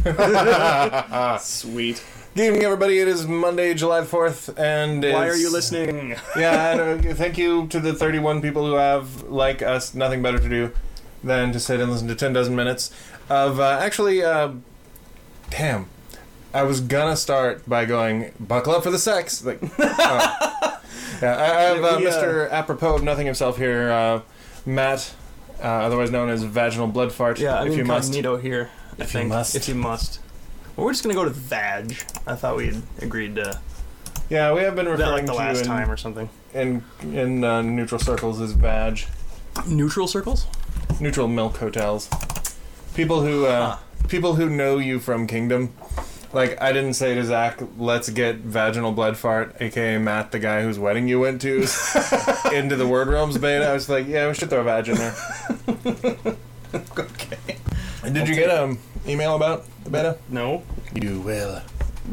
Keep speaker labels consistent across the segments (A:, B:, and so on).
A: Sweet.
B: Good evening, everybody. It is Monday, July 4th, and
A: Why
B: it's-
A: are you listening?
B: yeah, I don't, thank you to the 31 people who have, like us, nothing better to do than to sit and listen to 10 dozen minutes of uh, actually, uh, damn. I was gonna start by going, buckle up for the sex. Like, oh. yeah, I, I have uh,
A: We, uh,
B: Mr. Apropos of Nothing himself here, uh, Matt, uh, otherwise known as Vaginal Blood Fart.
A: Yeah, I'm
B: if you must.
A: incognito here. I
B: If you
A: think
B: must.
A: if you must. Well, we're just gonna go to Vag. I thought we had agreed to
B: Yeah, we have been
A: that
B: referring
A: like the
B: to you
A: last
B: in,
A: time or something.
B: in in uh, neutral circles as badge.
A: Neutral circles.
B: neutral milk hotels. People who uh, people who know you from Kingdom. Like I didn't say to Zach, let's get vaginal blood fart, aka Matt, the guy whose wedding you went to, into the word realms beta. I was like, yeah, we should throw vag in there.
A: Okay.
B: And did you get um email about the beta?
A: No.
B: You will.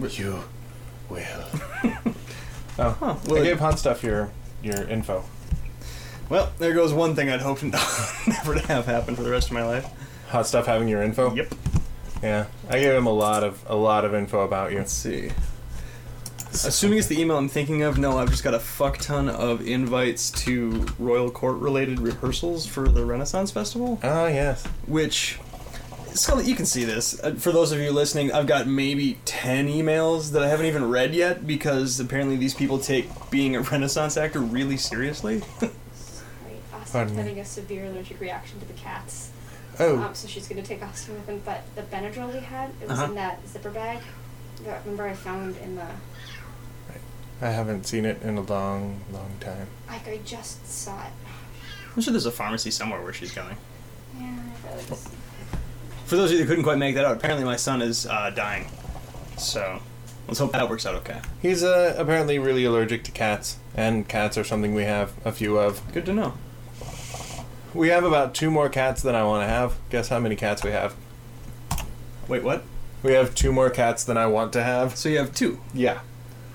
B: You will. oh, I gave Hans stuff your your info.
A: Well, there goes one thing I'd hoped never to have happen for the rest of my life.
B: Hot stuff having your info.
A: Yep.
B: Yeah, I gave him a lot of a lot of info about you.
A: Let's see. Assuming it's the email I'm thinking of, no, I've just got a fuck ton of invites to royal court related rehearsals for the Renaissance Festival,
B: Oh yes.
A: which. Scarlett, you can see this. Uh, For those of you listening, I've got maybe 10 emails that I haven't even read yet because apparently these people take being a Renaissance actor really seriously.
B: Pardon
C: Austin's
B: me.
C: having a severe allergic reaction to the cats.
B: Oh,
C: Um, so she's going to take Austin with him. But the Benadryl we had, it was
A: Uh-huh.
C: in that zipper bag that remember I found in the.
B: I haven't seen it in a long, long time.
C: Like, I just saw it.
A: I'm sure there's a pharmacy somewhere where she's going.
C: Yeah, that was.
A: For those of you that couldn't quite make that out, apparently my son is uh, dying. So let's hope that works out okay.
B: He's uh, apparently really allergic to cats, and cats are something we have a few of.
A: Good to know.
B: We have about two more cats than I want to have. Guess how many cats we have?
A: Wait, what?
B: We have two more cats than I want to have.
A: So you have two.
B: Yeah.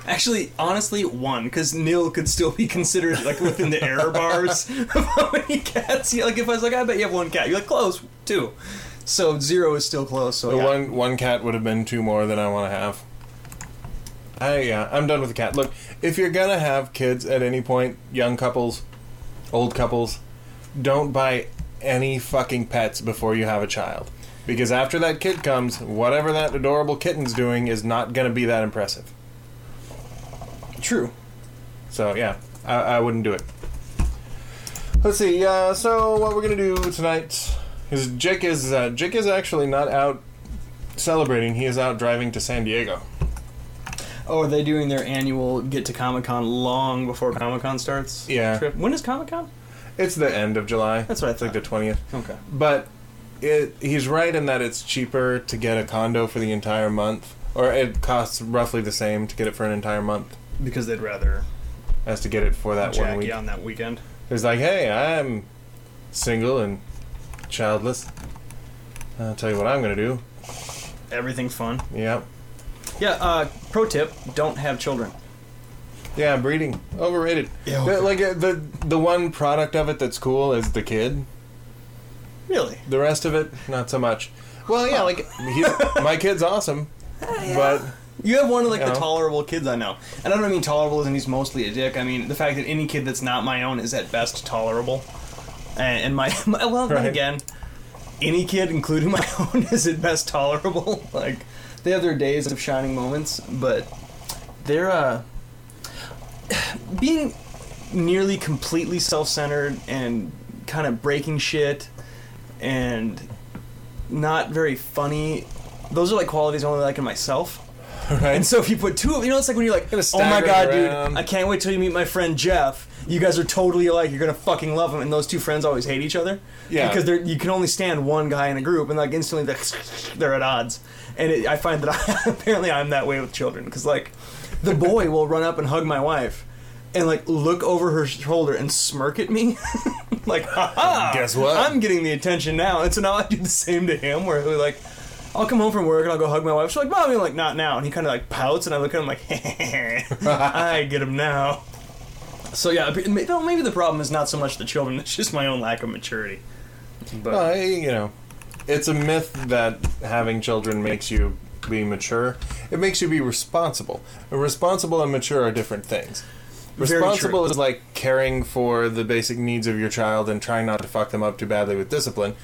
A: Actually, honestly, one because nil could still be considered like within the error bars of how many cats. You, like if I was like, I bet you have one cat. You're like close, two. So zero is still close. So
B: But
A: yeah.
B: one one cat would have been two more than I want to have. I yeah, I'm done with the cat. Look, if you're gonna have kids at any point, young couples, old couples, don't buy any fucking pets before you have a child. Because after that kid comes, whatever that adorable kitten's doing is not gonna be that impressive.
A: True.
B: So yeah, I, I wouldn't do it. Let's see. Uh, so what we're gonna do tonight is Jake is uh, Jake is actually not out celebrating. He is out driving to San Diego.
A: Oh, are they doing their annual get to Comic Con long before Comic Con starts?
B: Yeah.
A: Trip. When is Comic Con?
B: It's the end of July.
A: That's what I
B: It's like
A: thought.
B: the twentieth.
A: Okay.
B: But it, he's right in that it's cheaper to get a condo for the entire month, or it costs roughly the same to get it for an entire month
A: Because they'd rather
B: as to get it for that
A: Jackie
B: one week.
A: on that weekend.
B: It's like, hey, I'm single and childless. I'll tell you what I'm gonna do.
A: Everything fun.
B: Yep.
A: Yeah. Uh, pro tip: don't have children.
B: Yeah, breeding overrated.
A: Yeah,
B: The-
A: okay.
B: like uh, the the one product of it that's cool is the kid.
A: Really?
B: The rest of it, not so much. Well, yeah, like he's, my kid's awesome,
A: Uh,
B: but
A: You have one of like
B: You
A: the
B: know?
A: tolerable kids I know, and I don't mean tolerable as in he's mostly a dick. I mean the fact that any kid that's not my own is at best tolerable. And, and my, my well, then
B: Right.
A: again, any kid, including my own, is at best tolerable. Like they have their days of shining moments, but they're uh being nearly completely self-centered and kind of breaking shit and not very funny. Those are like qualities I only like in myself.
B: right.
A: And so if you put two of you know, it's like when you're like,
B: Kinda
A: oh my
B: staggering
A: god,
B: around.
A: dude, I can't wait till you meet my friend Jeff. You guys are totally alike. You're gonna fucking love him. And those two friends always hate each other.
B: Yeah.
A: Because they're you can only stand one guy in a group, and like instantly they're, they're at odds. And it, I find that I, apparently I'm that way with children, because like, the boy will run up and hug my wife, and like look over her shoulder and smirk at me, like, haha,
B: Guess what?
A: I'm getting the attention now. And so now I do the same to him, where he'll be like. I'll come home from work and I'll go hug my wife. She's like, "Mommy," I'm like, "Not now." And he kind of like pouts, and I look at him like, "I get him now." So yeah, but may- though maybe the problem is not so much the children; it's just my own lack of maturity. But
B: Well, you know, it's a myth that having children makes you be mature. It makes you be responsible. And responsible and mature are different things.
A: Very true.
B: Responsible is like caring for the basic needs of your child and trying not to fuck them up too badly with discipline.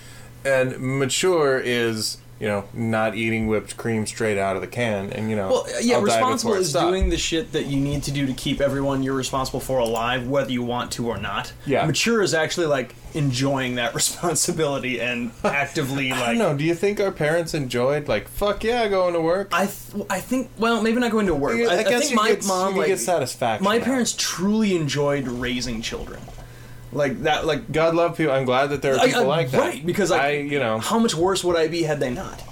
B: And mature is, you know, not eating whipped cream straight out of the can and you know
A: Well, yeah,
B: I'll die
A: responsible
B: before I
A: is
B: stop.
A: doing the shit that you need to do to keep everyone you're responsible for alive, whether you want to or not.
B: Yeah.
A: Mature is actually like enjoying that responsibility and actively
B: I
A: like.
B: don't know. Do you think our parents enjoyed like fuck yeah going to work?
A: I th- I think well maybe not going to work.
B: I
A: I, I
B: guess
A: think
B: you
A: my
B: could- you
A: mom
B: could
A: like
B: get satisfaction
A: My
B: out.
A: parents truly enjoyed raising children, like that. Like
B: God love people. I'm glad that there are
A: I-
B: people
A: I-
B: like that.
A: Right, because like,
B: I, you know,
A: how much worse would I be had they not?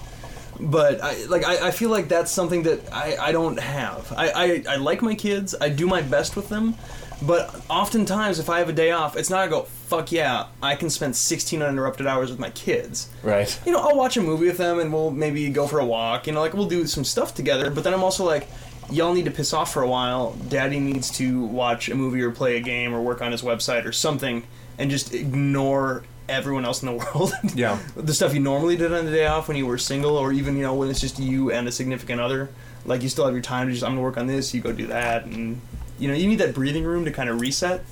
A: But I like I, I feel like that's something that I, I don't have. I, I, I like my kids. I do my best with them, but oftentimes if I have a day off, it's not I go fuck yeah. I can spend 16 uninterrupted hours with my kids.
B: right.
A: You know, I'll watch a movie with them and we'll maybe go for a walk. You know, like we'll do some stuff together. But then I'm also like, y'all need to piss off for a while. Daddy needs to watch a movie or play a game or work on his website or something, and just ignore everyone else in the world.
B: Yeah.
A: the stuff you normally did on the day off when you were single, or even you know when it's just you and a significant other. Like you still have your time to just I'm gonna work on this. You go do that, and you know you need that breathing room to kind of reset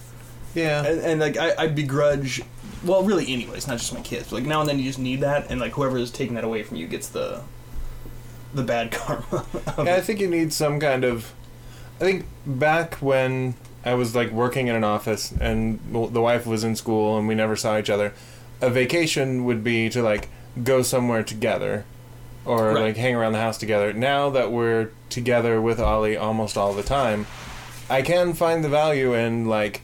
B: Yeah.
A: and, and like I, I begrudge well really anyways not just my kids like now and then you just need that and like whoever is taking that away from you gets the the bad karma of
B: Yeah, I
A: it.
B: think you need some kind of. I think back when I was like working in an office and w- the wife was in school and we never saw each other, a vacation would be to like go somewhere together or
A: Right.
B: like hang around the house together. Now that we're together with Ollie almost all the time, I can find the value in like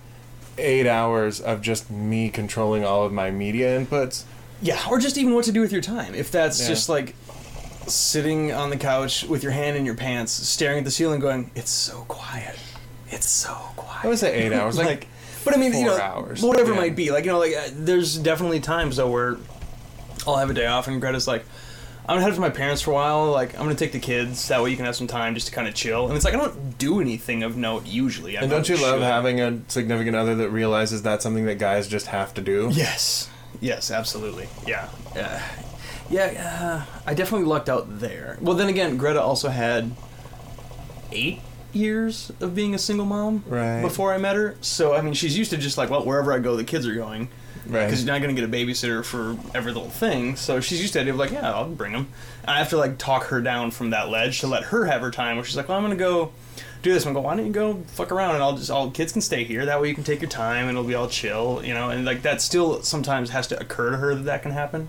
B: eight hours of just me controlling all of my media inputs.
A: yeah or just even what to do with your time if that's
B: Yeah.
A: just like sitting on the couch with your hand in your pants staring at the ceiling going it's so quiet it's so quiet
B: I would say eight hours.
A: like,
B: Like,
A: but I mean, you
B: four
A: know,
B: hours.
A: whatever it
B: Yeah.
A: might be, like you know, like uh, there's definitely times though where I'll have a day off, and Greta's like, I'm gonna head to my parents for a while. Like, I'm gonna take the kids. That way, you can have some time just to kind of chill. And it's like I don't do anything of note usually. I
B: and don't you love
A: should.
B: having a significant other that realizes that's something that guys just have to do?
A: Yes, yes, absolutely. Yeah, yeah, yeah. Uh, I definitely lucked out there. Well, then again, Greta also had eight years of being a single mom
B: Right.
A: before I met her. So I mean, she's used to just like, well, wherever I go, the kids are going.
B: Right.
A: because you're not going to get a babysitter for every little thing. So she's used to the idea of like, yeah, I'll bring them. I have to like talk her down from that ledge to let her have her time. Where she's like, well, I'm going to go do this. I'm going, why don't you go fuck around and I'll just all kids can stay here. That way you can take your time and it'll be all chill, you know. And like that still sometimes has to occur to her that that can happen.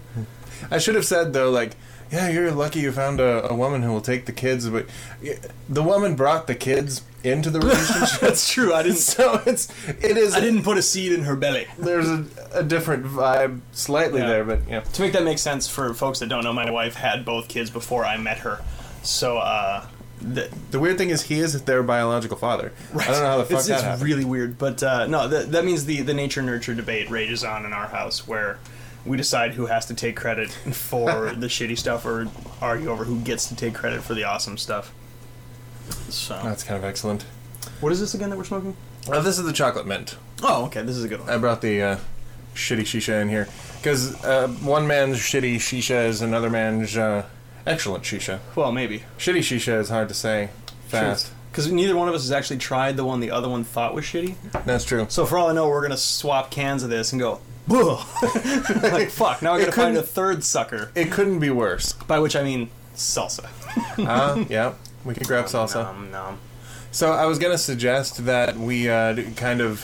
B: I should have said though, like, yeah, you're lucky you found a, a woman who will take the kids, but y- the woman brought the kids into the relationship.
A: That's true. I didn't.
B: so it's it is.
A: I didn't put a seed in her belly.
B: There's a, a different vibe slightly
A: Yeah.
B: there, but yeah.
A: to make that make sense for folks that don't know, my wife had both kids before I met her. So uh, the,
B: The weird thing is, he is their biological father. I don't know how the fuck
A: it's,
B: that
A: it's
B: happened.
A: really weird, but uh, no, that, that means the, the nature nurture debate rages on in our house where we decide who has to take credit for the shitty stuff or argue over who gets to take credit for the awesome stuff. So,
B: That's kind of excellent.
A: what is this again that we're smoking?
B: Uh, this is the chocolate mint.
A: Oh, okay, this is a good one.
B: I brought the uh, shitty shisha in here because uh, one man's shitty shisha is another man's uh, excellent shisha.
A: Well, maybe.
B: Shitty shisha is hard to say fast.
A: Because neither one of us has actually tried the one the other one thought was shitty.
B: That's true.
A: So, for all I know, we're going to swap cans of this and go, Buh! like, fuck, now I
B: It
A: got to find
B: couldn't-
A: a third sucker.
B: It couldn't be worse.
A: By which I mean salsa.
B: Uh, yeah, we can grab salsa.
A: Nom, nom.
B: So I was gonna suggest that we uh, d- kind of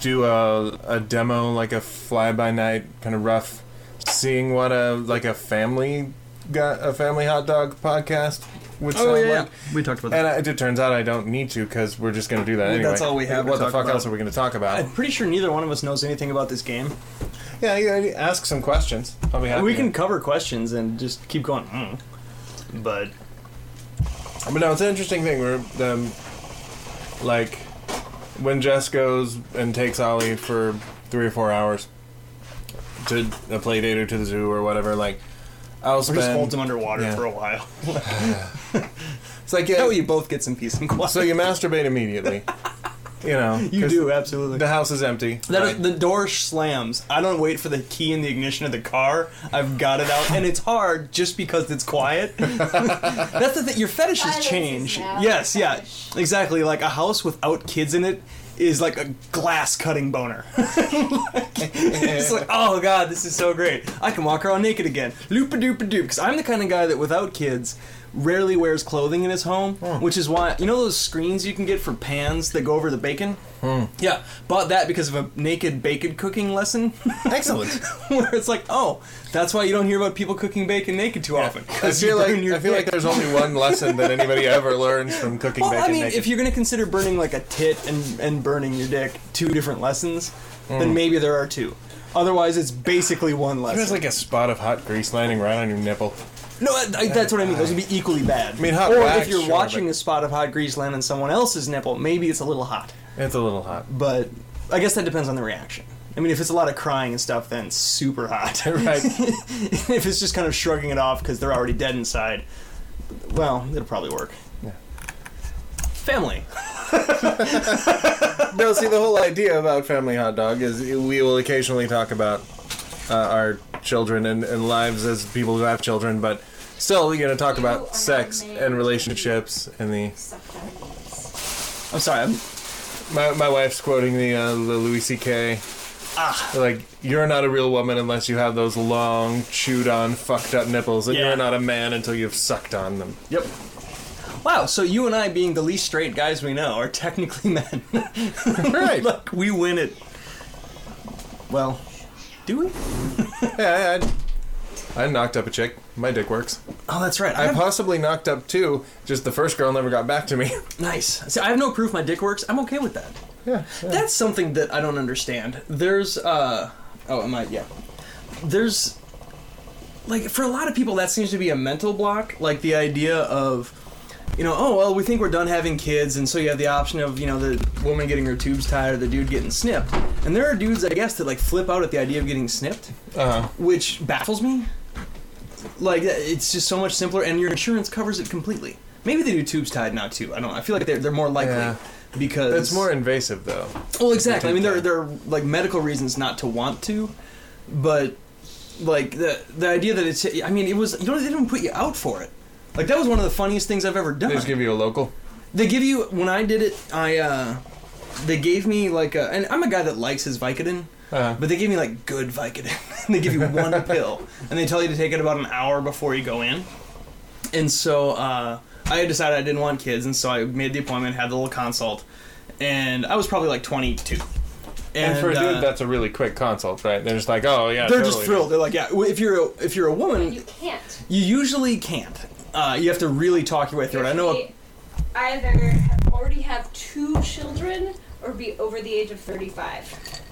B: do a, a demo, like a fly by night kind of rough, seeing what a like a family got a family hot dog podcast would
A: Oh,
B: sound like.
A: We talked about
B: And I, it turns out I don't need to because we're just gonna do that
A: Well,
B: anyway.
A: that's all we have to
B: What the
A: talk
B: fuck
A: about.
B: else are we gonna talk about?
A: I'm pretty sure neither one of us knows anything about this game.
B: Yeah, yeah, ask some questions. I'll be happy.
A: we
B: to-
A: can cover questions and just keep going. Mm. But
B: But no, it's an interesting thing where um, like when Jess goes and takes Ollie for three or four hours to a play date or to the zoo or whatever, like I'll
A: we just hold
B: spend.
A: them underwater
B: yeah.
A: for a while.
B: It's like yeah.
A: that way you both get some peace and quiet.
B: so you masturbate immediately. You know,
A: You
B: 'cause
A: do absolutely.
B: The house is empty.
A: That
B: right?
A: the door slams. I don't wait for the key in the ignition of the car. I've got it out, and it's hard just because it's quiet. That's the thing. Your fetishes
C: Violence is
A: change.
C: now
A: Yes,
C: a
A: yeah,
C: fetish.
A: exactly. Like a house without kids in it is like a glass cutting boner. it's like, oh god, this is so great. I can walk around naked again. Loop a doop a doop. Because I'm the kind of guy that without kids rarely wears clothing in his home,
B: Hmm.
A: which is why you know those screens you can get for pans that go over the bacon.
B: Hmm.
A: Yeah, bought that because of a naked bacon cooking lesson.
B: Excellent.
A: Where it's like, oh, that's why you don't hear about people cooking bacon naked too often.
B: I
A: 'cause
B: feel
A: you
B: like
A: burn your
B: I feel like
A: dick.
B: there's only one lesson that anybody ever learns from cooking
A: Well,
B: bacon
A: I mean,
B: naked.
A: if you're gonna consider burning like a tit and and burning your dick two different lessons,
B: Hmm.
A: then maybe there are two. Otherwise, it's basically one
B: There's
A: lesson.
B: like a spot of hot grease landing right on your nipple.
A: no, I, I- that's what I mean. Those would be equally bad. I
B: mean, hot
A: or
B: wax,
A: if you're
B: sure,
A: watching
B: but-
A: a spot of hot grease land on someone else's nipple, maybe it's a little hot.
B: It's a little hot.
A: But I guess that depends on the reaction. I mean, if it's a lot of crying and stuff, then it's super hot.
B: Right.
A: if it's just kind of shrugging it off because they're already dead inside, well, it'll probably work.
B: Yeah.
A: Family.
B: No, see, the whole idea about Family Hot Dog is we will occasionally talk about uh, our children and, and lives as people who have children, but still, we're going to talk
C: You are
B: about
C: not
B: sex
C: made
B: and
C: to
B: relationships and the.
C: Succulents.
A: I'm sorry. I'm,
B: My, my wife's quoting the, uh, the Louis C.K.
A: ah,
B: Like, you're not a real woman unless you have those long, chewed on, fucked up nipples, and
A: Yeah.
B: you're not a man until you've sucked on them.
A: yep. Wow. So you and I, being the least straight guys we know, are technically men.
B: right. Yeah,
A: Look, we win it. Well, do we?
B: I, I, I knocked up a chick. My dick works.
A: Oh, that's right.
B: I
A: have-
B: possibly knocked up two, just the first girl never got back to me.
A: Nice. See, I have no proof my dick works. I'm okay with that.
B: yeah.
A: That's something that I don't understand. There's uh oh am I yeah. There's like for a lot of people that seems to be a mental block, like the idea of you know, oh well we think we're done having kids and so you have the option of, you know, the woman getting her tubes tied or the dude getting snipped. And there are dudes I guess that like flip out at the idea of getting snipped
B: Uh-huh.
A: which baffles me. Like it's just so much simpler, and your insurance covers it completely. Maybe they do tubes tied now too. I don't. know. I feel like they're they're more likely
B: Yeah.
A: because
B: It's more invasive, though.
A: Well, exactly. I mean, there
B: tube
A: there are like medical reasons not to want to, but like the the idea that it's. I mean, it was you know they didn't put you out for it. Like that was one of the funniest things I've ever done.
B: They just give you a local.
A: They give you when I did it. I uh, they gave me like a, and I'm a guy that likes his Vicodin,
B: Uh-huh.
A: but they gave me like good Vicodin. they give you one pill, and they tell you to take it about an hour before you go in. And so uh, I had decided I didn't want kids, and so I made the appointment, had the little consult, and I was probably like 22.
B: And, for a dude,
A: uh,
B: that's a really quick consult, right? They're just like, oh yeah,
A: they're
B: totally.
A: just thrilled. They're like, yeah, if you're a, if you're a woman,
C: You can't.
A: you usually can't. Uh, you have to really talk your way through it. I know. A,
D: Usually Either have already have two children or be over the age of 35.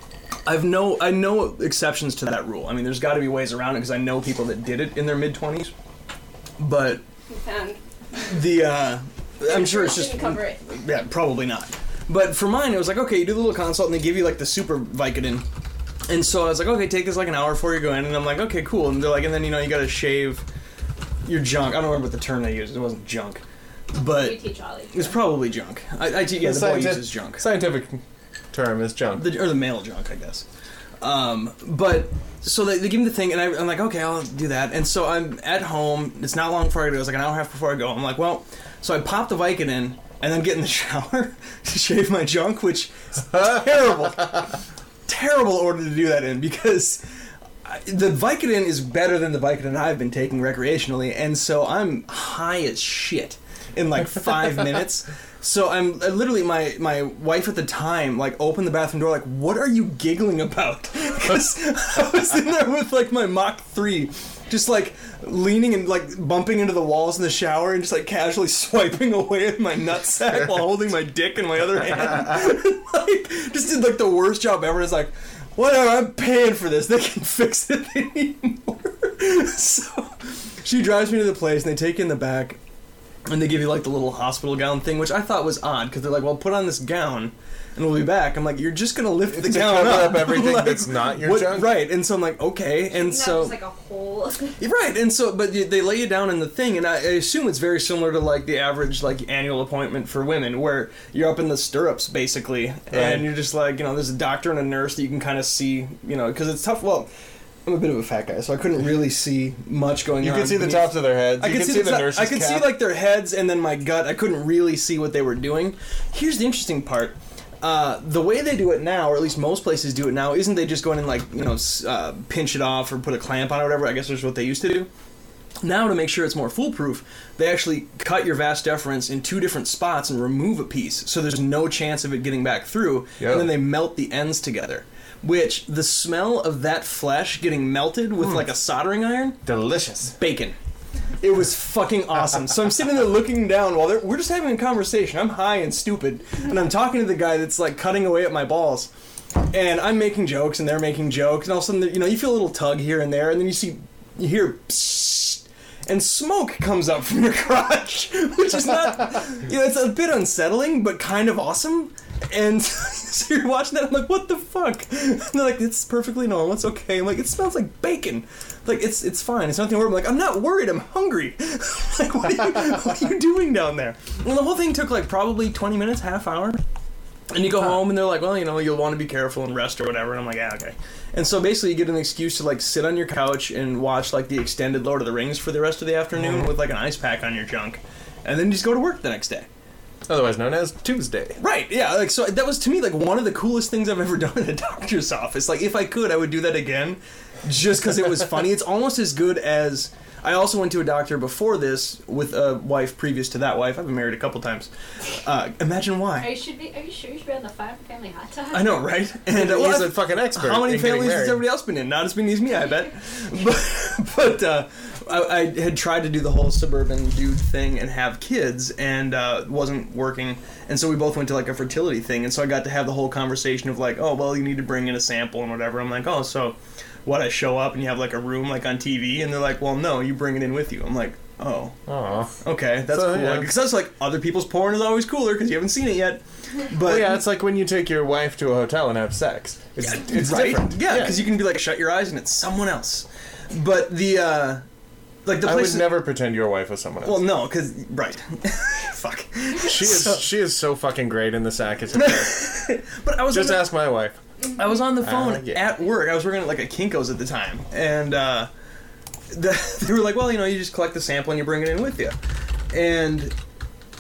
A: I've no I know exceptions to that rule. I mean, there's got to be ways around it because I know people that did it in their mid twenties. But
D: You found.
A: the uh, I'm sure it's
D: Didn't
A: just
D: cover it.
A: yeah, probably not. But for mine, it was like okay, you do the little consult and they give you like the super Vicodin. And so I was like, okay, take this like an hour before you go in. And I'm like, okay, cool. And they're like, and then you know you got to shave your junk. I don't remember what the term they used. It wasn't junk, but
D: You teach Ollie.
A: it's probably junk. I, I te- yeah, the boy
B: scientific-
A: uses junk.
B: Scientific term is junk.
A: the, or the male junk, I guess. Um, but so they, they give me the thing, and I, I'm like, okay, I'll do that. And so I'm at home. It's not long before I go. It's like an hour and a half before I go. I'm like, well, so I pop the Vicodin and then get in the shower to shave my junk, which is
B: Uh,
A: terrible, terrible order to do that in because. I- The Vicodin is better than the Vicodin I've been taking recreationally, and so I'm high as shit in like five minutes. So I'm I literally my my wife at the time like opened the bathroom door like what are you giggling about? Because I was in there with like my Mach three, just like leaning and like bumping into the walls in the shower and just like casually swiping away at my nutsack while holding my dick in my other hand. like just did like the worst job ever. It's like whatever I'm paying for this. They can fix it. They need more. so she drives me to the place and they take you in the back and they give you like the little hospital gown thing, which I thought was odd because they're like, "Well, put on this gown, and we'll be back." I'm like, "You're just gonna lift the
B: To
A: gown
B: cover
A: up,
B: up everything that's not your junk?
A: right?" And so I'm like, "Okay," and
C: Not
A: so
C: just like a whole.
A: you're right, and so but you- they lay you down in the thing, and I I assume it's very similar to like the average like annual appointment for women, where you're up in the stirrups basically,
B: Right.
A: and you're just like you know there's a doctor and a nurse that you can kind of see, you know, because it's tough. Well, I'm a bit of a fat guy, so I couldn't really see much going
B: You
A: on.
B: can see the
A: beneath-
B: tops of their heads.
A: I
B: you
A: could
B: can
A: see, the, top-
B: nurses.
A: I could see
B: cap.
A: like their heads and then my gut. I couldn't really see what they were doing. Here's the interesting part. Uh, the way they do it now, or at least most places do it now, isn't they just going and like you know s- uh, pinch it off or put a clamp on it or whatever? I guess is what they used to do. Now to make sure it's more foolproof, they actually cut your vas deferens in two different spots and remove a piece, so there's no chance of it getting back through.
B: Yeah.
A: And then they melt the ends together, which the smell of that flesh getting melted with
B: Hmm.
A: like a soldering iron
B: delicious.
A: bacon. It was fucking awesome. So I'm sitting there looking down while they're, we're just having a conversation. I'm high and stupid, and I'm talking to the guy that's like cutting away at my balls, and I'm making jokes and they're making jokes, and all of a sudden you know you feel a little tug here and there, and then you see you hear. Psst, and smoke comes up from your crotch, which is not, you know, it's a bit unsettling, but kind of awesome. And so you're watching that, I'm like, what the fuck? And they're like, it's perfectly normal, it's okay. I'm like, it smells like bacon. Like, it's it's fine, it's nothing to worry about. I'm like, I'm not worried, I'm hungry. like, what are, you, what are you doing down there? And the whole thing took like probably 20 minutes, half hour. And you go home and they're like, well, you know, you'll want to be careful and rest or whatever. And I'm like, yeah, okay. And so basically, you get an excuse to like sit on your couch and watch like the extended Lord of the Rings for the rest of the afternoon with like an ice pack on your junk, and then just go to work the next day.
B: Otherwise known as Tuesday.
A: Right? Yeah. Like so, that was to me like one of the coolest things I've ever done in a doctor's office. Like if I could, I would do that again, just because it was funny. It's almost as good as I also went to a doctor before this with a wife previous to that wife. I've been married a couple times. Uh, imagine
D: Are
A: why.
D: you should be? Are you sure you should be on the fam- family hot tub?
A: I know, right? And uh, well,
B: He's
A: I've-
B: a fucking expert.
A: How many
B: in getting
A: families has
B: married.
A: everybody else been in? Not as many as me, I bet. But, but uh, I, I had tried to do the whole suburban dude thing and have kids, and uh, wasn't working. And so we both went to like a fertility thing, and so I got to have the whole conversation of like, oh, well, you need to bring in a sample and whatever. I'm like, oh, so what? I show up and you have like a room like on TV, and they're like, well, no, you bring it in with you. I'm like, oh.
B: Aw.
A: Okay, that's
B: So,
A: cool.
B: yeah.
A: Because that's like other people's porn is always cooler because you haven't seen it yet. But
B: Well, yeah, it's like when you take your wife to a hotel and have sex. It's, it's
A: right?
B: different.
A: Yeah, because you can be like, shut your eyes, and it's someone else. But the uh, like the
B: I
A: place.
B: would never pretend your wife was someone else.
A: well, no, because right, fuck.
B: she is.
A: so-
B: she is so fucking great in the sack. It's
A: But I was
B: Just
A: on the,
B: ask my wife.
A: I was on the phone
B: yeah.
A: at work. I was working at like a Kinkos at the time, and uh, the, they were like, well, you know, you just collect the sample and you bring it in with you. And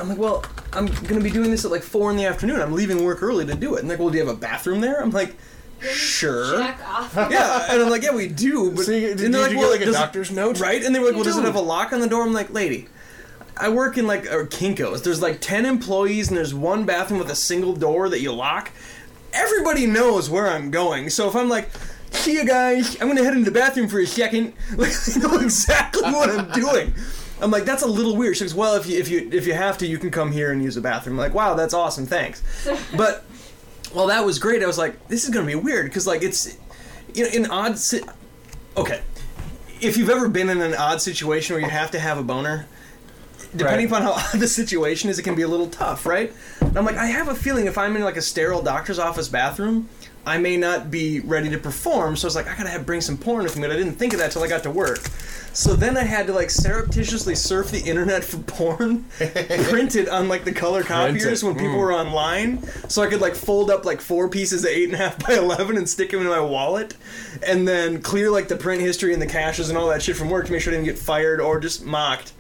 A: I'm like, well, I'm gonna be doing this at like four in the afternoon. I'm leaving work early to do it. And they're like, well, do you have a bathroom there? I'm like, sure.
D: Jack off.
A: Yeah, and I'm like, yeah, we do. But
B: So you,
A: and
B: did,
A: they're
B: did you get like a
A: does it-
B: doctor's note?
A: Right? And they were like, well, does it
B: Dude.
A: have a lock on the door? I'm like, lady, I work in like a Kinko's. There's like 10 employees and there's one bathroom with a single door that you lock. Everybody knows where I'm going. So if I'm like, see you guys, I'm going to head into the bathroom for a second, like, they know exactly what I'm doing. I'm like, that's a little weird. She goes, well, if you, if you, if you have to, you can come here and use the bathroom. I'm like, wow, that's awesome. Thanks. But well, that was great. I was like, this is going to be weird because like it's you know in odd si- okay. If you've ever been in an odd situation where you have to have a boner, depending
B: Right.
A: upon how odd the situation is, it can be a little tough, right? And I'm like, I have a feeling if I'm in like a sterile doctor's office bathroom, I may not be ready to perform. So I was like, I gotta have bring some porn with me, but I didn't think of that till I got to work. So then I had to like surreptitiously surf the internet for porn printed on like the color copiers when people were online, so I could like fold up like four pieces of eight and a half by eleven and stick them in my wallet, and then clear like the print history and the caches and all that shit from work to make sure I didn't get fired or just mocked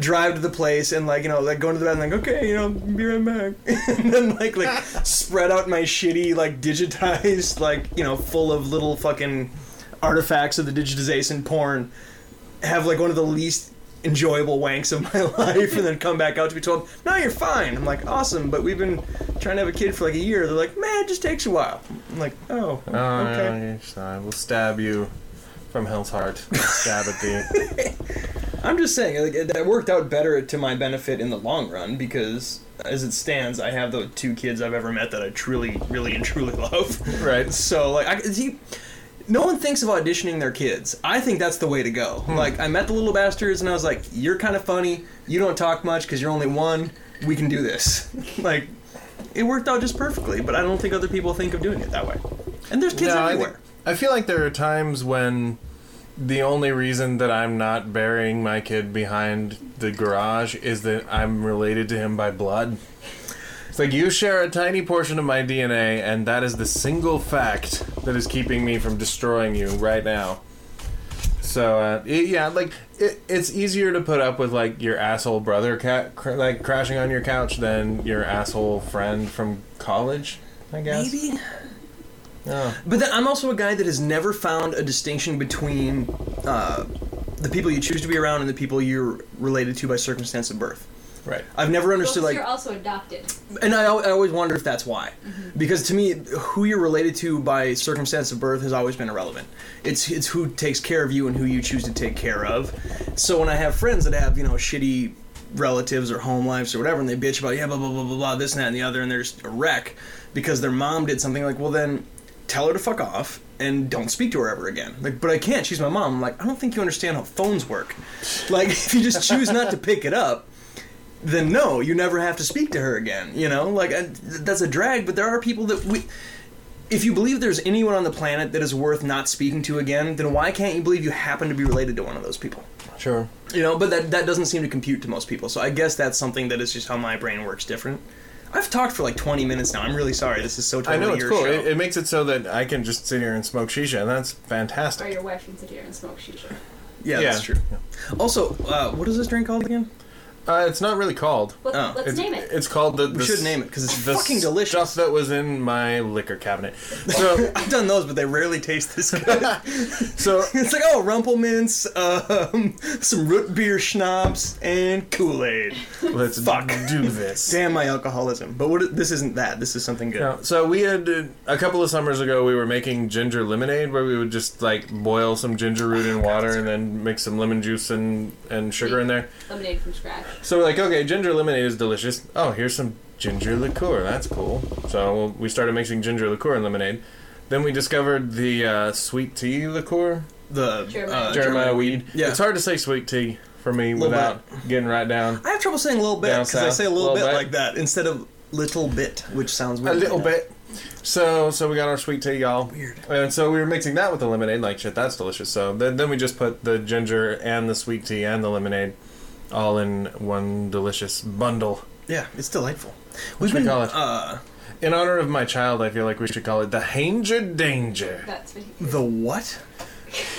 A: drive to the place and like you know like go into the bathroom like okay you know be right back and then like like spread out my shitty like digitized like you know full of little fucking artifacts of the digitization porn have like one of the least enjoyable wanks of my life and then come back out to be told no you're fine i'm like awesome but we've been trying to have a kid for like a year they're like man it just takes a while i'm like oh
B: Oh,
A: okay
B: okay. I will stab you from hell's heart. Stab at the.
A: I'm just saying, like, it- that worked out better to my benefit in the long run because, as it stands, I have the two kids I've ever met that I truly, really, and truly love.
B: Right.
A: So, like, I, see, no one thinks of auditioning their kids. I think that's the way to go.
B: Hmm.
A: Like, I met the little bastards and I was like, you're kind of funny. You don't talk much because you're only one. We can do this. like, it worked out just perfectly, but I don't think other people think of doing it that way. And there's kids
B: No, I
A: everywhere.
B: think- I, feel like there are times when the only reason that I'm not burying my kid behind the garage is that I'm related to him by blood. It's like you share a tiny portion of my DNA, and that is the single fact that is keeping me from destroying you right now. So uh, it- yeah, like it, it's easier to put up with like your asshole brother ca- cr- like crashing on your couch than your asshole friend from college. I guess.
A: Maybe.
B: Oh.
A: But then I'm also a guy that has never found a distinction between uh, the people you choose to be around and the people you're related to by circumstance of birth.
B: Right.
A: I've never
D: Well, 'cause
A: understood like
D: you're also adopted.
A: and I, al- I always wonder if that's why because to me who you're related to by circumstance of birth has always been irrelevant it's it's who takes care of you and who you choose to take care of so when i have friends that have you know shitty relatives or home lives or whatever and they bitch about yeah blah blah blah blah blah this and that and the other and they're just a wreck because their mom did something like well then tell her to fuck off and don't speak to her ever again like but i can't she's my mom I'm like i don't think you understand how phones work like if you just choose not to pick it up then no, you never have to speak to her again. You know, like I, th- that's a drag. But there are people that we. If you believe there's anyone on the planet that is worth not speaking to again, then why can't you believe you happen to be related to one of those people?
B: Sure.
A: You know, but that that doesn't seem to compute to most people. So I guess that's something that is just how my brain works different. I've talked for like 20 minutes now. I'm really sorry. This is so
B: I
A: totally
B: know it's
A: your
B: cool.
A: show.
B: It, it makes it so that I can just sit here and smoke shisha, and that's
D: Or
B: fantastic.
D: your wife can sit here and smoke
A: Oh,
D: shisha.
A: yeah,
B: yeah.
A: that's true. Also, uh, what is this drink called again?
B: Uh, it's not really called.
D: Let,
A: Oh.
D: let's
B: It-
D: name it.
B: It's called the. the
A: We should
B: s-
A: name it because it's
B: the
A: fucking
B: Stuff
A: delicious.
B: that was in my liquor cabinet. So,
A: I've done those, but they rarely taste this good.
B: so
A: It's like, oh, Rumplemints, um, some root beer schnapps, and Kool Aid.
B: let's
A: Fuck.
B: do this.
A: Damn my alcoholism. But what, this isn't that. This is something good.
B: No, so we had uh, a couple of summers ago. We were making ginger lemonade, where we would just like boil some ginger root in water and then mix some lemon juice and and sugar in there.
D: Lemonade from scratch.
B: So we're like, okay, ginger lemonade is delicious. Oh, here's some ginger liqueur. That's cool. So we started mixing ginger liqueur and lemonade. Then we discovered the uh, sweet tea liqueur,
A: The
D: Jeremiah.
A: uh,
B: Jeremiah weed.
A: Yeah.
B: It's hard to say sweet tea for me
A: Little
B: without getting right down.
A: I have trouble saying little bit
B: Down
A: because I
B: south.
A: say a little,
B: Little
A: bit,
B: bit.
A: like that instead of little bit, which sounds
B: A
A: weird.
B: little bit. So so we got our sweet tea, y'all.
A: Weird.
B: And so we were mixing that with the lemonade, like shit, that's delicious. So then, then we just put the ginger and the sweet tea and the lemonade all in one delicious bundle.
A: Yeah, it's delightful.
B: Which we call it.
A: Uh,
B: In honor of my child, I feel like we should call it the Hanger Danger.
D: That's what he-
A: the what?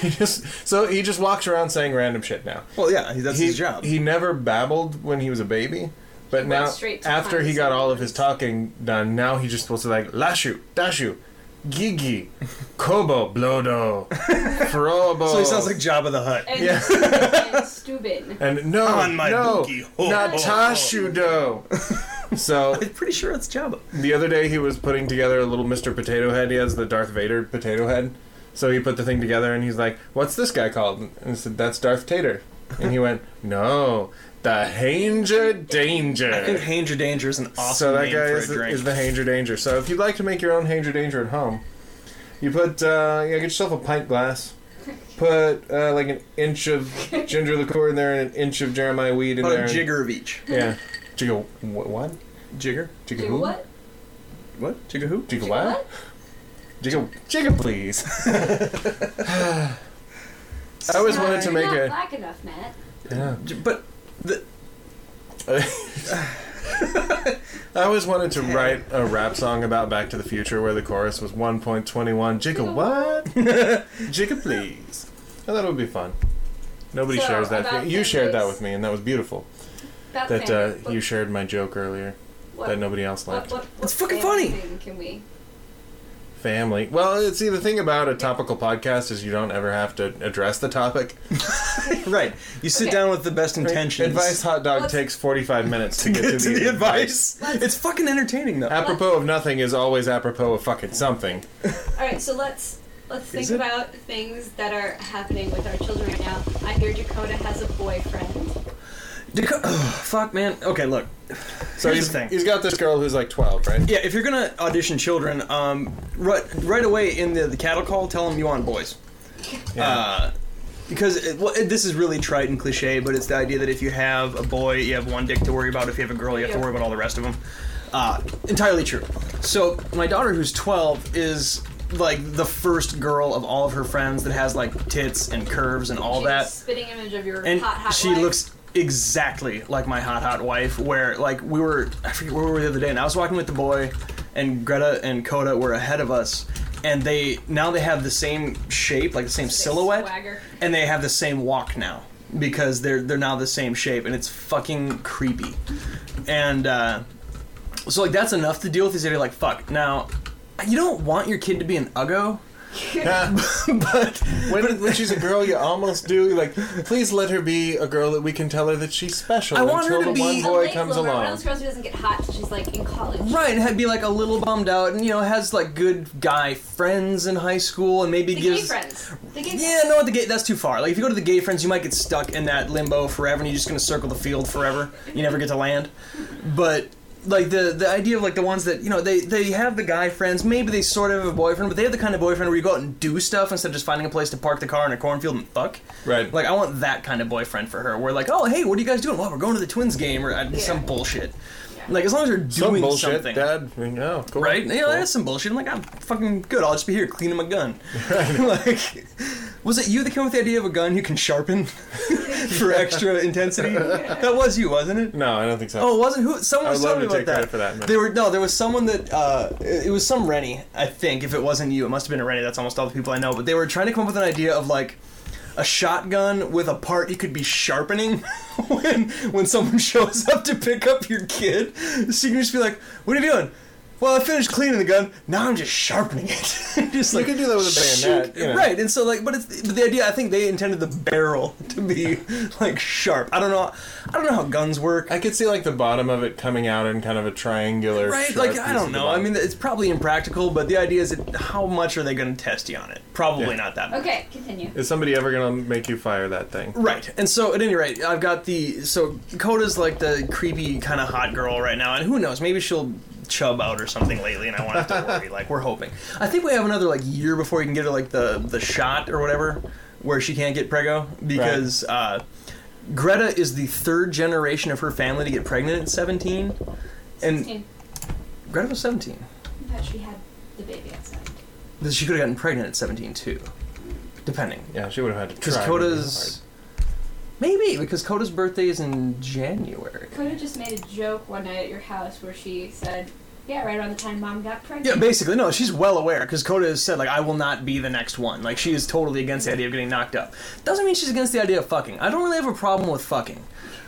B: He just, so he just walks around saying random shit now.
A: Well, yeah, that's
B: he,
A: his job.
B: He never babbled when he was a baby, but
D: He went
B: now
D: straight to
B: after he got all of his
D: conversations.
B: talking done, now he's just supposed to like lashu, dashu, gigi, kobo, blodo, frobo.
A: so he sounds like Jabba the Hutt.
D: and,
B: Yeah.
D: and Steuben.
B: and no,
E: On my
B: no,
E: bookie, ho,
B: not
E: ho, ho.
B: tashudo. so
A: I'm pretty sure it's Jabba.
B: the other day he was putting together a little Mr. Potato Head. He has the Darth Vader potato head. So he put the thing together and he's like, What's this guy called? And I said, That's Darth Tater. And he went, No, the Hanger
A: I think
B: Danger.
A: Hanger Danger is an awesome
B: so that
A: name
B: guy
A: for
B: is
A: a
B: the,
A: drink.
B: is the Hanger Danger. So if you'd like to make your own Hanger Danger at home, you put, uh, you know, get yourself a pint glass. Put uh, like an inch of ginger liqueur in there and an inch of Jeremiah weed in
A: About
B: there.
A: a
B: and-
A: jigger of each.
B: Yeah. Jigger wh- what?
A: Jigger?
B: Jigger
D: Do
B: who?
D: what?
A: What? Jigger who?
B: Jigga
D: Do
B: what?
D: what?
B: Jigga, jigga, please. I always wanted to
D: You're
B: make
D: not
B: a.
D: black enough, Matt.
B: Yeah.
A: J- But
B: I always wanted to write a rap song about Back to the Future where the chorus was 1.21 Jigga what? jigga please. I thought it would be fun. Nobody
D: So,
B: shares that.
D: about
B: fe- You shared that
D: families.
B: with me, and that was beautiful.
D: About
B: That
D: families.
B: uh, you shared my joke earlier
D: what,
B: that nobody else
D: what,
B: liked.
D: what, what
A: It's fucking
D: family
A: funny.
D: thing Can we?
B: Family. Well, see, the thing about a topical podcast is you don't ever have to address the topic.
A: right, you sit
D: Okay.
A: down with the best intentions.
B: Advice hot dog
D: Let's-
B: takes 45 minutes to get
A: Get to the advice.
D: Let's-
A: It's fucking entertaining though.
B: Apropos of nothing is always apropos of fucking something.
D: All right, so let's let's think
A: Is it?
D: about things that are happening with our children right now. I hear Dakota has a boyfriend.
A: Daco- Ugh, fuck, man. oh, Okay, look.
B: So
A: Here's
B: he's,
A: the thing.
B: he's got this girl who's like 12, right?
A: Yeah, if you're gonna audition children, um, right, right away in the, the cattle call, tell them you want boys. Uh, because it, well, it, this is really trite and cliche, but it's the idea that if you have a boy, you have one dick to worry about. If you have a girl, you have to worry about all the rest of them. Uh, entirely true. So my daughter, who's 12, is like the first girl of all of her friends that has like tits and curves and all
D: She's
A: that
D: a spitting image of your
A: and
D: hot, hot
A: she
D: wife.
A: looks exactly like my hot hot wife where like we were i forget where we were the other day and i was walking with the boy and greta and coda were ahead of us and they now they have the same shape like the same silhouette
D: swagger.
A: and they have the same walk now because they're they're now the same shape and it's fucking creepy and uh so like that's enough to deal with this idea like fuck now you don't want your kid to be an uggo but
B: when, when she's a girl, you almost do. Like, please let her be a girl that we can tell her that she's special
A: I want her
B: until the
A: to be-
B: one
D: A
B: boy
D: late
B: comes
D: bloomer. One of
B: along.
D: those girls who doesn't get hot. till She's like in college.
A: Right, and had be like a little bummed out, and you know has like good guy friends in high school, and maybe
D: The gay
A: gives.
D: friends. The gay
A: Yeah, no, the gay, that's too far. Like if you go to the gay friends, you might get stuck in that limbo forever, and you're just gonna circle the field forever. You never get to land. But like the the idea of like the ones that you know they they have the guy friends, maybe they sort of have a boyfriend, but they have the kind of boyfriend where you go out and do stuff instead of just finding a place to park the car in a cornfield and fuck.
B: Right.
A: Like I want that kind of boyfriend for her. We're like, oh hey, what are you guys doing? Well, we're going to the Twins game or uh, some bullshit. Like as long as you're doing
B: Some bullshit,
A: something.
B: Dad. Oh, cool.
A: Right? Yeah,
B: Cool.
A: that's some bullshit. I'm like, I'm fucking good. I'll just be here cleaning my gun. like, was it you that came up with the idea of a gun you can sharpen for extra intensity? That was you, wasn't it?
B: No, I don't think so.
A: Oh, it wasn't who?
B: I
A: Someone was
B: would love to
A: telling me about
B: take
A: that.
B: credit for that, man.
A: They were no, there was someone that uh, it it was some Rennie, I think. If it wasn't you, it must have been a Rennie. That's almost all the people I know. But they were trying to come up with an idea of like a shotgun with a part you could be sharpening when when someone shows up to pick up your kid. So you can just be like, "What are you doing?" Well, I finished cleaning the gun. Now I'm just sharpening it. just
B: You
A: like,
B: could do that with a bayonet, you know.
A: right? And so, like, but it's but the idea. I think they intended the barrel to be like sharp. I don't know. I don't know how guns work.
B: I could see like the bottom of it coming out in kind of a triangular.
A: Right?
B: sharp
A: Like, I
B: piece
A: don't
B: at the
A: know. I
B: bottom.
A: mean, it's probably impractical, but the idea is that how much are they going to test you on it? Probably
B: Yeah.
A: not that much.
D: Okay, continue.
B: is somebody ever gonna make you fire that thing?
A: Right. And so, at any rate, I've got the. So, Coda's like the creepy kind of hot girl right now, and who knows? Maybe she'll chub out or something lately, and I won't have to worry. like, we're hoping. I think we have another, like, year before you can get her, like, the, the shot or whatever, where she can't get preggo, because. Uh, Greta is the third generation of her family to get pregnant at 17. And
D: 16.
A: Greta was 17.
D: I thought she had the baby outside.
A: But she could have gotten pregnant at 17 too, depending.
B: Yeah, she would have had to
A: Because
B: try.
A: Coda's maybe because Coda's birthday is in January.
D: Coda just made a joke one night at your house where she said, "Yeah, right around the time mom got pregnant."
A: Yeah, basically, no, she's well aware because Coda has said like I will not be the next one. Like she is totally against the idea of getting knocked up. Doesn't mean she's against the idea of fucking. I don't really have a problem with fucking.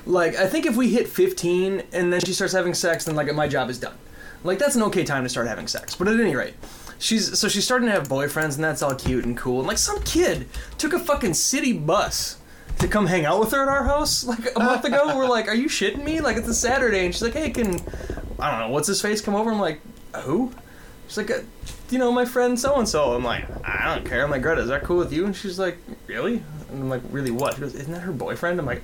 A: Like I think if we hit 15 and then she starts having sex, then like my job is done. Like that's an okay time to start having sex. But at any rate, she's so she's starting to have boyfriends and that's all cute and cool. And like some kid took a fucking city bus to come hang out with her at our house like a month ago. We're like, are you shitting me? Like it's a Saturday, and she's like, hey, can I don't know what's his face come over? I'm like, who? She's like, uh, you know, my friend so and so. I'm like, I don't care. I'm like, Greta, is that cool with you? And she's like, really? And I'm like, really what? She goes, isn't that her boyfriend? I'm like.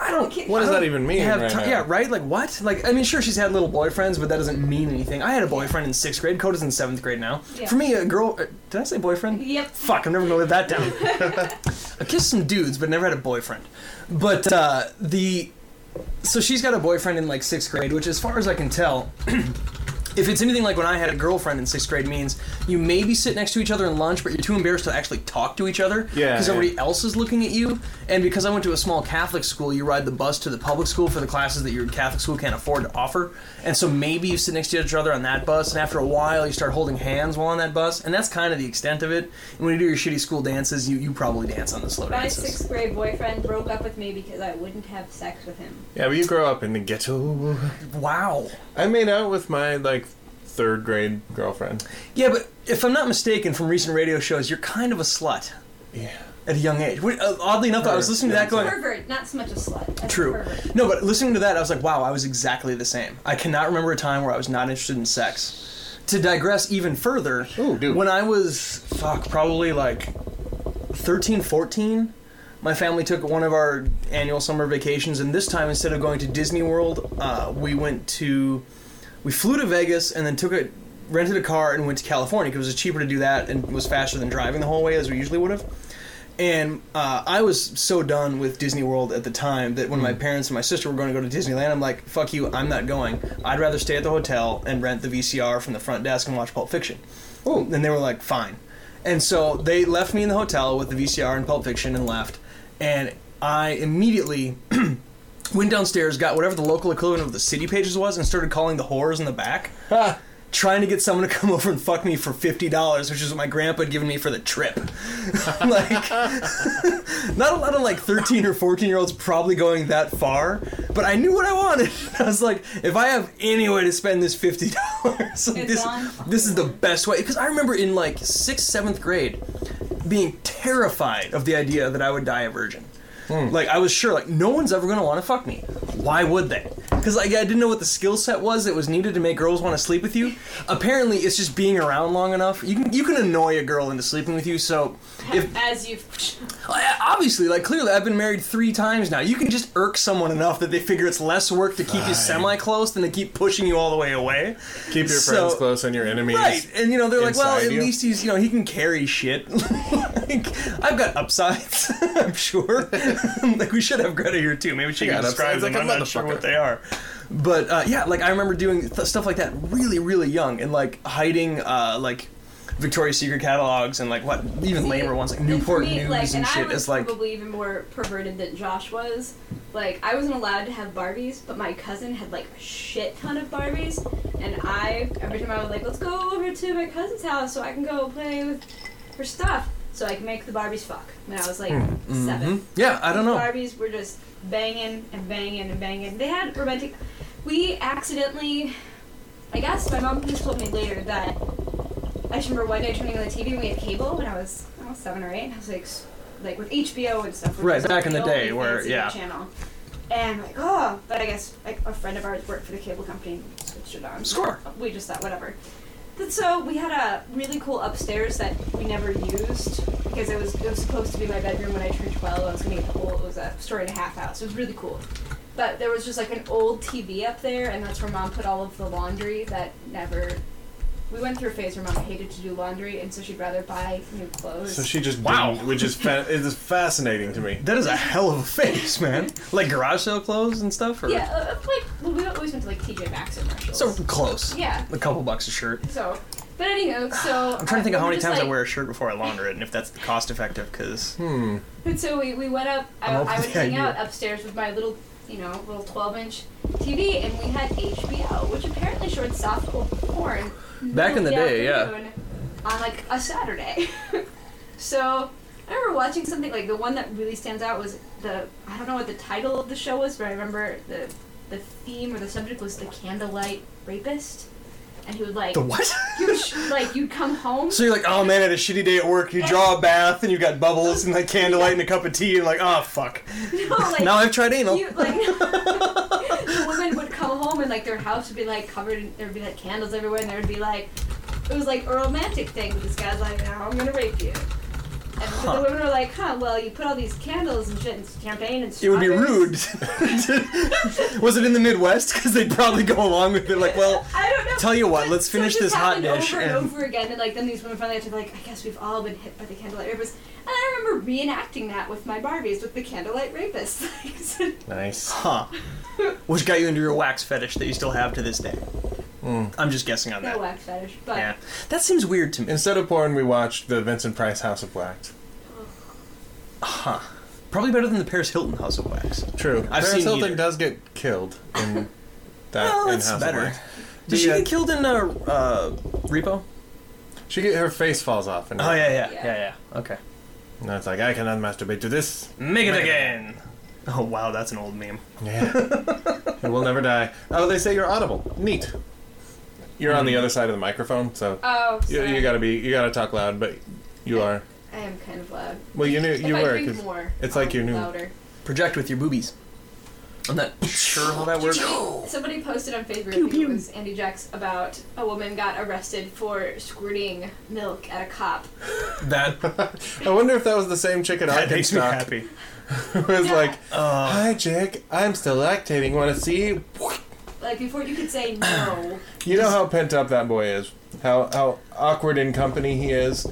A: I don't.
B: What does
A: I don't
B: that even mean
A: have
B: right
A: ti-
B: now?
A: yeah, right? Like what? Like I mean, sure, she's had little boyfriends, but that doesn't mean anything. I had a boyfriend in sixth grade. Coda's in seventh grade now.
D: Yeah.
A: For me, a girl. uh, Did I say boyfriend?
D: Yep.
A: Fuck, I'm never gonna live that down. I kissed some dudes, but never had a boyfriend. But uh, the so she's got a boyfriend in like sixth grade, which, as far as I can tell, if it's anything like when I had a girlfriend in sixth grade, means you maybe sit next to each other in lunch, but you're too embarrassed to actually talk to each other
B: Yeah,
A: because
B: yeah.
A: everybody else is looking at you. And because I went to a small Catholic school, you ride the bus to the public school for the classes that your Catholic school can't afford to offer. And so maybe you sit next to each other on that bus, and after a while, you start holding hands while on that bus, and that's kind of the extent of it. And when you do your shitty school dances, you, you probably dance on the slow
D: My
A: dances.
D: sixth grade boyfriend broke up with me because I wouldn't have sex with him.
B: Yeah, but you grow up in the ghetto.
A: Wow.
B: I made out with my like third grade girlfriend.
A: Yeah, but if I'm not mistaken from recent radio shows, you're kind of a slut
B: Yeah.
A: at a young age. Wh- uh, Oddly enough, I was listening to that going.
D: Pervert, not so much a slut. That's
A: True.
D: Pervert.
A: No, but listening to that, I was like, wow, I was exactly the same. I cannot remember a time where I was not interested in sex. To digress even further,
B: Ooh, dude.
A: when I was, fuck, probably like 13, 14, My family took one of our annual summer vacations, and this time instead of going to Disney World, uh, we went to we flew to Vegas and then took a rented a car and went to California because it was cheaper to do that and was faster than driving the whole way as we usually would have. And uh, I was so done with Disney World at the time that when my parents and my sister were going to go to Disneyland, I'm like, "Fuck you! I'm not going. I'd rather stay at the hotel and rent the VCR from the front desk and watch Pulp Fiction." Oh, and they were like, "Fine." And so they left me in the hotel with the VCR and Pulp Fiction and left. And I immediately went downstairs, got whatever the local equivalent of the city pages was, and started calling the whores in the back, trying to get someone to come over and fuck me for fifty dollars, which is what my grandpa had given me for the trip. like, not a lot of like thirteen or fourteen year olds probably going that far, but I knew what I wanted. I was like, if I have any way to spend this fifty dollars, this
F: on
A: this is the best way. Because I remember in like sixth, seventh grade, being terrified of the idea that I would die a virgin. Like I was sure, like no one's ever gonna want to fuck me. Why would they? Because like I didn't know what the skill set was that was needed to make girls want to sleep with you. Apparently, it's just being around long enough. You can you can annoy a girl into sleeping with you. So if
F: As you've.
A: I- obviously, like clearly, I've been married three times now. You can just irk someone enough that they figure it's less work to keep you semi close than to keep pushing you all the way away.
B: Keep your
A: So-
B: friends close and your enemies.
A: Right, and you know they're like, well,
B: inside
A: at
B: you.
A: least he's you know he can carry shit. like, I've got upsides, I'm sure. like we should have Greta here too. Maybe she
B: I
A: can
B: got
A: describe
B: upsides
A: them.
B: like a
A: I'm not sure
B: motherfucker.
A: what they are. But uh, yeah, like I remember doing th- stuff like that really, really young, and like hiding uh, like Victoria's Secret catalogs and like what even lamer ones like Newport
D: for me,
A: News
D: like,
A: and, shit.
D: I was
A: It's like
D: probably even more perverted than Josh was. Like I wasn't allowed to have Barbies, but my cousin had like a shit ton of Barbies, and I every time I was like, let's go over to my cousin's house so I can go play with her stuff, so I can make the Barbies fuck. When I was like
A: Hmm. Mm-hmm.
D: seven.
A: yeah, I don't know.
D: Barbies were just banging and banging and banging. They had romantic. We accidentally, I guess my mom just told me later that I just remember one day turning on the TV and we had cable when I was I was seven or eight. And I was like, s- like with HBO and stuff. which
A: Right,
D: was
A: back in the
D: only
A: day where-
D: fancy
A: yeah.
D: Channel. And I'm like, oh, but I guess like a friend of ours worked for the cable company and switched it on.
A: Score.
D: We just thought whatever. But so we had a really cool upstairs that we never used because it was it was supposed to be my bedroom when I turned twelve. I was gonna get the whole it was a story and a half house. It was really cool. But there was just like an old TV up there and that's where mom put all of the laundry that never we went through a phase where mom hated to do laundry and so she'd rather buy new clothes.
B: So she just
A: Wow.
B: wow, which is fa- it is fascinating to me.
A: That is a hell of a face, man. like garage sale clothes and stuff. Or?
D: yeah, uh, like well, we always went to like TJ Maxx or Marshalls.
A: so close.
D: yeah,
A: A couple bucks a shirt.
D: so but anyhow, so
A: I'm trying to think of how many times I
D: like,
A: wear a shirt before I launder it, and if that's cost effective. Because
D: And so we, we went up. I,
A: I'm open
D: I would
A: to the
D: hang
A: idea.
D: out upstairs with my little, you know, little 12 inch TV, and we had HBO, which apparently showed soft porn.
A: Back in the day, yeah.
D: afternoon On like a Saturday. so I remember watching something like the one that really stands out was the I don't know what the title of the show was, but I remember the the theme or the subject was the candlelight rapist, and he would like
A: what?
D: he would sh- like you'd come home.
A: so you're like, oh man, I had a shitty day at work. You draw a bath, and you've got bubbles, and like candlelight, and a cup of tea, and like, oh fuck.
D: no, like,
A: now I've tried anal.
D: You, like, the women would come home and like their house would be like covered in there'd be like candles everywhere and there'd be like it was like a romantic thing. This guy's like, now I'm gonna rape you. And but the women were like, huh, well you put all these candles and shit and champagne and
A: it would be
D: strawberries."
A: rude. Was it in the Midwest? Because they'd probably go along with it. Like, well,
D: I don't know.
A: Tell you what,
D: but
A: let's
D: so it
A: finish
D: just
A: this hot
D: happened
A: dish
D: Over and,
A: and-
D: over again, and like then these women finally have to be like, I guess we've all been hit by the candlelight rapist. And I remember reenacting that with my Barbies with the candlelight rapist.
B: Nice.
A: huh? Which got you into your wax fetish that you still have to this day? I'm just guessing on
D: no
A: that.
D: wax fetish, but
A: yeah, that seems weird to me.
B: Instead of porn, we watched the Vincent Price House of Wax.
A: Huh? Probably better than the Paris Hilton House of Wax.
B: True.
A: I've
B: Paris
A: seen
B: Hilton
A: neither.
B: does get killed in that.
A: Well,
B: in
A: that's
B: House of
A: better.
B: Wax.
A: Did she
B: The, uh,
A: get killed in uh, uh, Repo?
B: She get her face falls off, and
A: Oh yeah, yeah, yeah,
D: Yeah.
A: yeah. Okay.
B: and it's like I cannot masturbate to this.
A: Make it again. Oh wow, that's an old meme.
B: Yeah, it will never die. Oh, they say you're audible. Neat. You're on the other side of the microphone, so
D: Mm-hmm. oh,
B: you, you gotta be you gotta talk loud, but you are.
D: I am kind of loud.
B: Well, you knew you
D: if
B: were.
D: I drink
B: 'cause
D: more,
B: it's like
D: I'll
B: you
D: be
B: knew.
D: louder.
A: Project with your boobies. I'm not sure how that works.
D: Somebody posted on Facebook, I think it was Andy Jax, about a woman got arrested for squirting milk at a cop.
A: That
B: I wonder if that was the same chick at
A: that
B: Arcade
A: makes me
B: Stock.
A: happy.
B: It was
D: Yeah.
B: like,
A: Uh,
B: "Hi, Jake. I'm still lactating. Want to see?" You
D: Like, before you could say no,
B: You know how pent up that boy is. How how awkward in company he is.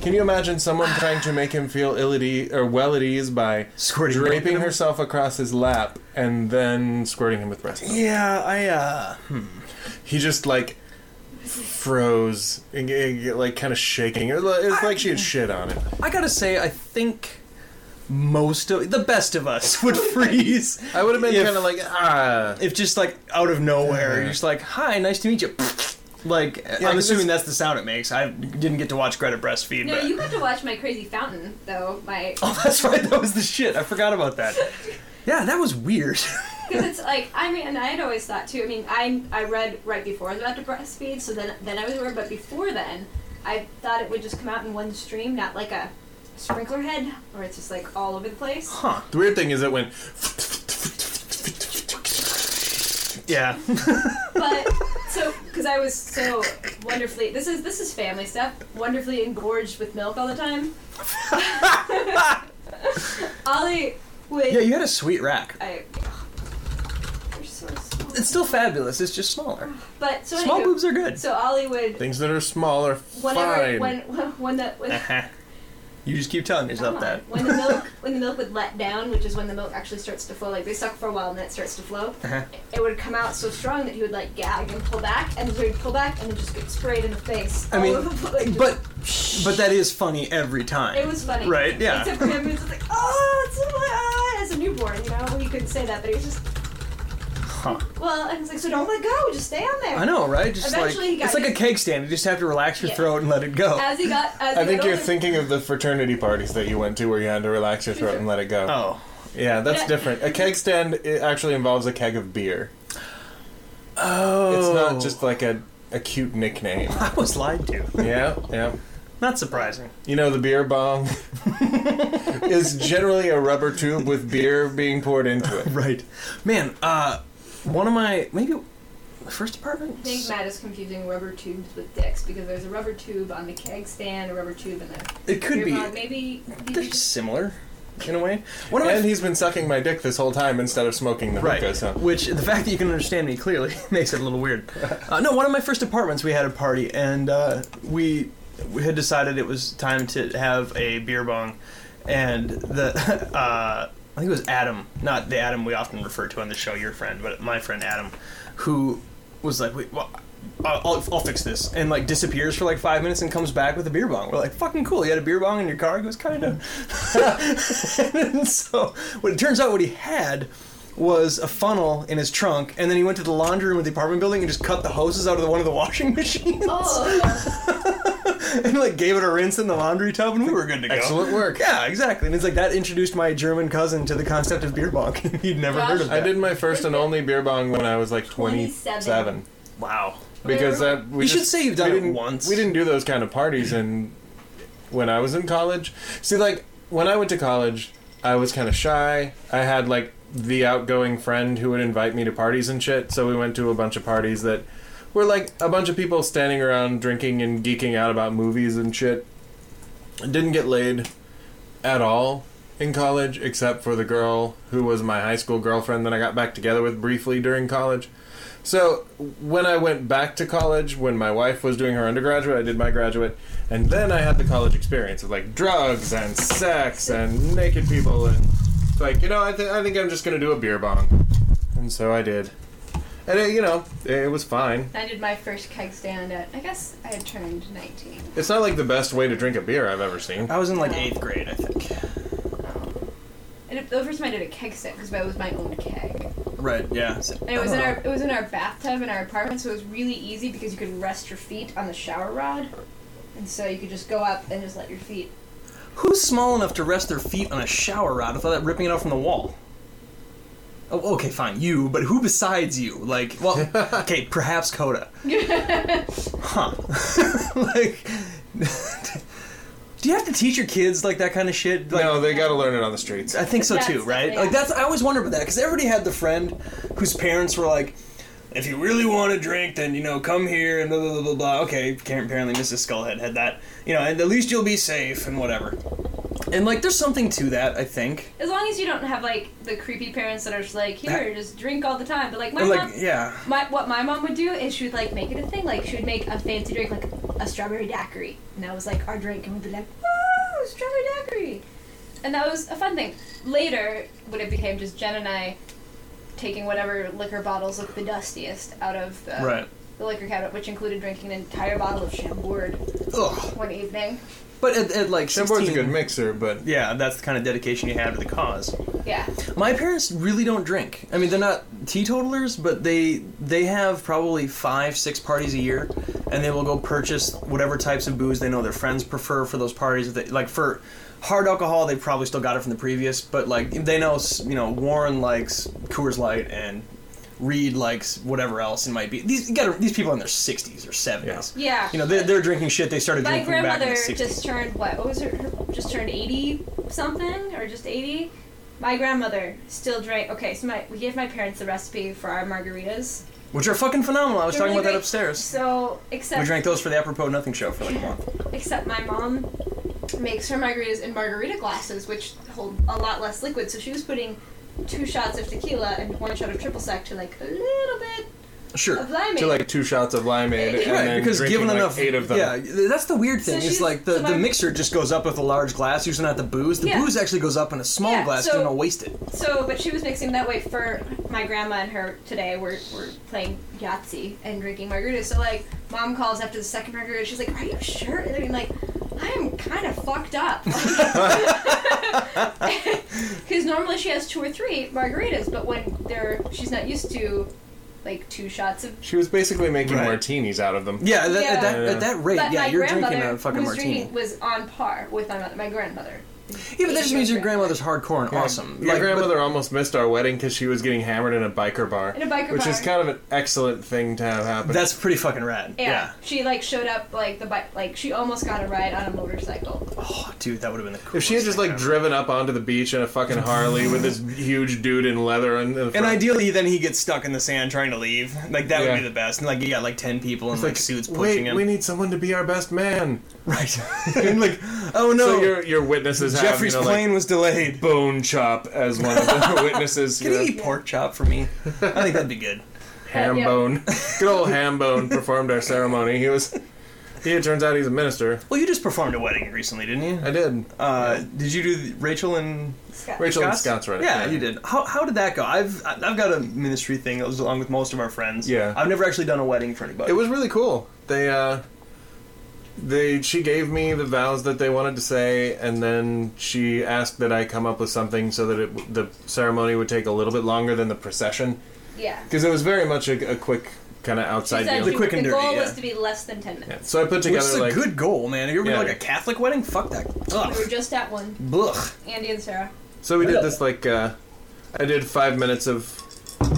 B: Can you imagine someone trying to make him feel ill at ease, or well at ease by
A: Squirting milk at
B: draping
A: him?
B: herself across his lap and then squirting him with breast milk?
A: yeah, I uh,
B: He just like froze, and, g- like kind of shaking. It was it's like she had shit on it.
A: I gotta say, I think most of the best of us would freeze
B: I would have been
A: If-
B: kind of like ah.
A: if just like out of nowhere,
B: Yeah.
A: you're just like, "Hi, nice to meet you." Like, I'm
B: that's-
A: assuming that's the sound it makes. I didn't get to watch Greta breastfeed,
D: no,
A: but
D: you got to watch my crazy fountain, though. My
A: oh, that's right, that was the shit. I forgot about that. Yeah, that was weird.
D: because it's like I mean, and I had always thought too. I mean, I I read right before I was about to breastfeed, so then then I was aware. But before then, I thought it would just come out in one stream, not like a sprinkler head where it's just like all over the place.
A: Huh?
B: The weird thing is it went.
A: Yeah.
D: But so because I was so wonderfully this is this is family stuff wonderfully engorged with milk all the time. Ollie would
A: Yeah, you had a sweet rack.
D: I. They're so small.
A: It's still fabulous. It's just smaller.
D: But so
A: Small
D: anywho,
A: boobs are good.
D: So Ollie would
B: Things that are smaller,
D: whenever
B: fine.
D: when when when the when,
A: you just keep telling
D: come
A: yourself
D: on,
A: that.
D: when the milk when the milk would let down, which is when the milk actually starts to flow, like they suck for a while and then it starts to flow.
A: Uh-huh.
D: It would come out so strong that he would like gag and pull back, and he would pull back and then just get sprayed in the face.
A: I
D: all
A: mean,
D: over the place.
A: but
D: Just-
A: but that is funny every time.
D: it was funny,
A: Right, yeah.
D: Except for him, he was just like, oh, it's so ah, as a newborn, you know, he couldn't say that, but he was just
A: Huh.
D: well, and he's like, so don't let go, just stay on there.
A: I know, right? Just
D: Eventually he
A: like
D: got
A: it's like a
D: used-
A: cake stand. You just have to relax your
D: Yeah.
A: throat and let it go.
D: As he got, as
B: I
D: he
B: think
D: got
B: you're
D: older-
B: thinking of the fraternity parties that you went to where you had to relax your throat and let it go.
A: oh.
B: Yeah, that's
D: Yeah.
B: different. A keg stand it actually involves a keg of beer.
A: Oh.
B: It's not just like a, a cute nickname.
A: I was lied to.
B: yeah, yeah.
A: Not surprising.
B: You know, the beer bong is generally a rubber tube with beer being poured into it.
A: Right. Man, uh one of my maybe the first apartment?
D: I think Matt is confusing rubber tubes with dicks because there's a rubber tube on the keg stand, a rubber tube, and a
A: It could
D: beer
A: be.
D: mug. Maybe
A: They're similar in a way. One of my
B: And he's been sucking my dick this whole time instead of smoking the
A: Right.
B: hookah, so.
A: Which the fact that you can understand me clearly makes it a little weird. Uh, no, one of my first apartments, we had a party, and uh, we we had decided it was time to have a beer bong, and the uh, I think it was Adam, not the Adam we often refer to on the show, your friend, but my friend Adam, who was like, wait, well, I'll, I'll fix this, and like disappears for like five minutes and comes back with a beer bong. We're like, fucking cool. You had a beer bong in your car. He goes, kind of. and so, what it turns out, what he had was a funnel in his trunk, and then he went to the laundry room of the apartment building and just cut the hoses out of the, one of the washing machines,
D: Oh,
A: and like gave it a rinse in the laundry tub, and we were good to go.
B: Excellent work.
A: Yeah, exactly. And it's like that introduced my German cousin to the concept of beer bong. He'd never heard of
B: I
A: that.
B: did my first and only beer bong when I was like 27.
D: 27.
A: Wow.
B: Because that we
A: You should
B: just-
A: say you've done
B: we
A: it
B: didn't-
A: once.
B: We didn't do those kind of parties, and when I was in college, see, like when I went to college, I was kind of shy. I had like the outgoing friend who would invite me to parties and shit. So we went to a bunch of parties that were like a bunch of people standing around drinking and geeking out about movies and shit. I didn't get laid at all in college, except for the girl who was my high school girlfriend that I got back together with briefly during college. So when I went back to college, when my wife was doing her undergraduate, I did my graduate, and then I had the college experience of like drugs and sex and naked people, and it's like you know, I, th- I think I'm just gonna do a beer bong, and so I did, and it, you know, it was fine.
D: I did my first keg stand at. I guess I had turned 19.
B: It's not like the best way to drink a beer I've ever seen.
A: I was in like eighth grade, I think.
D: And it, the first time I did a keg stand because that was my own keg,
A: Right. Yeah.
D: and it was in our it was in our bathtub in our apartment, so it was really easy because you could rest your feet on the shower rod, and so you could just go up and just let your feet.
A: Who's small enough to rest their feet on a shower rod without ripping it off from the wall? Oh, okay, fine, you. But who besides you? Like, well, okay, perhaps Coda. huh? like, Do you have to teach your kids like that kind of shit? Like,
B: no, they got to learn it on the streets.
A: I think so too,
F: That's-
A: right?
F: yeah.
A: Like that's I always wonder about that because everybody had the friend whose parents were like, "If you really want to drink, then you know, come here and blah blah blah blah blah." Okay, Karen- apparently Mrs. Skullhead had that, you know, and at least you'll be safe and whatever. And like, there's something to that, I think.
D: As long as you don't have like the creepy parents that are just like, here, just drink all the time. But like my
A: Or,
D: mom,
A: like, yeah,
D: my what my mom would do is she would like make it a thing. Like she would make a fancy drink, like a strawberry daiquiri, and that was like our drink, and we'd be like, woo, strawberry daiquiri, and that was a fun thing. Later, when it became just Jen and I taking whatever liquor bottles looked the dustiest out of the,
A: right.
D: the liquor cabinet, which included drinking an entire bottle of Chambord
A: Ugh.
D: one evening.
A: But at, at like
B: Chambord's a
A: 16
B: good mixer, but
A: Yeah, that's the kind of dedication you have to the cause.
D: Yeah,
A: My parents really don't drink. I mean, they're not teetotalers, but they they have probably five, six parties a year, and they will go purchase whatever types of booze they know their friends prefer for those parties. They, like for hard alcohol, they probably still got it from the previous, but like they know, s- you know, Warren likes Coors Light and Reed likes whatever else it might be. These you gotta, these people are in their sixties or seventies.
D: yeah.
A: You know, they're, they're drinking shit they started
D: My
A: drinking back in
D: grandmother
A: the sixties.
D: just turned what? What was her, her? Just turned eighty something, or just eighty. My grandmother still drank. Okay, so my we gave my parents the recipe for our margaritas.
A: Which are fucking phenomenal. I was
D: They're
A: talking
D: really
A: about that
D: great.
A: upstairs.
D: So
A: We
D: except
A: drank those for the Apropos Nothing show for like a month.
D: except my mom makes her margaritas in margarita glasses, which hold a lot less liquid. So she was putting two shots of tequila and one shot of triple sec to like a little bit
A: Sure.
D: of limeade.
B: to like two shots of limeade and
A: Right,
B: then
A: because
B: drinking
A: given
B: like
A: enough,
B: eight of them.
A: yeah, th- that's the weird thing. is
D: she's-
A: like the,
D: so
A: the
D: my-
A: mixer just goes up with a large glass. Usually not the booze. The
D: Yeah.
A: booze actually goes up in a small
D: Yeah,
A: glass.
D: so-
A: So, don't waste it.
D: So, but she was mixing that way for my grandma and her today. We're, we're playing Yahtzee and drinking margaritas. So, like, mom calls after the second margarita. She's like, Are you sure? And I'm like, I am kind of fucked up. Because normally she has two or three margaritas, but when they're, she's not used to, like, two shots of.
B: She was basically making
A: Right.
B: martinis out of them.
A: Yeah, that, At,
D: Yeah.
A: that,
B: Yeah.
A: at that rate,
D: but
A: yeah,
D: my
A: you're
D: grandmother
A: drinking a fucking
D: was
A: martini.
D: Drinking, was on par with my, my grandmother.
A: yeah, but that just means your grandmother's hardcore and awesome.
B: My
A: Like, but-
B: grandmother almost missed our wedding because she was getting hammered in a biker bar.
D: In a biker
B: Which is
D: bar.
B: kind of an excellent thing to have happen.
A: that's pretty fucking rad.
D: Yeah. She, like, showed up, like, the bike, like, she almost got a ride on a motorcycle.
A: Oh, dude, that would have been the coolest.
B: if she had just
A: thing
B: like
A: ever.
B: driven up onto the beach in a fucking Harley with this huge dude in leather and
A: And ideally, then he gets stuck in the sand trying to leave. Like that would
B: Yeah.
A: be the best. And like you got like ten people in like, suits pushing
B: Wait,
A: him.
B: we need someone to be our best man.
A: right. and like, oh no,
B: So your your witnesses have
A: Jeffrey's
B: you know,
A: plane was delayed.
B: like, bone chop as one of the witnesses.
A: Can
B: you know,
A: he eat pork chop for me? I think that'd be good.
B: ham
D: Yeah.
B: bone. Good old ham bone performed our ceremony. He was. He, it turns out he's a minister.
A: Well, you just performed a wedding recently, didn't you?
B: I did.
A: Uh, Did you do the, Rachel and
B: Rachel and
A: Scott's?
B: Scott's right.
A: Yeah, you did. How, how did that go? I've I've got a ministry thing that was along with most of our friends.
B: Yeah.
A: I've never actually done a wedding for anybody.
B: It was really cool. They uh they she gave me the vows that they wanted to say and then she asked that I come up with something so that it, the ceremony would take a little bit longer than the procession
D: Yeah.
B: because it was very much a, a quick kind of outside
D: She said
B: deal.
D: she-
A: The quick and dirty,
D: goal was
A: yeah.
D: to be less than 10 minutes.
B: Yeah. So I put
A: Which is
B: together
A: a
B: like
A: good goal, man. If you're
B: Yeah.
A: like a Catholic wedding, fuck that.
D: We were
A: Ugh.
D: just at one,
A: Ugh.
D: Andy and Sarah.
B: so we did this like uh I did 5 minutes of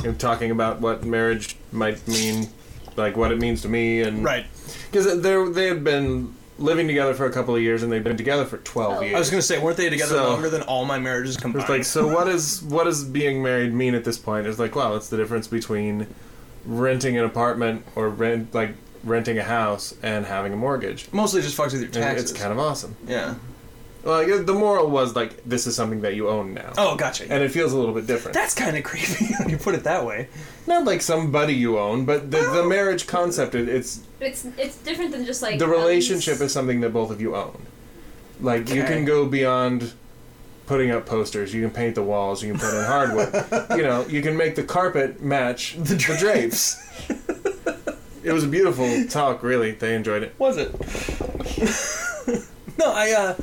B: you know, talking about what marriage might mean like what it means to me and
A: Right.
B: because they they had been living together for a couple of years and they've been together for 12
D: Oh.
B: years.
A: I was gonna say, weren't they together
B: So-
A: longer than all my marriages combined?
B: It's like, so what is what does being married mean at this point? It's like, well, it's the difference between renting an apartment or rent like renting a house and having a mortgage.
A: Mostly just fucks with your
B: And
A: taxes.
B: it's kind of awesome.
A: yeah.
B: Like the moral was like, this is something that you own now,
A: Oh, gotcha.
B: and it feels a little bit different.
A: That's kind of creepy when you put it that way.
B: Not like somebody you own, but the, the marriage concept. It, it's
D: It's it's different than just like
B: the
D: um,
B: relationship is something that both of you own. Like you
A: Okay.
B: can go beyond putting up posters. You can paint the walls. You can put in hardwood. you know, you can make the carpet match the drapes. It was a beautiful talk. Really, they enjoyed it.
A: Was it? no, I uh,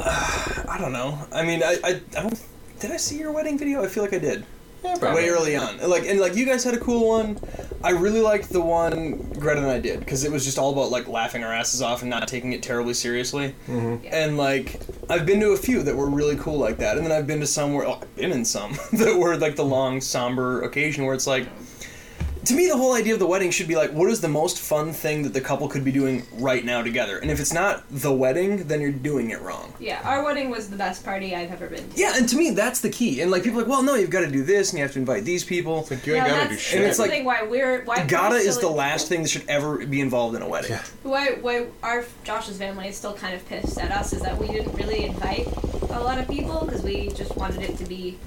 A: I don't know. I mean, I, I, I don't. Did I see your wedding video? I feel like I did.
B: Yeah,
A: Way early on, like and like you guys had a cool one. I really liked the one Greta and I did because it was just all about like laughing our asses off and not taking it terribly seriously. Mm-hmm. And like I've been to a few that were really cool like that, and then I've been to some where oh, I've been in some that were like the long somber occasion where it's like to me, the whole idea of the wedding should be like, what is the most fun thing that the couple could be doing right now together? And if it's not the wedding, then you're doing it wrong.
D: Yeah, our wedding was the best party I've ever been to.
A: Yeah, and to me, that's the key. And like, people are like, well, no, you've got to do this, and you have to invite these people.
B: Like you ain't
D: Yeah,
B: gotta do
D: that's,
B: shit.
D: that's
A: it's
D: the
A: like-
D: thing why we're why
A: Gata
D: we're
A: is the
D: still-
A: last thing that should ever be involved in a wedding.
B: Yeah.
D: Why why our Josh's family is still kind of pissed at us is that we didn't really invite a lot of people because we just wanted it to be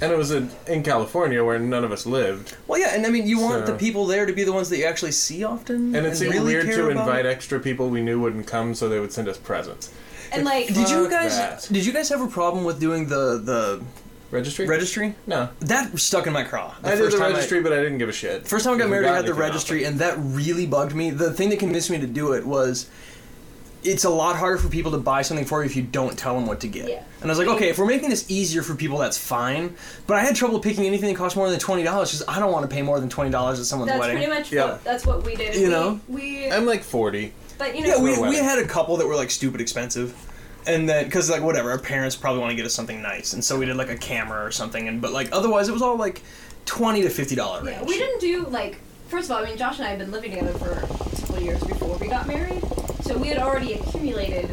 B: and it was in, in California where none of us lived,
A: Well, yeah, and I mean, you want
B: So-
A: the people there to be the ones that you actually see often,
B: and it seemed
A: really
B: weird
A: care
B: to
A: about.
B: invite extra people we knew wouldn't come, so they would send us presents.
D: and like
A: Did you
B: Fuck
A: guys?
B: that.
A: Did you guys have a problem with doing the
B: Registry?
A: the registry?
B: No,
A: That stuck in my craw. The
B: I did the
A: time I-
B: registry, but I didn't give a shit.
A: First time I got
B: Because we
A: married, I had the
B: anything off
A: registry,
B: it.
A: and that really bugged me. The thing that convinced me to do it was it's a lot harder for people to buy something for you if you don't tell them what to get.
D: Yeah.
A: And I was like, okay, if we're making this easier for people, that's fine. But I had trouble picking anything that costs more than $20 because I don't want to pay more than $20 at someone's
D: that's
A: wedding.
D: pretty much
B: Yeah.
D: what, that's what we did.
A: You
D: we,
A: know?
D: we
B: I'm like 40.
D: but you know
A: yeah, we,
B: For a
A: we
B: wedding.
A: had a couple that were like stupid expensive. And then, because like whatever, our parents probably want to get us something nice, and so we did like a camera or something. And but like otherwise, it was all like twenty to fifty dollar range.
D: Yeah, we didn't do like. First of all, I mean, Josh and I had been living together for several years before we got married, so we had already accumulated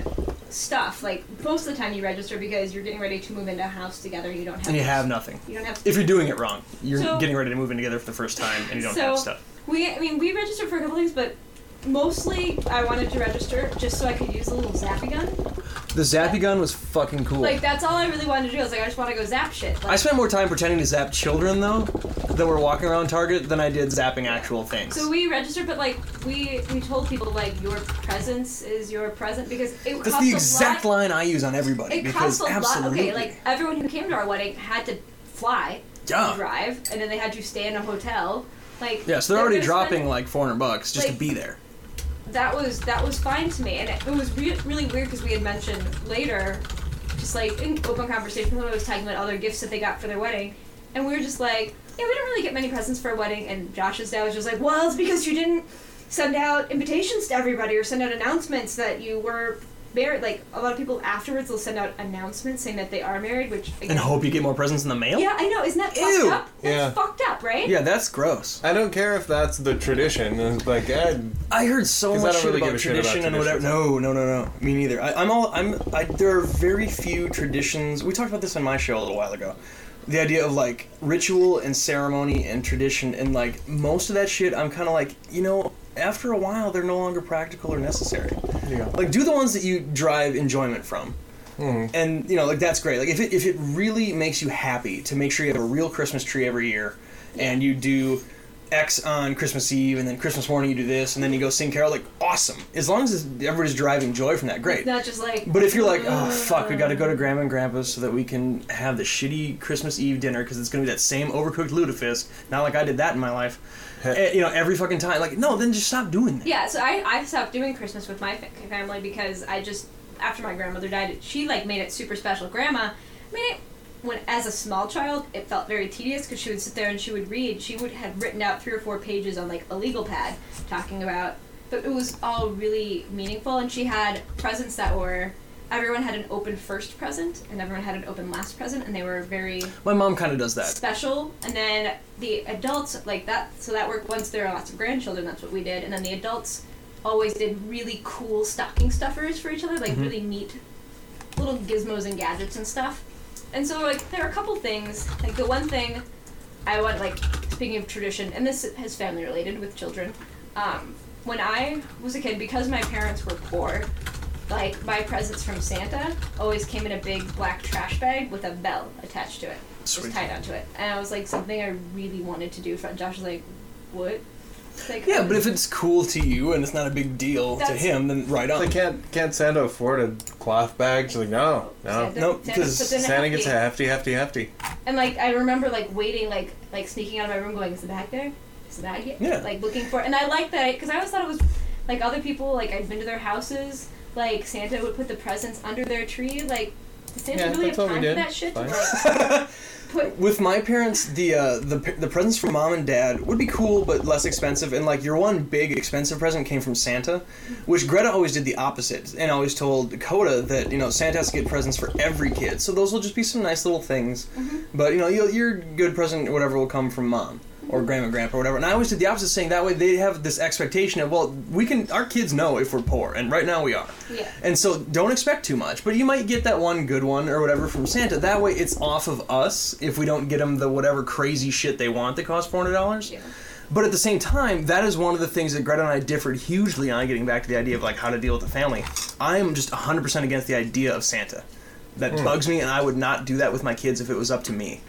D: stuff. Like most of the time, you register because you're getting ready to move into a house together. You don't have.
A: and you have nothing.
D: You don't have.
A: If you're doing it wrong, you're
D: So-
A: getting ready to move in together for the first time, and you don't have
D: So-
A: stuff.
D: we, I mean, we registered for a couple things, but mostly I wanted to register just so I could use a little zappy gun.
A: The zappy gun was fucking cool.
D: Like that's all I really wanted to do. I was like, I just want to go zap shit.
A: I
D: Like,
A: spent more time pretending to zap children though that were walking around Target than I did zapping actual things.
D: so we registered, but like we we told people like your presence is your present because it
A: That's
D: costs
A: the
D: a lot.
A: exact line I use on everybody
D: It
A: because
D: costs a lot.
A: absolutely,
D: Okay, like everyone who came to our wedding had to fly,
A: yeah,
D: drive, and then they had to stay in a hotel. Like
A: yeah. So they're already
D: gonna
A: dropping
D: spend-
A: like four hundred bucks just to
D: like-
A: be there.
D: that was that was fine to me, and it, it was re- really weird because we had mentioned later, just like in open conversation, someone was talking about other gifts that they got for their wedding, and we were just like, yeah, we don't really get many presents for a wedding, and Josh's dad was just like, well, it's because you didn't send out invitations to everybody or send out announcements that you were married. Like a lot of people afterwards, they'll send out announcements saying that they are married, which again,
A: And hope you get more presents in the mail.
D: Yeah, I know. Isn't that
A: Ew.
D: fucked up? That's
B: Yeah.
D: fucked up, right?
A: Yeah, that's gross.
B: I don't care if that's the tradition. It's like, eh,
A: I heard so
B: 'Cause I
A: much
B: don't
A: shit
B: really
A: about
B: give a shit
A: tradition
B: about
A: and whatever. No, no, no, no. Me neither. I, I'm all. I'm. I, there are very few traditions. We talked about this on my show a little while ago. The idea of like ritual and ceremony and tradition and like most of that shit. I'm kind of like you know. After a while, they're no longer practical or necessary.
B: yeah.
A: Like do the ones that you derive enjoyment from. And you know, like that's great. Like if it if it really makes you happy to make sure you have a real Christmas tree every year, and you do X on Christmas Eve, and then Christmas morning you do this, and then you go sing carol. Like awesome. As long as everybody's deriving joy from that, great.
D: Not just like.
A: But if you're like, oh fuck, we got to go to Grandma and Grandpa's so that we can have the shitty Christmas Eve dinner because it's gonna be that same overcooked lutefisk. Not like I did that in my life. Eh, you know, every fucking time. Like no, then just stop doing that.
D: Yeah, so I, I stopped doing Christmas with my fa- family because I just after my grandmother died, it- she like made it super special. Grandma made it when as a small child, it felt very tedious because she would sit there and she would read. She would have written out three or four pages on like a legal pad talking about, but it was all really meaningful. And she had presents that were. Everyone had an open first present, and everyone had an open last present, and they were very
A: My mom kind of does that.
D: special and then the adults like that so that worked once there were lots of grandchildren that's what we did and then the adults always did really cool stocking stuffers for each other like really neat little gizmos and gadgets and stuff and so like there are a couple things like the one thing i want like speaking of tradition and this is family related with children um, when i was a kid because my parents were poor like my presents from santa always came in a big black trash bag with a bell attached to it
A: Sweet.
D: just tied onto it and i was like something i really wanted to do for josh was like what like um,
A: Yeah, but if it's cool to you and it's not a big deal to
D: That's-
A: him, then right on.
B: Like, can't, can't Santa afford a cloth bag? She's like, no, no.
D: Santa-
A: Nope,
D: Santa
A: 'cause
D: puts in a
B: Santa gets a
D: hefty.
B: hefty, hefty, hefty.
D: And like I remember like waiting like like sneaking out of my room going is the bag there is the bag yet?
A: Yeah.
D: like looking for it. and I like that because I always thought it was like other people like I'd been to their houses like Santa would put the presents under their tree like did Santa
B: Yeah,
D: really
B: that's
D: have
B: what we
D: time for
B: did.
D: that shit to,
B: Fine.
D: like, put
A: With my parents, the uh, the p- the presents from mom and dad would be cool, but less expensive. And like your one big expensive present came from Santa, which Greta always did the opposite, and always told Dakota that you know Santa has to get presents for every kid. So those will just be some nice little things, but you know you'll, your good present or whatever will come from mom. or grandma, grandpa, or whatever. And I always did the opposite, saying that way they have this expectation of, well, we can, our kids know if we're poor, and right now we are.
F: Yeah.
A: And so don't expect too much, but you might get that one good one or whatever from Santa. That way it's off of us if we don't get them the whatever crazy shit they want that costs $400.
F: Yeah.
A: But at the same time, that is one of the things that Greta and I differed hugely on getting back to the idea of like how to deal with the family. I am just 100% against the idea of Santa. That bugs me, and I would not do that with my kids if it was up to me.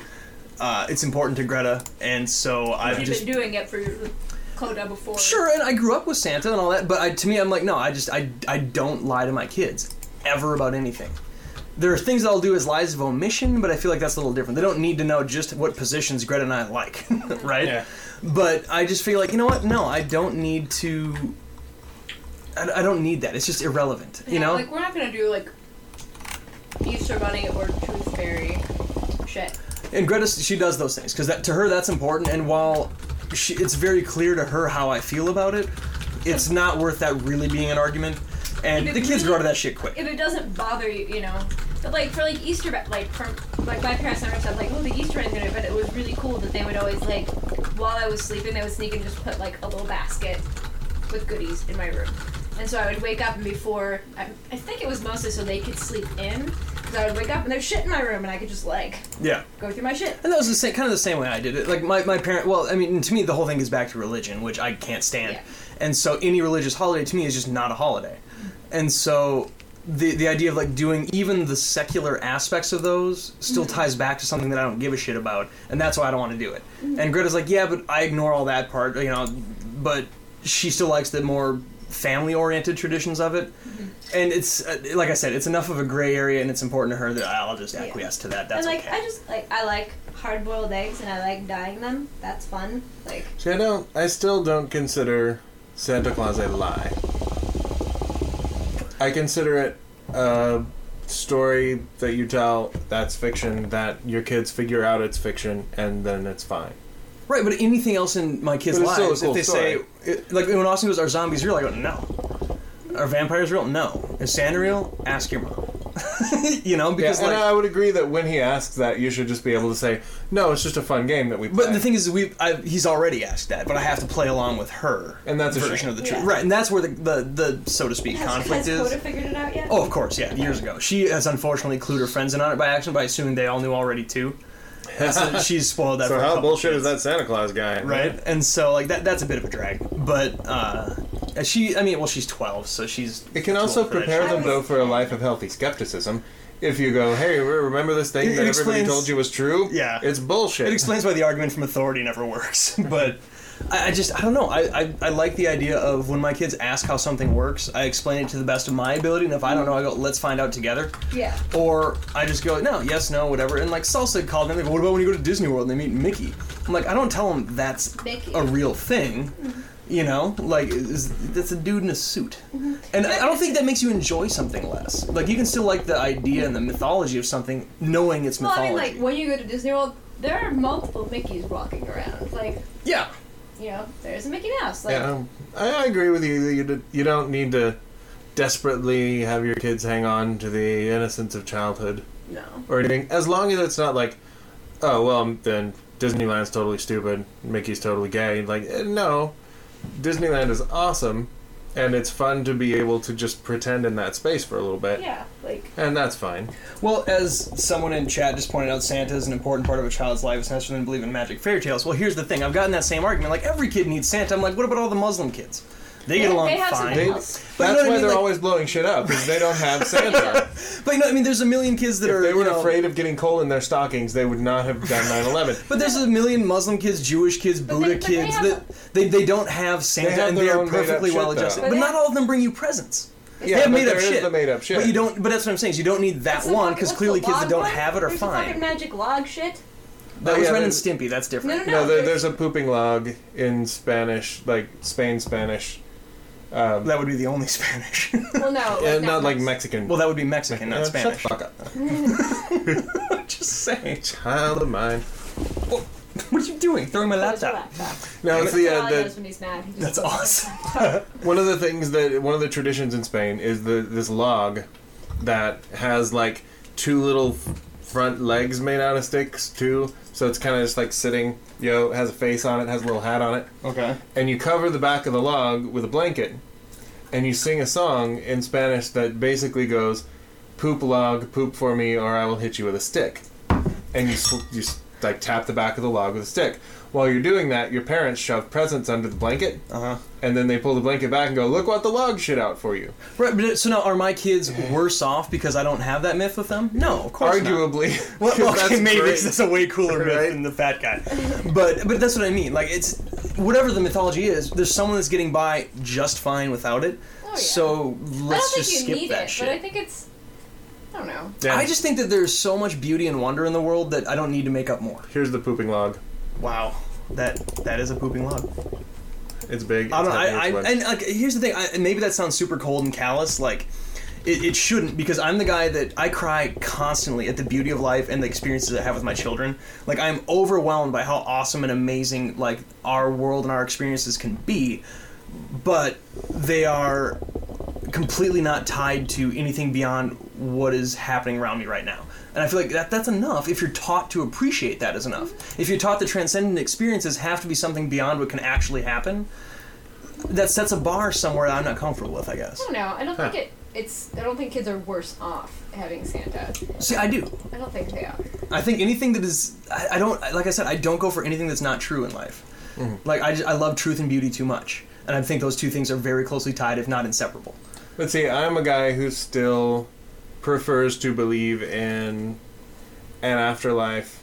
A: Uh, it's important to Greta, and so I've
D: You've
A: just
D: been doing it for Coda before.
A: Sure, and I grew up with Santa and all that, but I, to me, I'm like, no, I just, I, I don't lie to my kids ever about anything. There are things that I'll do as lies of omission, but I feel like that's a little different. They don't need to know just what positions Greta and I like, right?
B: Yeah.
A: But I just feel like, you know what? No, I don't need to. I, I don't need that. It's just irrelevant, you know?
D: like we're not gonna do like Easter Bunny or Tooth Fairy shit.
A: and Greta, she does those things because that to her that's important. And while she, it's very clear to her how I feel about it, it's not worth that really being an argument. And
D: If
A: the
D: it
A: kids
D: really-
A: grow out of that shit quick.
D: If it doesn't bother you, you know. But like for like Easter, ba- like for like my parents never said like oh the Easter bunny's gonna, but it was really cool that they would always like while I was sleeping they would sneak and just put like a little basket with goodies in my room. And so I would wake up and before I, I think it was mostly so they could sleep in because I would wake up and there's shit in my room and I could just like
A: Yeah.
D: go through my shit.
A: And that was the same, kind of the same way I did it. Like my, my parent, well, I mean, to me, the whole thing is back to religion, which I can't stand.
D: Yeah.
A: And so, any religious holiday to me is just not a holiday. And so, the the idea of like doing even the secular aspects of those still
D: Mm-hmm.
A: ties back to something that I don't give a shit about, and that's why I don't want to do it.
D: Mm-hmm.
A: And Greta's like, yeah, but I ignore all that part, you know. But she still likes the more family oriented traditions of it.
D: Mm-hmm.
A: And it's uh, like I said, it's enough of a gray area, and it's important to her that I'll just acquiesce to that. That's
D: and like
A: okay.
D: I just like I like hard boiled eggs and I like dyeing them. That's fun. Like
B: See, I don't. I still don't consider Santa Claus a lie. I consider it a story that you tell that's fiction that your kids figure out it's fiction and then it's fine.
A: Right, but anything else in my kids'
B: But it's
A: lives,
B: still a cool
A: if they say, it, like when Austin goes, "Are zombies real?" I go, "No." Are vampires real? No. Is Santa real? Ask your mom. you know,
B: Yeah,
A: because
B: and uh,
A: like,
B: I would agree that when he asks that, you should just be able to say, "No, it's just a fun game that we." Play.
A: but the thing is, we I, he's already asked that, but I have to play along with her,
B: And that's a
A: version
B: shame.
A: of the truth,
F: Yeah.
A: right? And that's where the the, the so to speak
F: Has,
A: conflict
F: has
A: is.
F: Coda figured it out yet?
A: Oh, of course, yeah, years ago. She has unfortunately clued her friends in on it by accident by assuming they all knew already too. And so she's spoiled that.
B: so
A: for a
B: how
A: couple
B: bullshit
A: kids.
B: is that Santa Claus guy?
A: right? And so like that that's a bit of a drag. But uh she I mean well she's 12, so she's
B: It can
A: too
B: also
A: old for that
B: prepare
A: shit.
B: them though for a life of healthy skepticism. If you go, "Hey, re- remember this thing
A: It- it
B: that
A: explains-
B: everybody told you was true?"
A: Yeah.
B: it's bullshit.
A: It explains why the argument from authority never works. But I, I just I don't know. I, I I like the idea of when my kids ask how something works, I explain it to the best of my ability and if I don't know, I go, "Let's find out together."
D: yeah.
A: Or I just go, no, yes, no, whatever. And like Salsa called me, like, what about when you go to Disney World and they meet Mickey? I'm like, I don't tell them that's
D: Mickey.
A: a real thing. You know, like is, that's a dude in a suit,
D: Mm-hmm.
A: and I I don't think that makes you enjoy something less. Like you can still like the idea and the mythology of something, knowing it's
D: Well,
A: mythology.
D: I mean, like when you go to Disney World, there are multiple Mickey's walking around. Like,
A: yeah,
D: you know, there's a Mickey Mouse. Like,
B: Yeah, um, I, I agree with you. that You d- you don't need to desperately have your kids hang on to the innocence of childhood
D: no.
B: or anything, as long as it's not like, oh well, um, then Disneyland's totally stupid, Mickey's totally gay. Like eh, no, Disneyland is awesome, and it's fun to be able to just pretend in that space for a little bit,
D: Yeah, like
B: and that's fine.
A: Well, as someone in chat just pointed out, Santa is an important part of a child's life, especially when they believe in magic fairy tales. Well, here's the thing: I've gotten that same argument. Like every kid needs Santa. I'm like, what about all the Muslim kids? They get
D: Yeah,
A: along
D: they have
A: fine.
D: something
B: They,
D: else.
B: that's
A: But you know
B: why
A: what I mean,
B: they're
A: like-
B: always blowing shit up because they don't have Santa.
A: But you know, I mean, there's a million kids that
B: if
A: are.
B: they were
A: you know,
B: afraid of getting coal in their stockings, they would not have done 9/11.
A: But there's a million Muslim kids, Jewish kids, Buddha
D: they- but they
A: kids
D: have-
A: that they, they don't have Santa
B: have
A: and
B: their
A: they are
B: own made-up
A: perfectly
B: shit,
A: well
B: though.
A: adjusted.
B: But
A: But,
D: they
A: not
D: have-
A: all of them bring you presents.
B: Yeah,
A: they have
B: but
A: made up
B: there is
A: shit.
B: the made-up shit.
A: But you don't. But that's what I'm saying. Is you don't need that
D: What's the
A: one
D: fuck-
A: because
D: what's
A: clearly
D: the
A: kids that
D: log
A: don't
D: one?
A: have it are
D: There's the fucking
A: fine.
D: magic log shit.
A: That
B: Oh,
A: was
B: yeah,
A: Ren and
B: there's-
A: Stimpy. That's different.
D: No, no, no.
B: No, there, there's a pooping log in Spanish, like Spain Spanish, um,
A: That would be the only Spanish.
D: well, no,
B: and
D: no,
B: not like Mexican.
A: well, that would be Mexican,
B: Uh,
A: not Spanish.
B: Shut the fuck up,
A: Just saying.
B: child of mine.
A: What are you doing? Throwing my
D: That was your
A: laptop.
D: laptop.
B: No, it's the,
D: That's all
B: uh,
D: he does
B: the
D: when he's mad. He just
A: That's
D: pulls it.
A: awesome.
B: one of the things that one of the traditions in Spain is the this log that has like two little f- front legs made out of sticks too, So it's kind of just like sitting, you know, it has a face on it, has a little hat on it.
A: Okay.
B: And you cover the back of the log with a blanket. And you sing a song in Spanish that basically goes, poop log, poop for me, or I will hit you with a stick. And you, sw- you s- like tap the back of the log with a stick. While you're doing that, your parents shove presents under the blanket.
A: Uh huh.
B: And then they pull the blanket back and go, look what the log shit out for you.
A: Right, but so now are my kids worse off because I don't have that myth with them? No, of course not.
B: Arguably.
A: Well,
B: 'cause
A: okay,
B: that's
A: maybe
B: great.
A: 'cause that's a way cooler myth
B: Right?
A: than the fat guy. But but that's what I mean. Like it's whatever the mythology is. There's someone that's getting by just fine without it.
D: Oh, yeah.
A: So
D: I don't
A: let's
D: think
A: just
D: you
A: skip
D: need
A: that
D: it,
A: shit.
D: but I think it's. I don't know.
B: Yeah.
A: I just think that there's so much beauty and wonder in the world that I don't need to make up more.
B: Here's the pooping log.
A: Wow. That that is a pooping log.
B: It's big.
A: I don't.
B: it's
A: I,
B: heavy,
A: I
B: it's wet.
A: and like here's the thing. I, and maybe that sounds super cold and callous. Like it, it shouldn't because I'm the guy that I cry constantly at the beauty of life and the experiences I have with my children. Like I'm overwhelmed by how awesome and amazing like our world and our experiences can be, but they are completely not tied to anything beyond what is happening around me right now. And I feel like that that's enough if you're taught to appreciate that is enough. If you're taught that transcendent experiences have to be something beyond what can actually happen, that sets a bar somewhere that I'm not comfortable with, I guess.
D: I don't know. I don't think it. It's. I don't think kids are worse off having Santa.
A: See, I do.
D: I don't think they are.
A: I think anything that is I, I don't like I said I don't go for anything that's not true in life. Like I just, I love truth and beauty too much. And I think those two things are very closely tied if not inseparable.
B: Let's see. I'm a guy who still prefers to believe in an afterlife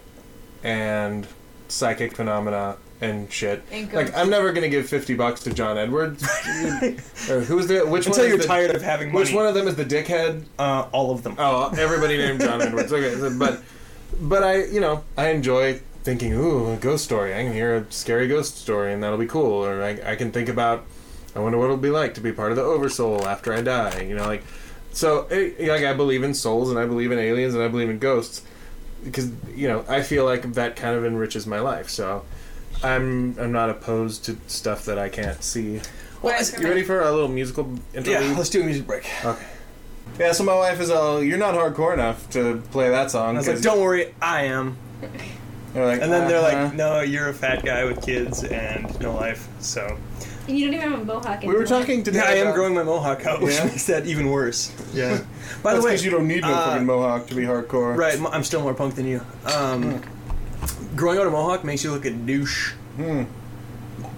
B: and psychic phenomena and shit.
D: And
B: Like
D: ghosts.
B: I'm never gonna give fifty bucks to John Edwards. or who's the which
A: Until
B: one?
A: you're
B: is the,
A: tired of having money.
B: Which one of them is the dickhead?
A: Uh, all of them.
B: Oh, everybody named John Edwards. Okay, so- but but I you know I enjoy thinking ooh a ghost story. I can hear a scary ghost story and that'll be cool. Or I, I can think about I wonder what it'll be like to be part of the Oversoul after I die. You know, like so eh, like I believe in souls and I believe in aliens and I believe in ghosts because you know I feel like that kind of enriches my life. So. I'm I'm not opposed to stuff that I can't see.
A: Well, I-
B: You ready for a little musical interlude?
A: yeah, let's do a music break.
B: Okay. Yeah, so my wife is all, you're not hardcore enough to play that song.
A: And I was like,
B: 'cause-"
A: don't worry, I am.
B: They're like,
A: And then they're like,
B: "Uh-huh."
A: no, you're a fat guy with kids and no life. So
C: And you don't even have a mohawk.
B: We were
C: anymore.
B: talking today.
A: yeah, I am
B: about-
A: growing my mohawk out, which
B: Yeah.
A: makes that even worse.
B: Yeah.
A: By the way,
B: you don't need no
A: uh,
B: fucking mohawk to be hardcore.
A: right, m- I'm still more punk than you. Um, growing out a mohawk makes you look a douche.
B: Hmm.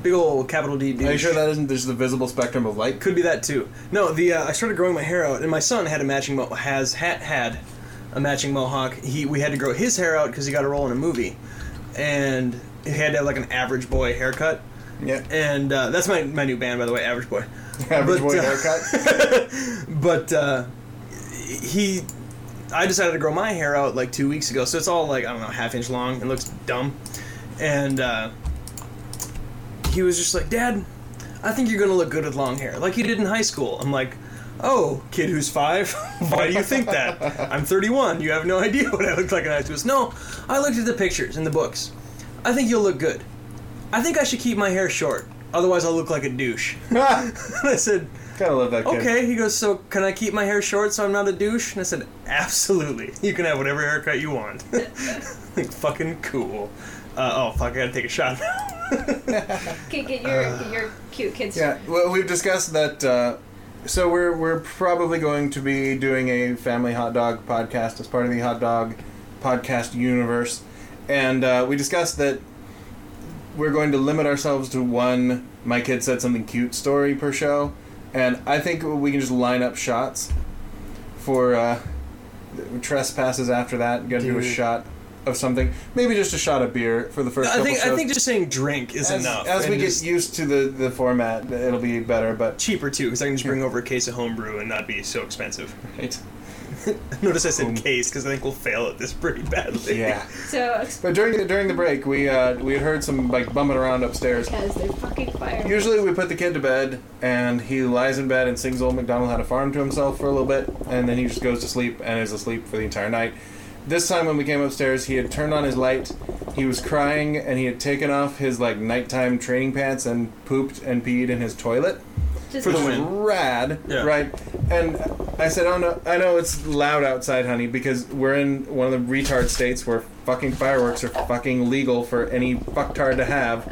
A: Big old capital D douche.
B: Are you sure that isn't just the visible spectrum of light?
A: Could be that too. No, the uh, I started growing my hair out, and my son had a matching mo- has hat had a matching mohawk. He we had to grow his hair out because he got a role in a movie, and he had to have like an average boy haircut.
B: Yeah.
A: And uh, that's my my new band, by the way, Average Boy.
B: Average
A: But,
B: boy
A: uh,
B: haircut.
A: But uh, he, I decided to grow my hair out like two weeks ago, so it's all like I don't know, half inch long. It looks dumb, and uh, he was just like, "Dad, I think you're gonna look good with long hair, like you did in high school." I'm like. Oh, kid who's five? Why do you think that? I'm 31. You have no idea what I looked like in high school. He goes, No, I looked at the pictures in the books. I think you'll look good. I think I should keep my hair short, otherwise I'll look like a douche. I said,
B: Gotta love that kid.
A: Okay, he goes, so can I keep my hair short so I'm not a douche? And I said, absolutely. You can have whatever haircut you want. like, fucking cool. Uh, oh, fuck, I gotta take a shot
C: Okay, get your
A: Uh,
C: get your cute kids.
B: Yeah, well, we've discussed that. Uh, so we're we're probably going to be doing a family hot dog podcast as part of the hot dog podcast universe, and uh, we discussed that we're going to limit ourselves to one. My kid said something cute story per show, and I think we can just line up shots for uh, trespasses after that. Got to do a
A: Dude.
B: shot of something, maybe just a shot of beer for the first.
A: I
B: couple
A: think
B: shows.
A: I think just saying drink is
B: as,
A: enough.
B: as
A: and
B: we
A: just
B: get used to the the format, it'll be better. But
A: cheaper too, because I can just bring over a case of homebrew and not be so expensive.
B: Right.
A: Notice I said
B: Home-
A: case because I think we'll fail at this pretty badly.
B: Yeah.
C: So ex-
B: But during the during the break, we uh, we had heard some like bumming around upstairs.
C: because they're fucking fire.
B: Usually, we put the kid to bed, and he lies in bed and sings "Old MacDonald Had a Farm" to himself for a little bit, and then he just goes to sleep and is asleep for the entire night. This time, when we came upstairs, he had turned on his light. He was crying, and he had taken off his like nighttime training pants and pooped and peed in his toilet.
C: Just
A: For the
B: which
A: win.
B: is rad,
A: Yeah.
B: right? And I said, "Oh no, I know it's loud outside, honey, because we're in one of the retard states where fucking fireworks are fucking legal for any fucktard to have,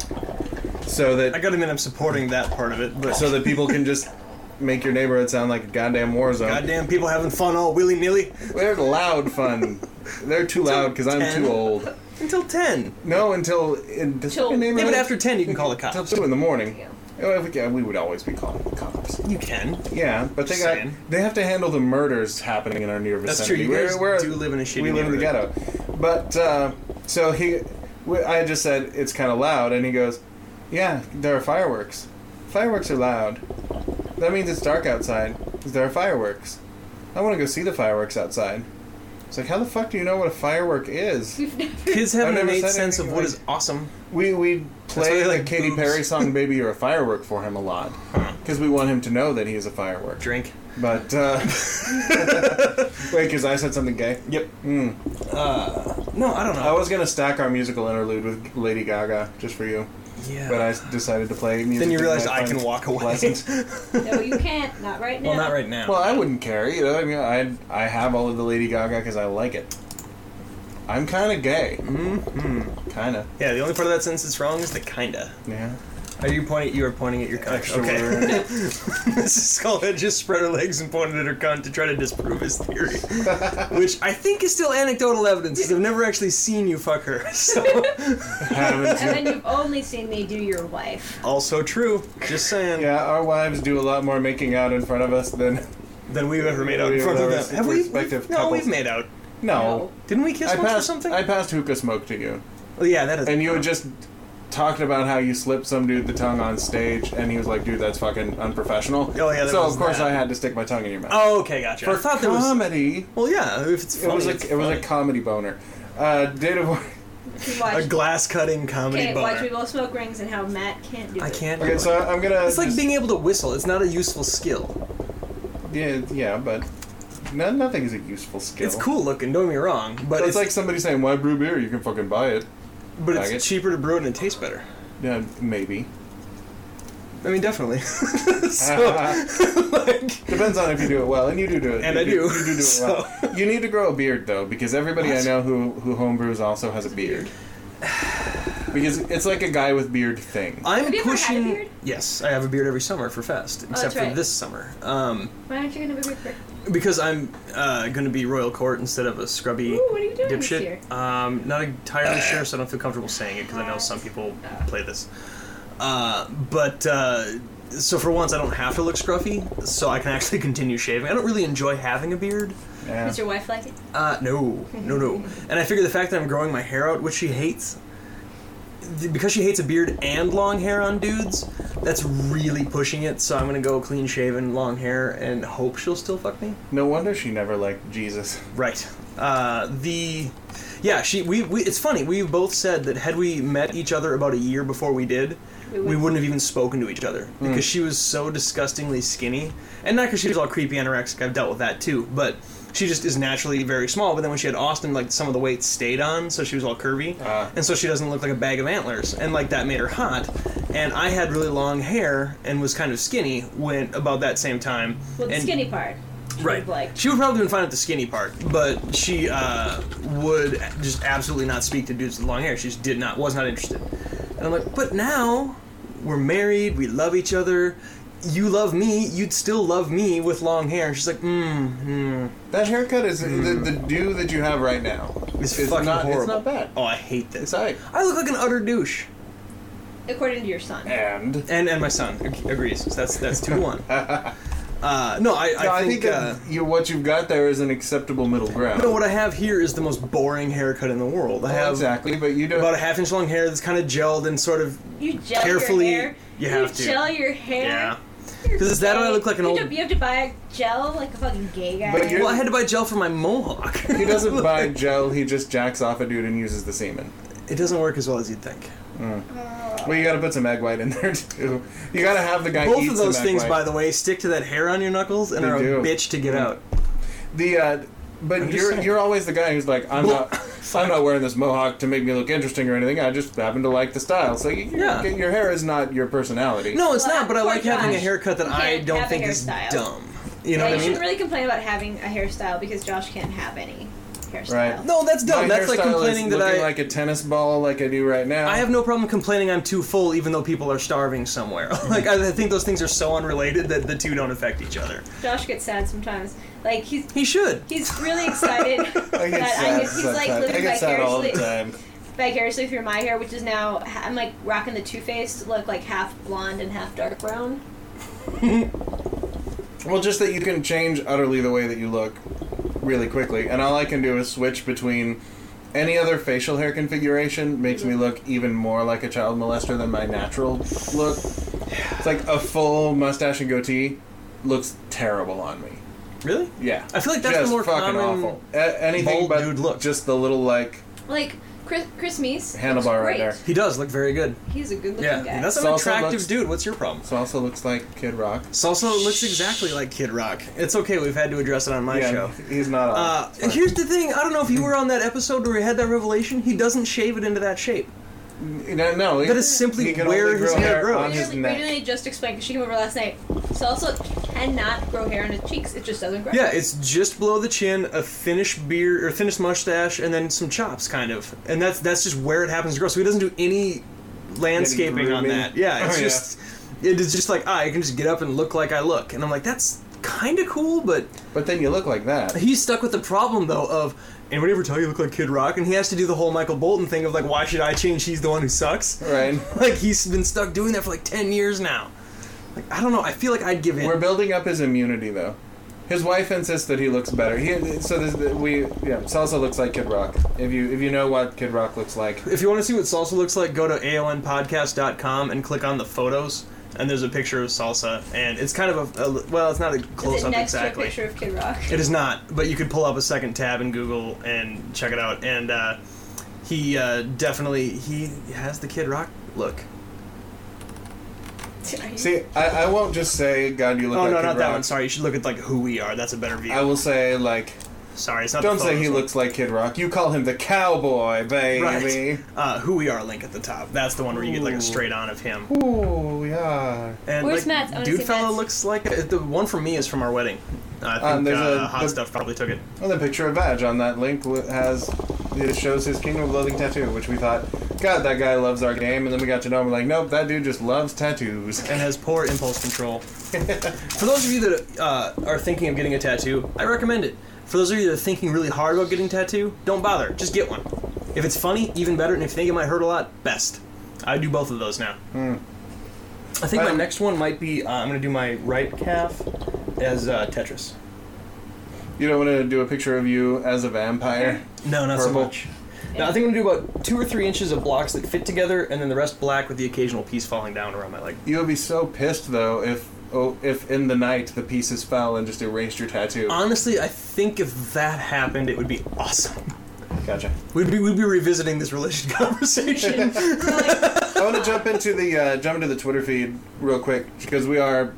B: so
A: I
B: that
A: gotta admit, I'm supporting that part of it, but
B: so that people can just make your neighborhood sound like a goddamn war zone.
A: goddamn people having fun all willy nilly
B: They're loud fun. They're too loud because I'm
A: Ten.
B: too old.
A: until ten.
B: No, until in the
C: Till-
B: fucking neighborhood.
A: Even after ten, you can call the
B: until
A: cops.
B: two in the morning. Oh, we- yeah, we would always be calling the cops.
A: You can.
B: Yeah, but they
A: Just
B: got
A: saying.
B: they have to handle the murders happening in our near
A: That's
B: vicinity.
A: true, you guys do live in a shitty
B: We live in the ghetto, but uh, so he, we, I just said it's kind of loud, and he goes, "Yeah, there are fireworks. Fireworks are loud. That means it's dark outside. 'cause There are fireworks. I want to go see the fireworks outside." It's like, how the fuck do you know what a firework is?
A: Kids have
B: I've
A: an
B: never
A: innate
B: said
A: sense of
B: anything
A: what
B: like-
A: is awesome.
B: We we
A: why
B: play
A: they
B: the
A: like
B: Katy
A: boobs.
B: Perry song "Baby You're a Firework" for him a lot because we want him to know that he is a firework.
A: Drink.
B: But uh, wait, because I said something gay. Hmm.
A: Yep. No, I don't know.
B: I was gonna stack our musical interlude with Lady Gaga just for you,
A: yeah.
B: but I s- decided to play music.
A: then you
B: that
A: realized
B: might
A: I can
B: find
A: walk away.
B: pleasant.
C: no, you can't. Not right now.
A: well, not right now.
B: well, I wouldn't care. You know, I mean, I I have all of the Lady Gaga because I like it. I'm kind of gay. Mm-hmm. Kind of.
A: yeah, the only part of that sentence that's wrong is the kinda.
B: Yeah.
A: Are you pointing? You are pointing at your cunt.
B: Extra
A: okay.
B: word.
A: Mrs. Skullhead just spread her legs and pointed at her cunt to try to disprove his theory, which I think is still anecdotal evidence because I've never actually seen you fuck her. So
B: Haven't you?
C: And then you've only seen me do your wife.
A: also true. Just saying.
B: Yeah, our wives do a lot more making out in front of us than.
A: Than we've ever made out in
B: We've
A: front of
B: ever
A: them.
B: seen
A: Have we?
B: respective
A: no, we've
B: couples.
A: made out.
B: No.
A: Didn't we kiss
B: I
A: once
B: passed
A: or something?
B: I passed hookah smoke to you,
A: Well, yeah, that is.
B: and you had just talked about how you slipped some dude the tongue on stage, and he was like, "Dude, that's fucking unprofessional."
A: Oh, yeah, there
B: So
A: was
B: of course
A: that.
B: I had to stick my tongue in your mouth.
A: oh, okay, gotcha. I
B: For
A: thought there was.
B: comedy,
A: Well, yeah, if it's
B: it
A: funny,
B: was
A: it's
B: a it was a
A: funny.
B: comedy boner. Uh, date of
C: You watch,
A: a glass cutting comedy
C: okay, watch
A: boner.
C: me blow smoke rings and how Matt can't do
A: I
C: it.
A: can't. do
B: okay,
A: it.
B: so I'm gonna.
A: It's like
B: just-
A: being able to whistle. It's not a useful skill.
B: yeah, yeah, but no, nothing is a useful skill.
A: It's cool looking. Don't get me wrong, but
B: It's,
A: it's,
B: like somebody saying, "Why brew beer? You can fucking buy it."
A: but
B: faggot.
A: it's cheaper to brew it and it tastes better.
B: Yeah, maybe.
A: I mean, definitely. so, like,
B: Depends on if you do it well, and you do do it.
A: And
B: you
A: I do,
B: You do do it
A: so-
B: well. You need to grow a beard though, because everybody I know who who homebrews also has a beard. Because it's like a guy with beard thing.
A: I'm
C: you ever had a
A: pushing.
C: beard? Oh,
A: Yes, I have a beard every summer for Fest, except for
C: right.
A: this summer. Um,
C: Why aren't you gonna be for?
A: because I'm uh, going to be royal court instead of a scrubby
C: Ooh, what are you doing this
A: dipshit.
C: year?
A: Um, not entirely sure, so I don't feel comfortable saying it because I know some people play this. Uh, but uh, so for once, I don't have to look scruffy, so I can actually continue shaving. I don't really enjoy having a beard.
B: Yeah.
C: Does your wife like it?
A: Uh, no, no, no. and I figure the fact that I'm growing my hair out, which she hates, th- because she hates a beard and long hair on dudes, that's really pushing it. So I'm gonna go clean shaven, long hair, and hope she'll still fuck me.
B: No wonder she never liked Jesus.
A: Right. Uh, the yeah, she we, we it's funny. We both said that had we met each other about a year before we did, we,
C: wouldn't.
A: wouldn't have even spoken to each other because she was so disgustingly skinny, and not because she was all creepy anorexic. I've dealt with that too, but. She just is naturally very small, but then when she had Austin, like some of the weight stayed on, so she was all curvy,
B: Ah.
A: and so she doesn't look like a bag of antlers, and like that made her hot. And I had really long hair and was kind of skinny when about that same time.
C: Well, the
A: and,
C: skinny part.
A: Right.
C: Like,
A: She would probably have been fine with the skinny part, but she uh, would just absolutely not speak to dudes with long hair. She just did not, was not interested. And I'm like, but now we're married, we love each other. You love me, you'd still love me with long hair. And she's like, mm, mm.
B: That haircut is the, the do that you have right now.
A: Hmm. It's
B: is
A: fucking
B: not,
A: horrible.
B: It's not bad.
A: Oh, I hate
B: It's
A: this.
B: alright.
A: I look like an utter douche.
C: according to your son.
B: And
A: And and my son ag- agrees. So that's that's two to one. Uh, no, I,
B: No,
A: I think. uh,
B: that you, what you've got there is an acceptable middle ground.
A: no, what I have here is the most boring haircut in the world. I
B: Well,
A: have
B: exactly, but you don't.
A: about a half inch long hair that's kind of gelled and sort of
C: You gel
A: Carefully,
C: your hair.
A: you have to.
C: gel your hair.
A: Yeah. Because is that how I look like an
C: you
A: old?
C: Have to, you have to buy a gel like a fucking gay guy.
B: But you're-
A: Well, I had to buy gel for my mohawk.
B: he doesn't buy gel. He just jacks off a dude and uses the semen.
A: It doesn't work as well as you'd think.
B: Well, you gotta put some egg white in there too. You gotta have the guy.
A: Both
B: eat
A: of those
B: some egg
A: things,
B: white.
A: by the way, stick to that hair on your knuckles and
B: They
A: are
B: do.
A: a bitch to get out.
B: The uh, but
A: I'm just
B: you're
A: saying.
B: you're always the guy who's like I'm
A: Well-
B: not I'm not wearing this mohawk to make me look interesting or anything. I just happen to like the style. It's like you-
A: Yeah.
B: your hair is not your personality.
A: No, it's
C: Well,
A: not. But I
C: poor
A: like having a
C: Josh.
A: haircut that
C: He
A: I
C: can't
A: don't
C: have a
A: think is
C: hairstyle.
A: dumb. You know what I
C: yeah, you
A: mean?
C: shouldn't really complain about having a hairstyle because Josh can't have any hairstyle.
B: Right.
A: No, that's dumb.
B: My
A: that's like
B: hairstyle is
A: complaining that
B: looking
A: I
B: like a tennis ball, like I do right now.
A: I have no problem complaining I'm too full, even though people are starving somewhere. like I I think those things are so unrelated that the two don't affect each other.
C: Josh gets sad sometimes. Like he's
A: He should.
C: he's really excited
B: I get
C: that
B: sad
C: I, he's like
B: sometimes. I
C: living
B: get sad all the
C: vicariously,
B: time.
C: vicariously through my hair, which is now I'm like rocking the Too Faced look, like half blonde and half dark brown.
B: Well, just that you can change utterly the way that you look really quickly, and all I can do is switch between any other facial hair configuration makes me look even more like a child molester than my natural look. It's like a full mustache and goatee looks terrible on me.
A: Really?
B: Yeah,
A: I feel like that's the
B: just
A: more
B: fucking
A: common
B: awful. A- anything
A: bald
B: but
A: dude look.
B: just the little like
C: Like Chris, Chris Meese.
B: handlebar
C: looks
B: right
C: great.
B: there.
A: He does look very good.
C: He's a good looking
A: Yeah,
C: guy.
A: that's an
B: Salsa
A: attractive
B: looks-
A: dude. What's your problem?
B: So also looks like Kid Rock.
A: Salsa looks exactly like Kid Rock. It's okay. We've had to address it on my
B: yeah,
A: show.
B: he's not. on.
A: Uh,
B: It's fine.
A: here's the thing. I don't know if you were on that episode where we had that revelation. He doesn't shave it into that shape.
B: no, no,
A: That is simply
B: he can
A: where
B: only
A: his
B: grow
A: hair grows.
B: on his
C: Literally,
B: neck.
C: literally just explained because she came over last night. Salsa cannot grow hair on his cheeks; it just doesn't grow.
A: Yeah, it's just below the chin, a finished beard or finished mustache, and then some chops, kind of. And that's that's just where it happens to grow. So he doesn't do any landscaping on
B: grooming.
A: that. Yeah, it's
B: Oh, yeah.
A: just it is just like ah, I can just get up and look like I look, and I'm like that's kind of cool, but
B: But then you look like that.
A: he's stuck with the problem though of anybody ever tell you you look like Kid Rock, and he has to do the whole Michael Bolton thing of like why should I change? He's the one who sucks.
B: Right.
A: Like he's been stuck doing that for like ten years now. Like I don't know. I feel like I'd give in.
B: We're building up his immunity, though. His wife insists that he looks better. He, so this, we, yeah, Salsa looks like Kid Rock. If you if you know what Kid Rock looks like,
A: If you want to see what salsa looks like, go to aonpodcast.com and click on the photos, and there's a picture of salsa, and it's kind of a, a- well, it's not a
C: Is
A: close
C: it
A: up
C: next
A: exactly.
C: to a picture of Kid Rock?
A: It is not, but you could pull up a second tab in Google and check it out. And uh, he uh, definitely he has the Kid Rock look.
B: see, I, I won't just say God, you look
A: Oh
B: like
A: no,
B: Kid
A: not
B: Rock.
A: that one. Sorry, you should look at like who we are. That's a better view.
B: I will say like,
A: Sorry, it's not.
B: don't
A: the
B: say
A: photos
B: he
A: one.
B: looks like Kid Rock. You call him the cowboy, baby.
A: right. Uh, who we are link at the top. That's the one where you get like
B: Ooh.
A: a straight on of him.
B: Ooh, yeah.
A: And
C: Where's
A: like,
C: Matt's? I wanna
A: Dude
C: see
A: fellow
C: Matt's.
A: looks like uh, the one from me is from our wedding. I think
B: Um, there's
A: uh,
B: a-
A: hot
B: the-
A: stuff probably took it.
B: Well, the picture of Badge on that link li- has it shows his Kingdom of Loathing tattoo, which we thought, God, that guy loves our game. And then we got to know him, like, nope, that dude just loves tattoos.
A: and has poor impulse control. For those of you that uh, are thinking of getting a tattoo, I recommend it. For those of you that are thinking really hard about getting a tattoo, don't bother. Just get one. If it's funny, even better. And if you think it might hurt a lot, best. I do both of those now. I think my
B: Um,
A: next one might be uh, I'm going to do my right calf as uh, Tetris.
B: You don't want to do a picture of you as a vampire.
A: No, not
B: Purple.
A: so much. Now, I think I'm going to do about two or three inches of blocks that fit together, and then the rest black with the occasional piece falling down around my leg.
B: You would be so pissed though if oh, if in the night the pieces fell and just erased your tattoo.
A: Honestly, I think if that happened, it would be awesome.
B: Gotcha.
A: We'd be we'd be revisiting this religion conversation.
B: I want to jump into the uh, jump into the Twitter feed real quick because we are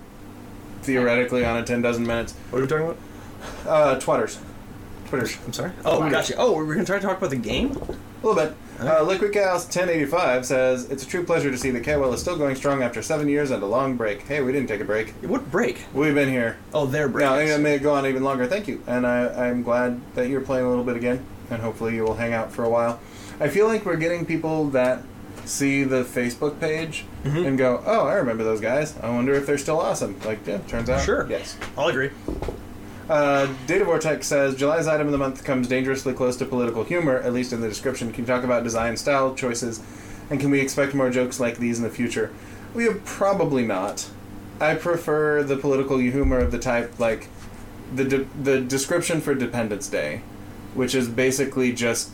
B: theoretically on a ten dozen minutes.
A: what are we talking about?
B: Uh, twatters, twitters,
A: I'm sorry. Oh, gotcha. Oh, we're gonna try to talk about the game.
B: a little bit. Uh, Liquid Chaos 1085 says it's a true pleasure to see that KOL is still going strong after seven years and a long break. Hey, we didn't take a break.
A: What break?
B: We've been here.
A: Oh, their break.
B: No, it may go on even longer. Thank you, and I, I'm glad that you're playing a little bit again, and hopefully you will hang out for a while. I feel like we're getting people that see the Facebook page and go, "Oh, I remember those guys. I wonder if they're still awesome." Like, yeah, turns out,
A: Sure.
B: yes.
A: I'll agree.
B: Uh, Data Vortex says July's item of the month comes dangerously close to political humor, at least in the description. Can you talk about design style choices, and can we expect more jokes like these in the future? We have probably not. I prefer the political humor of the type like the de- the description for Dependence Day, which is basically just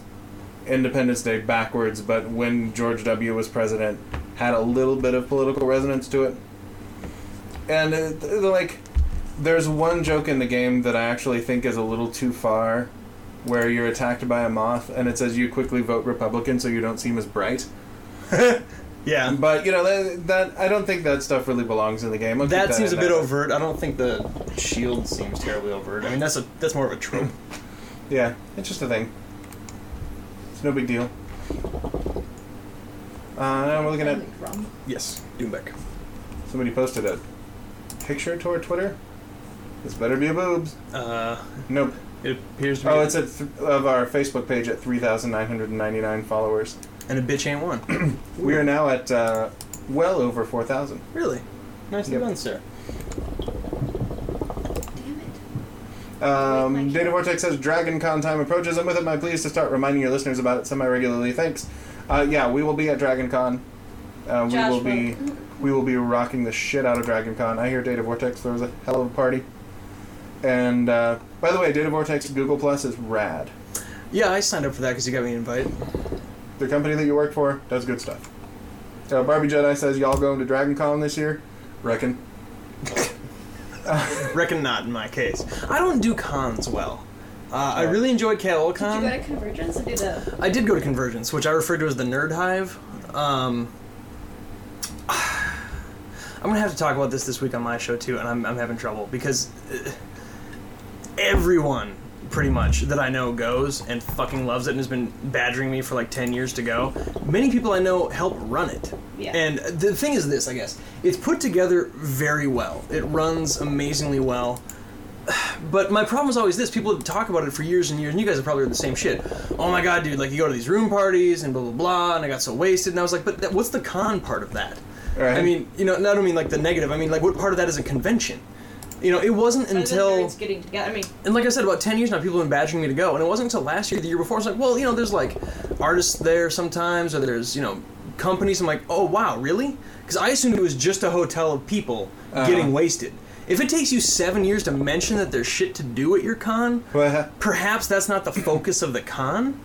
B: Independence Day backwards, but when George W. was president, had a little bit of political resonance to it. And uh, th- like, there's one joke in the game that I actually think is a little too far, where you're attacked by a moth, and it says you quickly vote Republican so you don't seem as bright.
A: Yeah,
B: But you know that, that I don't think that stuff really belongs in the game. I'll keep
A: that, seems a
B: in
A: bit
B: there.
A: overt. I don't think the shield seems terribly overt. I mean, that's a that's more of a trope.
B: Yeah, it's just a thing. It's no big deal. Uh, now we're looking at
A: Yes, Doombeck.
B: somebody posted a picture to our Twitter. This better be a boobs.
A: Uh,
B: Nope.
A: it appears to be.
B: Oh, it's at th- of our Facebook page at 3,999 followers.
A: and a bitch ain't one.
B: We are now at uh, well over 4,000.
A: really, nicely
B: Yep.
A: done, sir.
C: Damn it.
B: Um, Data Vortex says Dragon Con time approaches. I'm with it. My please to start reminding your listeners about it semi regularly. Thanks. Uh, yeah, we will be at Dragon Con. Uh, we
F: Josh
B: will be we will be rocking the shit out of Dragon Con. I hear Data Vortex throws a hell of a party. And uh, by the way, Data Vortex Google Plus is rad.
A: Yeah, I signed up for that because you got me an invite.
B: The company that you work for does good stuff. Uh, Barbie Jedi says y'all going to Dragon Con this year? Reckon.
A: Reckon not in my case. I don't do cons well. Uh, I really enjoyed KLCon.
C: Did you go to Convergence and do the?
A: I did go to Convergence, which I refer to as the Nerd Hive. Um, I'm gonna have to talk about this this week on my show too, and I'm, I'm having trouble because uh, everyone, pretty much, that I know goes and fucking loves it and has been badgering me for like 10 years to go. Many people I know help run it.
C: Yeah.
A: And the thing is this, I guess, it's put together very well, it runs amazingly well. But my problem is always this: people talk about it for years and years, and you guys have probably heard the same shit. Oh my god, dude! Like you go to these room parties and blah blah blah, and I got so wasted, and I was like, but that, what's the con part of that?
B: Right.
A: I mean, you know, and I don't mean like the negative. I mean like what part of that is a convention? You know, it wasn't until
C: it's getting together. I mean,
A: and like I said, about ten years now, people have been badgering me to go, and it wasn't until last year, the year before, I was like, well, you know, there's like artists there sometimes, or there's you know companies. I'm like, oh wow, really? Because I assumed it was just a hotel of people getting wasted. If it takes you seven years to mention that there's shit to do at your con,
B: Well,
A: perhaps that's not the focus of the con.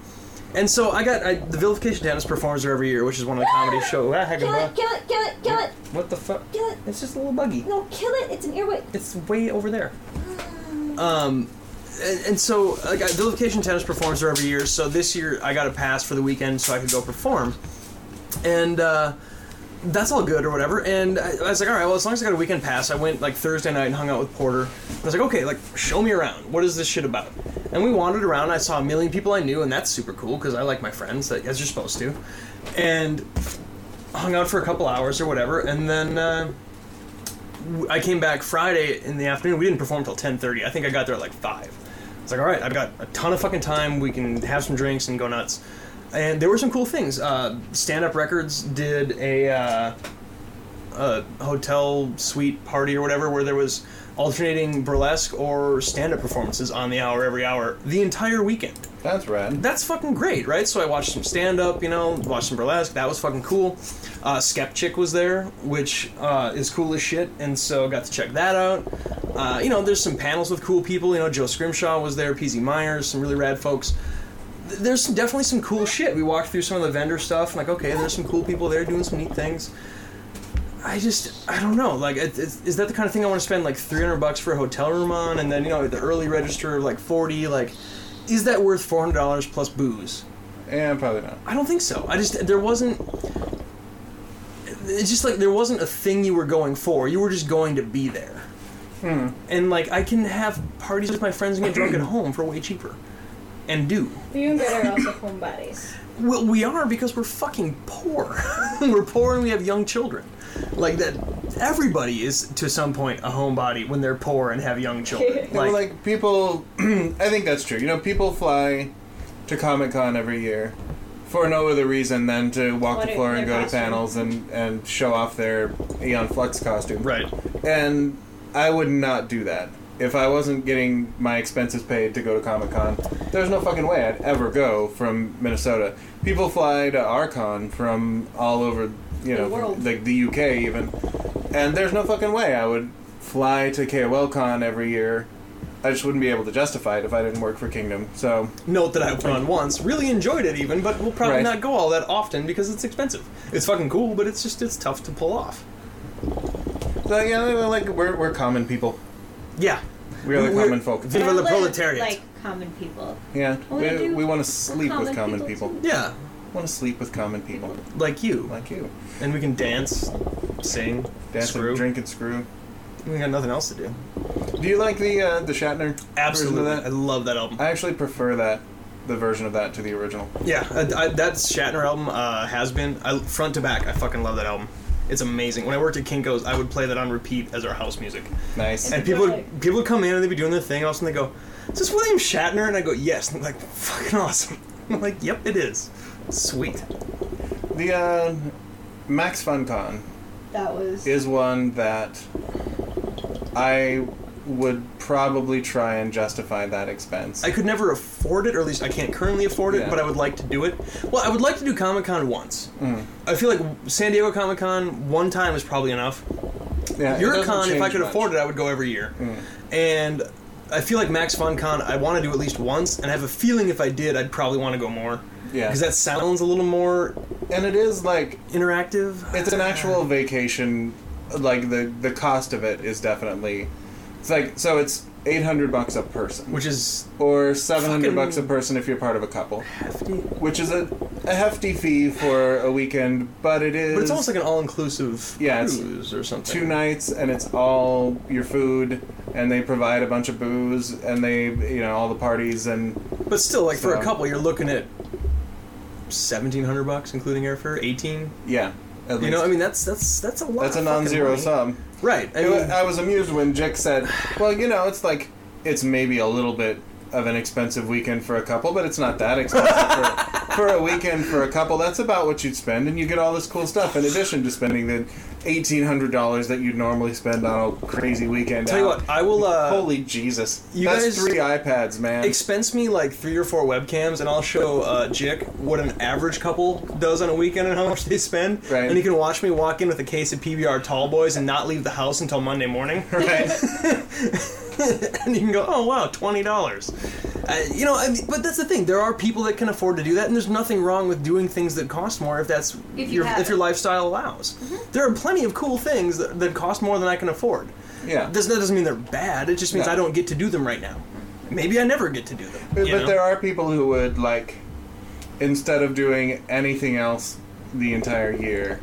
A: And so I got I, the Vilification Tennis performs there every year, which is one of the comedy shows. Ah,
C: kill it, kill it, kill it, kill it,
A: What the fuck?
C: kill it.
A: It's just a little buggy
C: No, kill it. It's an earwig.
A: it's way over there. Um, and, and so like, I- Vilification Tennis performs there every year. So this year I got a pass for the weekend so I could go perform, and uh, that's all good or whatever. And I, I was like, all right, well as long as I got a weekend pass, I went like Thursday night and hung out with Porter. I was like, okay, like show me around. What is this shit about? And we wandered around. I saw a million people I knew, and that's super cool because I like my friends, that- as you're supposed to. And hung out for a couple hours or whatever, and then. Uh, I came back Friday in the afternoon. We didn't perform till ten thirty. I think I got there at like five. It's like, all right, I've got a ton of fucking time. We can have some drinks and go nuts. And there were some cool things. Uh, Stand Up Records did a, uh, a hotel suite party or whatever where there was alternating burlesque or stand up performances on the hour every hour the entire weekend
B: that's rad.
A: that's fucking great, right? So I watched some stand up, you know, watched some burlesque. That was fucking cool. Uh, Skeptic was there, which uh, is cool as shit, and so got to check that out. Uh, you know, there's some panels with cool people. You know, Joe Scrimshaw was there, PZ Myers, some really rad folks. Th- There's some, definitely some cool shit. We walked through some of the vendor stuff, and like, okay, there's some cool people there doing some neat things. I just, I don't know. Like, it, it's, is that the kind of thing I want to spend like 300 bucks for a hotel room on, and then you know the early register like 40? Like, is that worth 400 dollars plus booze?
B: Yeah, probably not.
A: I don't think so. I just there wasn't. It's just like there wasn't a thing you were going for. You were just going to be there. And like I can have parties with my friends and get drunk at home for way cheaper, and do.
C: You and Greta are also homebodies.
A: Well, we are because we're fucking poor. we're poor and we have young children. Like that, everybody is to some point a homebody when they're poor and have young children.
B: Like,
A: Like,
B: like people, I think that's true. You know, people fly to Comic Con every year for no other reason than to walk
C: What
B: the
C: are
B: floor and
C: their
B: go to
C: costume?
B: panels and and show off their Eon Flux costume.
A: right.
B: And I would not do that if I wasn't getting my expenses paid to go to Comic Con. There's no fucking way I'd ever go from Minnesota. People fly to Arcon from all over, you know,
C: world.
B: like the UK even. And there's no fucking way I would fly to KOLCon every year. I just wouldn't be able to justify it if I didn't work for Kingdom. So
A: note that I've run once. Really enjoyed it even, but we'll probably
B: Right.
A: not go all that often because it's expensive. It's fucking cool, but it's just it's tough to pull off.
B: so yeah, like we're we're common people.
A: Yeah.
B: We are the
A: We're-
B: common folk.
A: Viva
C: Don't
A: la
C: live
A: proletariat.
C: Like common people.
B: Yeah,
C: All we
B: we,
C: do-
B: we want to
C: we're
B: sleep with
C: common
B: common
C: people,
B: people.
A: Yeah.
B: Want to sleep with common people
A: Like you.
B: like you.
A: And we can dance, sing,
B: Dance
A: screw.
B: and drink and screw.
A: We got nothing else to do.
B: Do you like the uh, the Shatner? version
A: Absolutely.
B: of
A: I
B: that?
A: love that album.
B: I actually prefer that. the version of that to the original.
A: Yeah, I, I, that Shatner album uh, has been I, front to back. I fucking love that album. It's amazing. When I worked at Kinkos, I would play that on repeat as our house music.
B: Nice.
A: And people would, people would come in and they'd be doing their thing. All of a sudden they go, "Is this William Shatner?" And I go, "Yes." And they're like, "Fucking awesome." I'm like, "Yep, it is." Sweet.
B: The uh, Max FunCon
C: That was.
B: is one that I would probably try and justify that expense.
A: I could never afford it, or at least I can't currently afford it,
B: Yeah.
A: but I would like to do it. Well, I would like to do Comic Con once.
B: Mm.
A: I feel like San Diego Comic Con one time is probably enough.
B: yeah, it doesn't
A: Eurocon, if I
B: change
A: could
B: much. Mm.
A: afford it, I would go every year. And I feel like Max FunCon, I want to do at least once, and I have a feeling if I did, I'd probably want to go more.
B: Yeah.
A: Because that sounds a little more
B: and it is like
A: interactive.
B: it's an actual vacation. Like the the cost of it is definitely it's like so it's eight hundred bucks a person,
A: Which is
B: or seven hundred
A: Fucking-
B: bucks a person if you're part of a couple,
A: hefty.
B: which is a, a hefty fee for a weekend. But it is
A: But it's almost like an all inclusive
B: Yeah, it's
A: cruise or something.
B: two nights and it's all your food and they provide a bunch of booze and they you know all the parties and
A: But still, like for a
B: So-
A: couple, you're looking at seventeen hundred bucks, including airfare, eighteen.
B: yeah at
A: You
B: least.
A: know, I mean, that's that's that's a lot.
B: that's a
A: of fucking
B: non-zero
A: money.
B: sum
A: right? I
B: I,
A: mean,
B: I was amused when Jick said well you know it's like it's maybe a little bit of an expensive weekend for a couple but it's not that expensive for, for a weekend for a couple that's about what you'd spend and you get all this cool stuff in addition to spending the $1800 that you'd normally spend on a crazy weekend
A: tell you
B: out.
A: what, I will uh,
B: holy jesus
A: you
B: that's
A: guys-
B: three ipads man
A: expense me like three or four webcams, and I'll show uh, Jick what an average couple does on a weekend and how much they spend.
B: Right.
A: And he can watch me walk in with a case of PBR Tall Boys and not leave the house until Monday morning.
B: right
A: and you can go, oh wow, twenty dollars. Uh, you know, I mean, but that's the thing. There are people that can afford to do that, and there's nothing wrong with doing things that cost more if that's
C: If you
A: your
C: have
A: if your
C: it. Mm-hmm.
A: lifestyle allows. There are plenty of cool things that, that cost more than I can afford.
B: Yeah.
A: This, that doesn't mean they're bad. It just means
B: No.
A: I don't get to do them right now. Maybe I never get to do them.
B: but,
A: you
B: but
A: know?
B: there are people who would like instead of doing anything else the entire year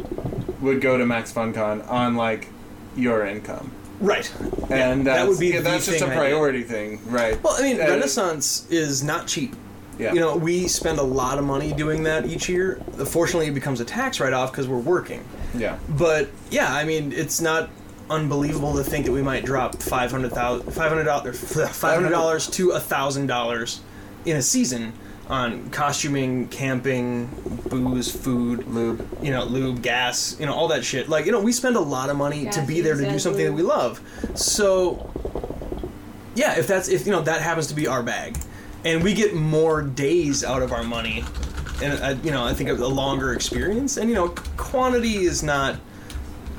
B: would go to Max FunCon on like your income.
A: right.
B: and
A: that
B: that's,
A: would be
B: yeah,
A: the
B: that's just a
A: thing I did.
B: priority thing, right?
A: Well, I mean,
B: And-
A: Renaissance is not cheap.
B: Yeah.
A: You know, we spend a lot of money doing that each year. Fortunately, it becomes a tax write-off because we're working.
B: Yeah.
A: But yeah, I mean, it's not unbelievable to think that we might drop five hundred thousand, five hundred dollars, five hundred dollars to a thousand dollars in a season on costuming, camping, booze, food,
B: Lube.
A: you know, lube, gas, you know, all that shit. Like, you know, we spend a lot of money to
F: Gas,
A: be there to do
F: exactly.
A: something that we love. So, yeah, if that's if you know that happens to be our bag, and we get more days out of our money, and uh, you know, I think a longer experience, and you know, quantity is not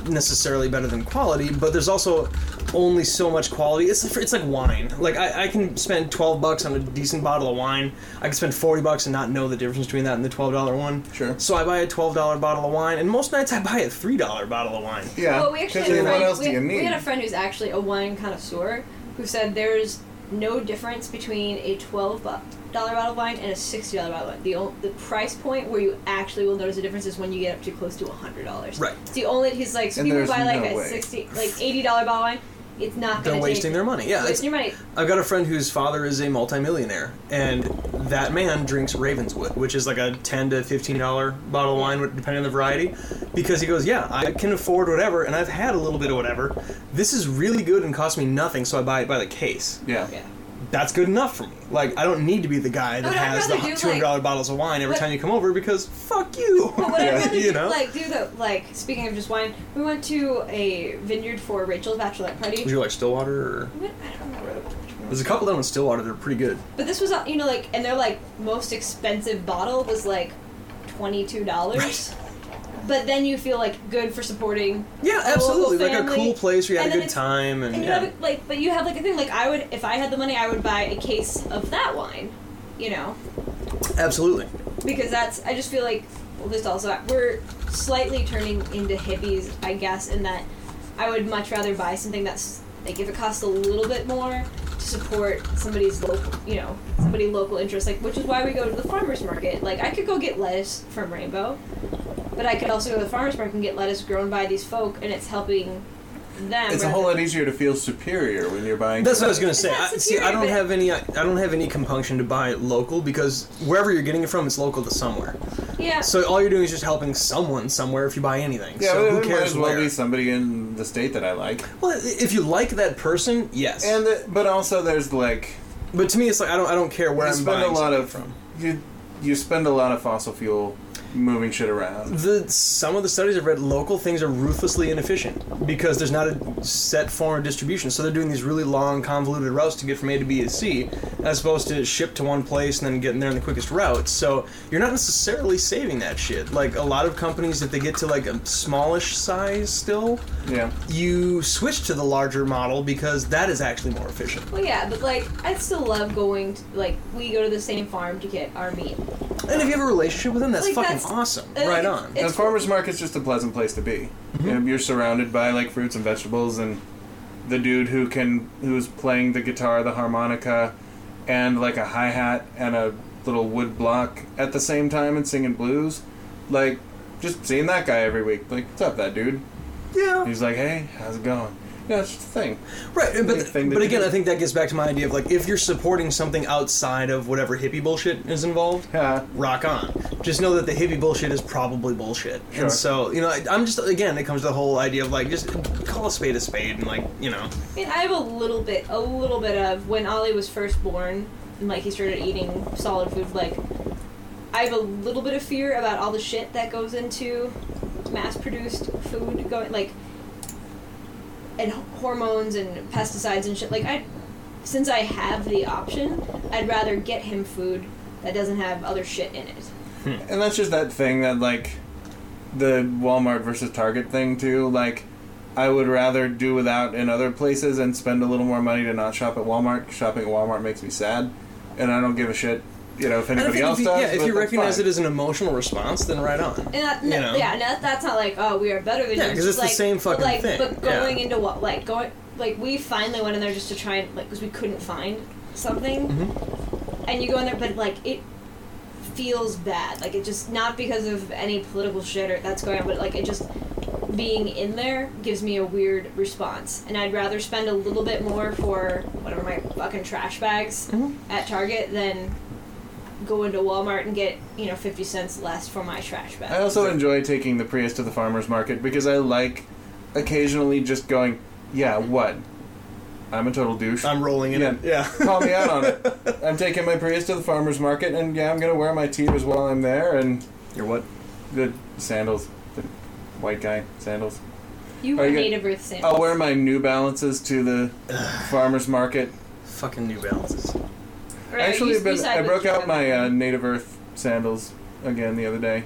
A: necessarily better than quality, but there's also only so much quality. It's it's like wine. Like I, I can spend twelve bucks on a decent bottle of wine. I can spend forty bucks and not know the difference between that and the twelve dollar one.
B: Sure.
A: So I buy a twelve dollar bottle of wine, and most nights I buy a three dollar bottle of wine.
B: Yeah.
F: Well, we actually
B: 'cause
F: had a
B: then what
F: friend-
B: else
F: we,
B: do you
F: we
B: need?
F: had a friend who's actually a wine connoisseur who said there's no difference between a twelve bu- dollar bottle of wine and a sixty dollar bottle of wine. The o- the price point where you actually will notice a difference is when you get up to close to hundred dollars.
A: Right.
F: It's the only he's like so
B: And
F: people
B: there's
F: buy like
B: no
F: a
B: way.
F: sixty like eighty dollar bottle of wine. It's not.
A: They're
F: gonna
A: wasting
F: take-
A: their money. Yeah, it's-
F: wasting your money.
A: I've got a friend whose father is a multimillionaire, and that man drinks Ravenswood, which is like a ten to fifteen dollar bottle of wine, depending on the variety. Because he goes, yeah, I can afford whatever, and I've had a little bit of whatever. This is really good and costs me nothing, so I buy it by the case.
B: yeah.
F: Yeah.
A: That's good enough for me. Like I don't need to be the guy that
F: But I'd
A: has the
F: rather
A: two
F: do, like-
A: hundred dollar bottles of wine every
F: But-
A: time you come over because fuck you.
F: But what
B: Yeah.
F: I'd rather
A: you
F: do,
A: know.
F: like do the like speaking of just wine, we went to a vineyard for Rachel's bachelorette party.
A: Would you like Stillwater? Or...
F: We went- I don't remember which one.
A: There's a couple down in Stillwater that are pretty good.
F: But this was, uh, you know, like, and their like most expensive bottle was like twenty two dollars. But then you feel like good for supporting,
A: Yeah,
F: A local
A: absolutely. Like a
F: family.
A: cool place where you
F: And
A: had a
F: then
A: good
F: it's-
A: time, and,
F: and you
A: yeah.
F: have like, but you have like a thing. Like I would, if I had the money, I would buy a case of that wine, you know,
A: absolutely.
F: because that's. I just feel like well, this also we're slightly turning into hippies, I guess, in that I would much rather buy something that's like if it costs a little bit more to support somebody's local, you know, somebody local interest. Like, which is why we go to the farmers market. Like, I could go get lettuce from Rainbow, but I could also go to the farmers market and get lettuce grown by these folk, and it's helping them.
B: It's a
F: rather
B: whole lot
F: than-
B: easier to feel superior when you're buying.
A: That's what I was gonna say. I,
F: not
A: see, I don't
F: superior,
A: have any. I don't have any compunction to buy it local because wherever you're getting it from, it's local to somewhere.
F: Yeah.
A: So all you're doing is just helping someone somewhere if you buy anything.
B: Yeah,
A: so
B: but
A: who
B: it
A: cares
B: might as well
A: where?
B: be somebody in the state that I like.
A: Well, if you like that person, yes.
B: And the, but also there's like
A: but to me, it's like I don't. I don't care where
B: you
A: I'm
B: spend
A: buying
B: a lot
A: something
B: of
A: from.
B: you you spend a lot of fossil fuel moving shit around.
A: The some of the studies I've read, local things are ruthlessly inefficient because there's not a set form of distribution. So they're doing these really long, convoluted routes to get from A to B to C, as opposed to ship to one place and then getting there in the quickest route. So you're not necessarily saving that shit. Like a lot of companies, if they get to like a smallish size still,
B: Yeah,
A: you switch to the larger model because that is actually more efficient.
F: Well, yeah, but like, I still love going. To, like, we go to the same farm to get our meat.
A: And if you have a relationship with them, that's
F: Like,
A: fucking
F: that's-
A: awesome.
F: uh,
A: right
F: it-
A: on.
F: it-
B: and farmers market's just a pleasant place to be.
A: Mm-hmm.
B: You know, you're surrounded by like fruits and vegetables, and the dude who can who's playing the guitar, the harmonica, and like a hi hat and a little wood block at the same time and singing blues, like just seeing that guy every week. Like, what's up, that dude?
A: yeah.
B: He's like, hey, how's it going? Yeah, it's just a thing.
A: Right, and-
B: big
A: but,
B: thing to
A: but again,
B: do.
A: I think that gets back to my idea of like if you're supporting something outside of whatever hippie bullshit is involved,
B: Yeah.
A: rock on. Just know that the hippie bullshit is probably bullshit,
B: Sure.
A: and so you know I, I'm just again it comes to the whole idea of like just call a spade a spade and like you know
F: I mean, I have a little bit, a little bit of when Ollie was first born, and like he started eating solid food. Like, I have a little bit of fear about all the shit that goes into mass-produced food going, like, and h- hormones and pesticides and shit. Like, I, since I have the option, I'd rather get him food that doesn't have other shit in it.
B: And that's just that thing that like the Walmart versus Target thing too. Like I would rather do without in other places and spend a little more money to not shop at Walmart. Shopping at Walmart makes me sad, and I don't give a shit. You know if
A: And I
B: anybody
A: think
B: else
A: if you,
B: does.
A: yeah if
B: but
A: you
B: that's
A: recognize
B: fine.
A: it as an emotional response then right on
F: And that,
A: You
F: that-
A: know?
F: yeah, and that, that's not like oh we are better than
A: Yeah,
F: you.
A: 'cause it's
F: just
A: the
F: like,
A: same fucking
F: but like,
A: thing,
F: But
A: yeah.
F: going into what like going like we finally went in there just to try and like because we couldn't find something,
A: Mm-hmm.
F: and you go in there, but like it feels bad. Like it just not because of any political shit or that's going on, but like it just being in there gives me a weird response, and I'd rather spend a little bit more for whatever my fucking trash bags
A: Mm-hmm.
F: at Target than go into Walmart and get you know fifty cents less for my trash bag.
B: I also enjoy taking the Prius to the farmers market because I like occasionally just going. Yeah, what? I'm a total douche.
A: I'm rolling in it
B: Yeah. Call me out on it. I'm taking my Prius to the farmers market, and yeah, I'm gonna wear my teeters while I'm there, and
A: you're what
B: the sandals, the white guy sandals.
F: You
B: Are
F: were
B: you gonna- Oh,
F: Native Earth Santa.
B: I'll wear my New Balances to the farmers market.
A: fucking New Balances
F: Or
B: Actually,
F: you-
B: I've been-
F: you side
B: I
F: with
B: broke
F: each
B: out
F: other.
B: my uh, Native Earth sandals again the other day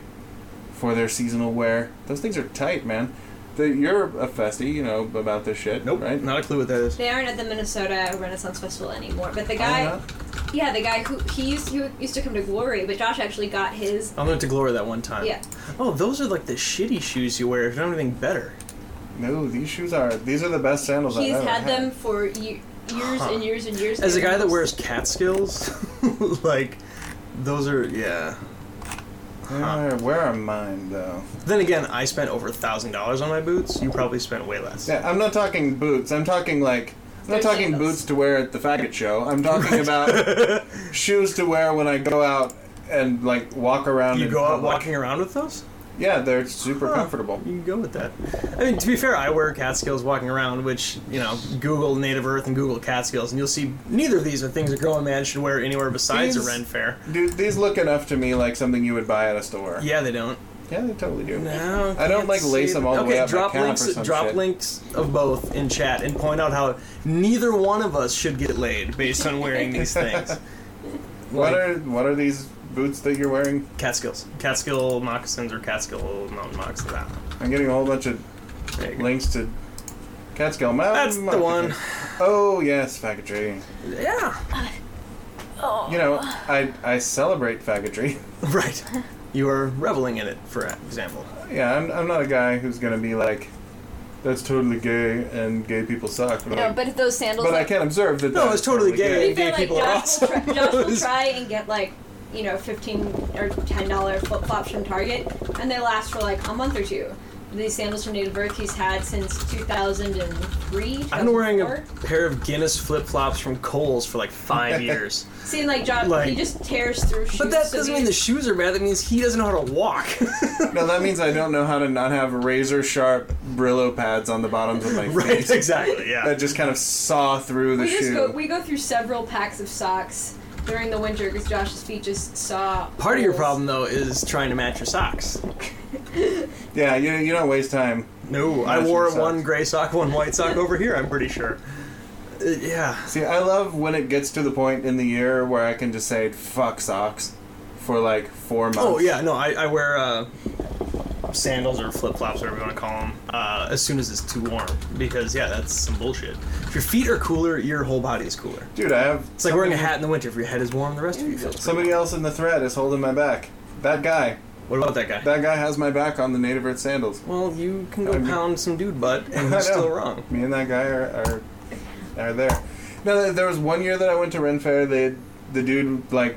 B: for their seasonal wear. Those things are tight, man. The, you're a festy, you know about this shit,
A: nope
B: right?
A: not a clue what that is
F: They aren't at the Minnesota Renaissance Festival anymore, but the
B: I
F: guy,
B: don't know.
F: yeah, the guy who he used he used to come to Glory, but Josh actually got his.
A: I went to Glory that one time
F: Yeah.
A: oh those are like the shitty shoes you wear if you don't have anything better
B: No, these shoes are these are the best sandals
F: He's
B: I've ever
F: had them for ye- years
A: Huh.
F: and years and years.
A: As a
F: They
A: guy
F: were
A: that
F: just-
A: wears Catskills, like those are yeah.
B: Where, are, where are mine though?
A: Then again, I spent over a thousand dollars on my boots. You probably spent way less.
B: Yeah, I'm not talking boots. I'm talking like I'm not
F: They're
B: talking
F: sandals.
B: boots to wear at the faggot show. I'm talking about shoes to wear when I go out and like walk around.
A: You
B: in
A: go out
B: public.
A: walking around with those?
B: Yeah, they're super
A: Huh.
B: comfortable.
A: You can go with that. I mean, to be fair, I wear Catskills walking around, which you know, Google Native Earth and Google Catskills, and you'll see neither of these are things a grown man should wear anywhere besides
B: These-
A: a Ren fair.
B: Dude, these look enough to me like something you would buy at a store.
A: Yeah, they don't.
B: Yeah, they totally do.
A: No,
B: I don't,
A: can't
B: like, lace
A: see
B: them all the
A: okay,
B: way up my
A: drop
B: calf or
A: links.
B: some
A: drop
B: shit.
A: links of both in chat and point out how neither one of us should get laid based on wearing these things.
B: What
A: Like-
B: are what are these boots that you're wearing?
A: Catskills, Catskill moccasins or Catskill mountain moccasins. I don't know.
B: I'm getting a whole bunch of
A: There you go.
B: links to Catskill Mountain.
A: That's the one.
B: Oh yes, faggotry.
A: Yeah.
B: You know, I I celebrate faggotry.
A: Right. You are reveling in it, for example.
B: Yeah, I'm, I'm not a guy who's gonna be like, that's totally gay and gay people suck. But,
F: No, but if those sandals.
B: but I
F: like,
B: can't observe that.
A: No,
B: that's
A: it's totally gay.
F: to be fair,
A: Gay people are
F: like, Josh, will
A: awesome.
F: try, Josh will try and get like you know fifteen or ten dollar flip flops from Target, and they last for like a month or two. these sandals from Native Earth he's had since 2003.
A: I've been wearing a
F: 2004.
A: pair of Guinness flip flops from Kohl's for like five years.
F: Seeing like John,
A: like-
F: he just tears through shoes.
A: But that
F: so
A: doesn't
F: he-
A: mean the shoes are bad. That means he doesn't know how to walk.
B: No, that means I don't know how to not have razor sharp Brillo pads on the bottoms of my
A: right,
B: feet.
A: exactly. Yeah.
B: That just kind of saw through the
F: we
B: shoe.
F: just go we go through several packs of socks during the winter because Josh's feet just saw.
A: Part of your
F: holes.
A: problem though is trying to match your socks.
B: yeah, you, you don't waste time.
A: No, I
B: Matching
A: wore
B: socks.
A: one gray sock, one white sock over here. I'm pretty sure. Uh, yeah.
B: See, I love when it gets to the point in the year where I can just say "fuck socks" for like four months.
A: Oh yeah, no, I, I wear uh, sandals or flip flops, whatever you want to call them, uh, as soon as it's too warm because yeah, that's some bullshit. If your feet are cooler, your whole body is cooler.
B: dude, I have.
A: It's like wearing a hat in the winter. If your head is warm, the rest of you feels. pretty
B: Somebody else in the thread is holding my back. That guy.
A: warm. What about that guy?
B: That guy has my back on the Native Earth sandals.
A: Well, you can go
B: I mean-
A: pound some dude butt and
B: I know.
A: you're still wrong.
B: Me and that guy are are, are there. No, there- there was one year that I went to Ren Fair. They the dude like,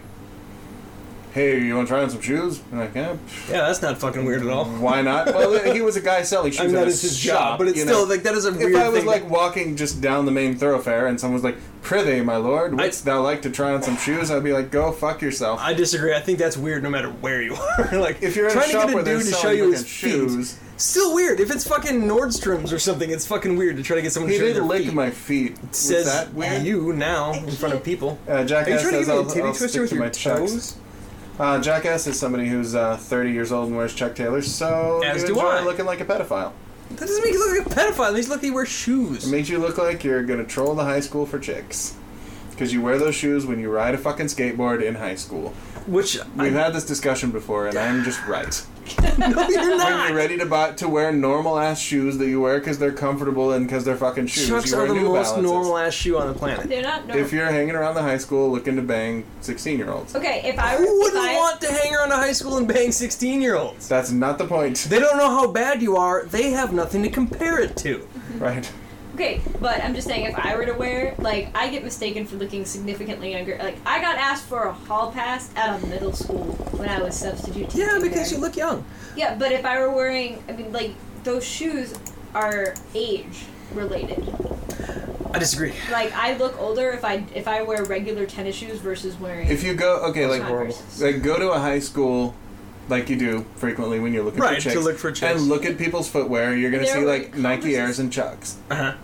B: hey, you want to try on some shoes? I'm like, yeah, pff,
A: Yeah, that's not fucking weird at all.
B: why not? well, he was a guy selling shoes.
A: I mean,
B: at
A: that
B: a
A: is his
B: shop,
A: job, but it's
B: you
A: still
B: know?
A: like that is a weird
B: If I was
A: thing.
B: like walking just down the main thoroughfare and someone was like, "Prithee, my lord,
A: I-
B: wouldst thou like to try on some shoes?" I'd be like, "Go fuck yourself."
A: I disagree. I think that's weird no matter where you are. like
B: If you're in a
A: trying
B: shop
A: to
B: where
A: get a
B: they're
A: dude to show
B: selling
A: you his
B: fucking
A: feet,
B: shoes.
A: still weird. If it's fucking Nordstrom's or something, it's fucking weird to try to get someone
B: He
A: to show you
B: did
A: their
B: lick
A: feet.
B: my feet.
A: It says
B: was that weird?
A: you now in front of people.
B: Uh,
A: Are you
B: Jackass
A: trying to
B: says
A: give me a
B: I'll, I'll
A: titty
B: stick
A: twister with
B: to my
A: your
B: chucks.
A: toes?
B: Uh, Jackass is somebody who's uh, 30 years old and wears Chuck Taylors, so
A: As
B: you
A: do
B: enjoy
A: I.
B: looking like a pedophile.
A: That doesn't make you look like a pedophile. These look like you wear shoes.
B: It makes you look like you're gonna troll the high school for chicks. Because you wear those shoes when you ride a fucking skateboard in high school.
A: Which I,
B: We've had this discussion before, and I'm just right.
A: no, you're
B: When you're
A: not.
B: ready to buy, to wear normal ass shoes that you wear because they're comfortable and because they're fucking shoes,
A: Chucks
B: you wear
A: are the
B: New
A: most
B: Balances.
A: normal ass shoe on the planet.
F: They're not normal.
B: If you're hanging around the high school looking to bang 16 year olds,
F: okay, if I
A: Who
F: if
A: wouldn't
F: I,
A: want to hang around a high school and bang sixteen year olds?
B: that's not the point,
A: They don't know how bad you are. They have nothing to compare it to.
B: right?
F: Okay, but I'm just saying, if I were to wear, like, I get mistaken for looking significantly younger. Like, I got asked for a hall pass at a middle school when I was substitute teaching.
A: Yeah, because
F: there.
A: you look young.
F: Yeah, but if I were wearing, I mean, like, those shoes are age related.
A: I disagree.
F: Like, I look older if I if I wear regular tennis shoes versus wearing.
B: If you go, okay, like,
F: Horrible.
B: like go to a high school, like you do frequently when you're looking
A: Right,
B: for
A: to
B: chicks,
A: look for chicks.
B: and look at people's footwear, you're gonna
F: There
B: see
F: were
B: like Nike
F: converses-
B: Airs and Chucks.
A: Uh-huh.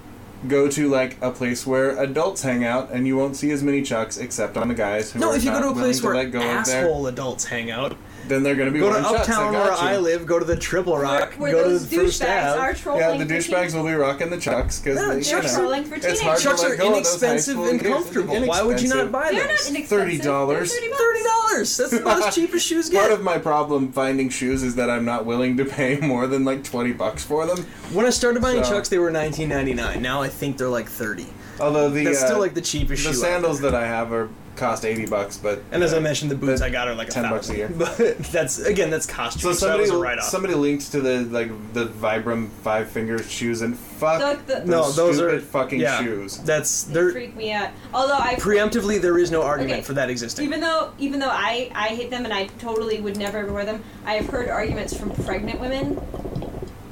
B: Go to like a place where adults hang out, and you won't see as many Chucks except on the guys who
A: No,
B: are
A: if you go
B: not
A: to a
B: willing
A: place
B: to
A: where
B: let go of their-
A: asshole adults hang out,
B: then they're gonna be
A: go to
B: wearing Chucks. I
A: Uptown where
B: got you.
A: I live, go to the Triple Rock,
F: where
A: go to
F: those
A: the First
F: douchebags
A: Ave.
F: are trolling.
B: Yeah, the
F: for teen-
B: douchebags will be rocking the Chucks because
A: No,
B: they, you
A: Chucks
B: know,
A: are-
F: trolling for
B: it's
F: teenagers.
B: hard
A: Chucks
B: to
A: are
B: let go
A: inexpensive
B: of those oh, high
A: and
B: school
A: comfortable.
B: kids.
A: Why would you not
B: Inexpensive.
A: buy
F: They're not
A: those?
F: inexpensive.
B: $30.
F: They're $30.
A: Thirty dollars. That's about as cheap as shoes
B: Part
A: get.
B: of my problem finding shoes is that I'm not willing to pay more than like twenty bucks for them.
A: When I started buying
B: So-
A: Chucks, they were nineteen ninety nine. Now I think they're like thirty.
B: Although the
A: That's
B: uh,
A: still like the cheapest
B: the
A: shoe.
B: sandals that I have are cost eighty bucks, but
A: and as I mentioned, the boots I got are like
B: 10 bucks a year.
A: 1,000. But that's again, that's costume.
B: so
A: So,
B: somebody
A: that was a write off.
B: somebody linked to the like the Vibram five finger shoes and fuck
F: Like the-
A: No, those are
B: stupid fucking
A: yeah,
B: shoes.
A: That's
F: They
A: they're
F: freak me out. Although I
A: preemptively there is no argument
F: Okay.
A: for that existing.
F: Even though, even though I, I hate them and I totally would never ever wear them, I have heard arguments from pregnant women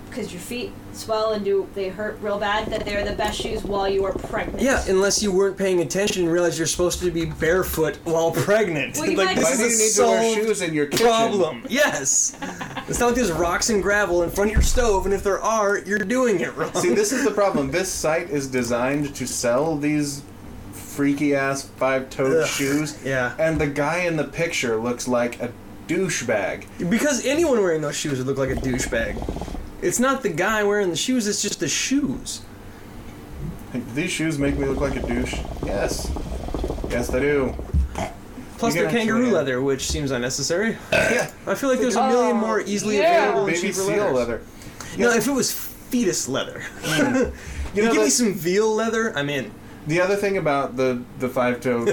F: because your feet swell and do they hurt real bad that they're the best shoes while you are pregnant.
A: Yeah, unless you weren't paying attention and realized you're supposed to be barefoot while pregnant.
F: Well, you
A: like
F: might-
B: Why
A: this
B: do you need
A: is
B: to
A: a
B: wear
A: solved
B: shoes in your kitchen?
A: problem. Yes, it's not like there's rocks and gravel in front of your stove, and if there are, you're doing it wrong.
B: See, this is the problem. This site is designed to sell these freaky ass five toed
A: Ugh,
B: shoes.
A: yeah.
B: And the guy in the picture looks like a douchebag.
A: because anyone wearing those shoes would look like a douchebag. It's not the guy wearing the shoes; it's just the shoes.
B: Like, these shoes make me look like a douche. Yes. Yes, they do.
A: Plus,
B: You
A: they're
B: can actually
A: kangaroo
B: add-
A: leather, which seems unnecessary.
B: yeah.
A: I feel like there's a million more easily
F: Oh. yeah.
A: available and
B: Baby
A: cheaper
B: seal
A: leathers.
B: leather.
A: No, if it was fetus leather,
B: You
A: you
B: know,
A: give me
B: the,
A: some veal leather, I'm in.
B: the other thing about the, the five toe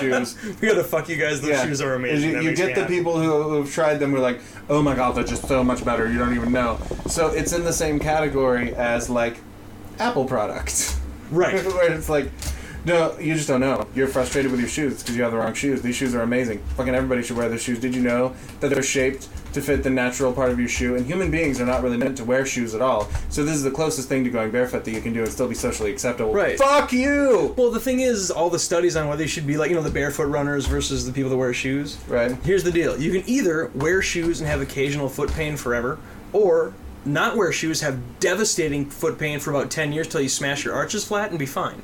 B: shoes.
A: We gotta fuck you guys. Those
B: Yeah,
A: shoes are
B: is
A: amazing.
B: You,
A: That
B: you
A: makes me
B: get the
A: happy.
B: people who who've tried them who are like, oh my god, they're just so much better. You don't even know. So it's in the same category as like Apple products.
A: right?
B: where it's like, no, you just don't know. You're frustrated with your shoes because you have the wrong shoes. These shoes are amazing. Fucking everybody should wear those shoes. Did you know that they're shaped to fit the natural part of your shoe, and human beings are not really meant to wear shoes at all. So this is the closest thing to going barefoot that you can do and still be socially acceptable.
A: Right.
B: Fuck you.
A: Well, the thing is, all the studies on whether you should be like, you know, the barefoot runners versus the people that wear shoes.
B: Right.
A: Here's the deal you can either wear shoes and have occasional foot pain forever, or not wear shoes, have devastating foot pain for about 10 years till you smash your arches flat and be fine.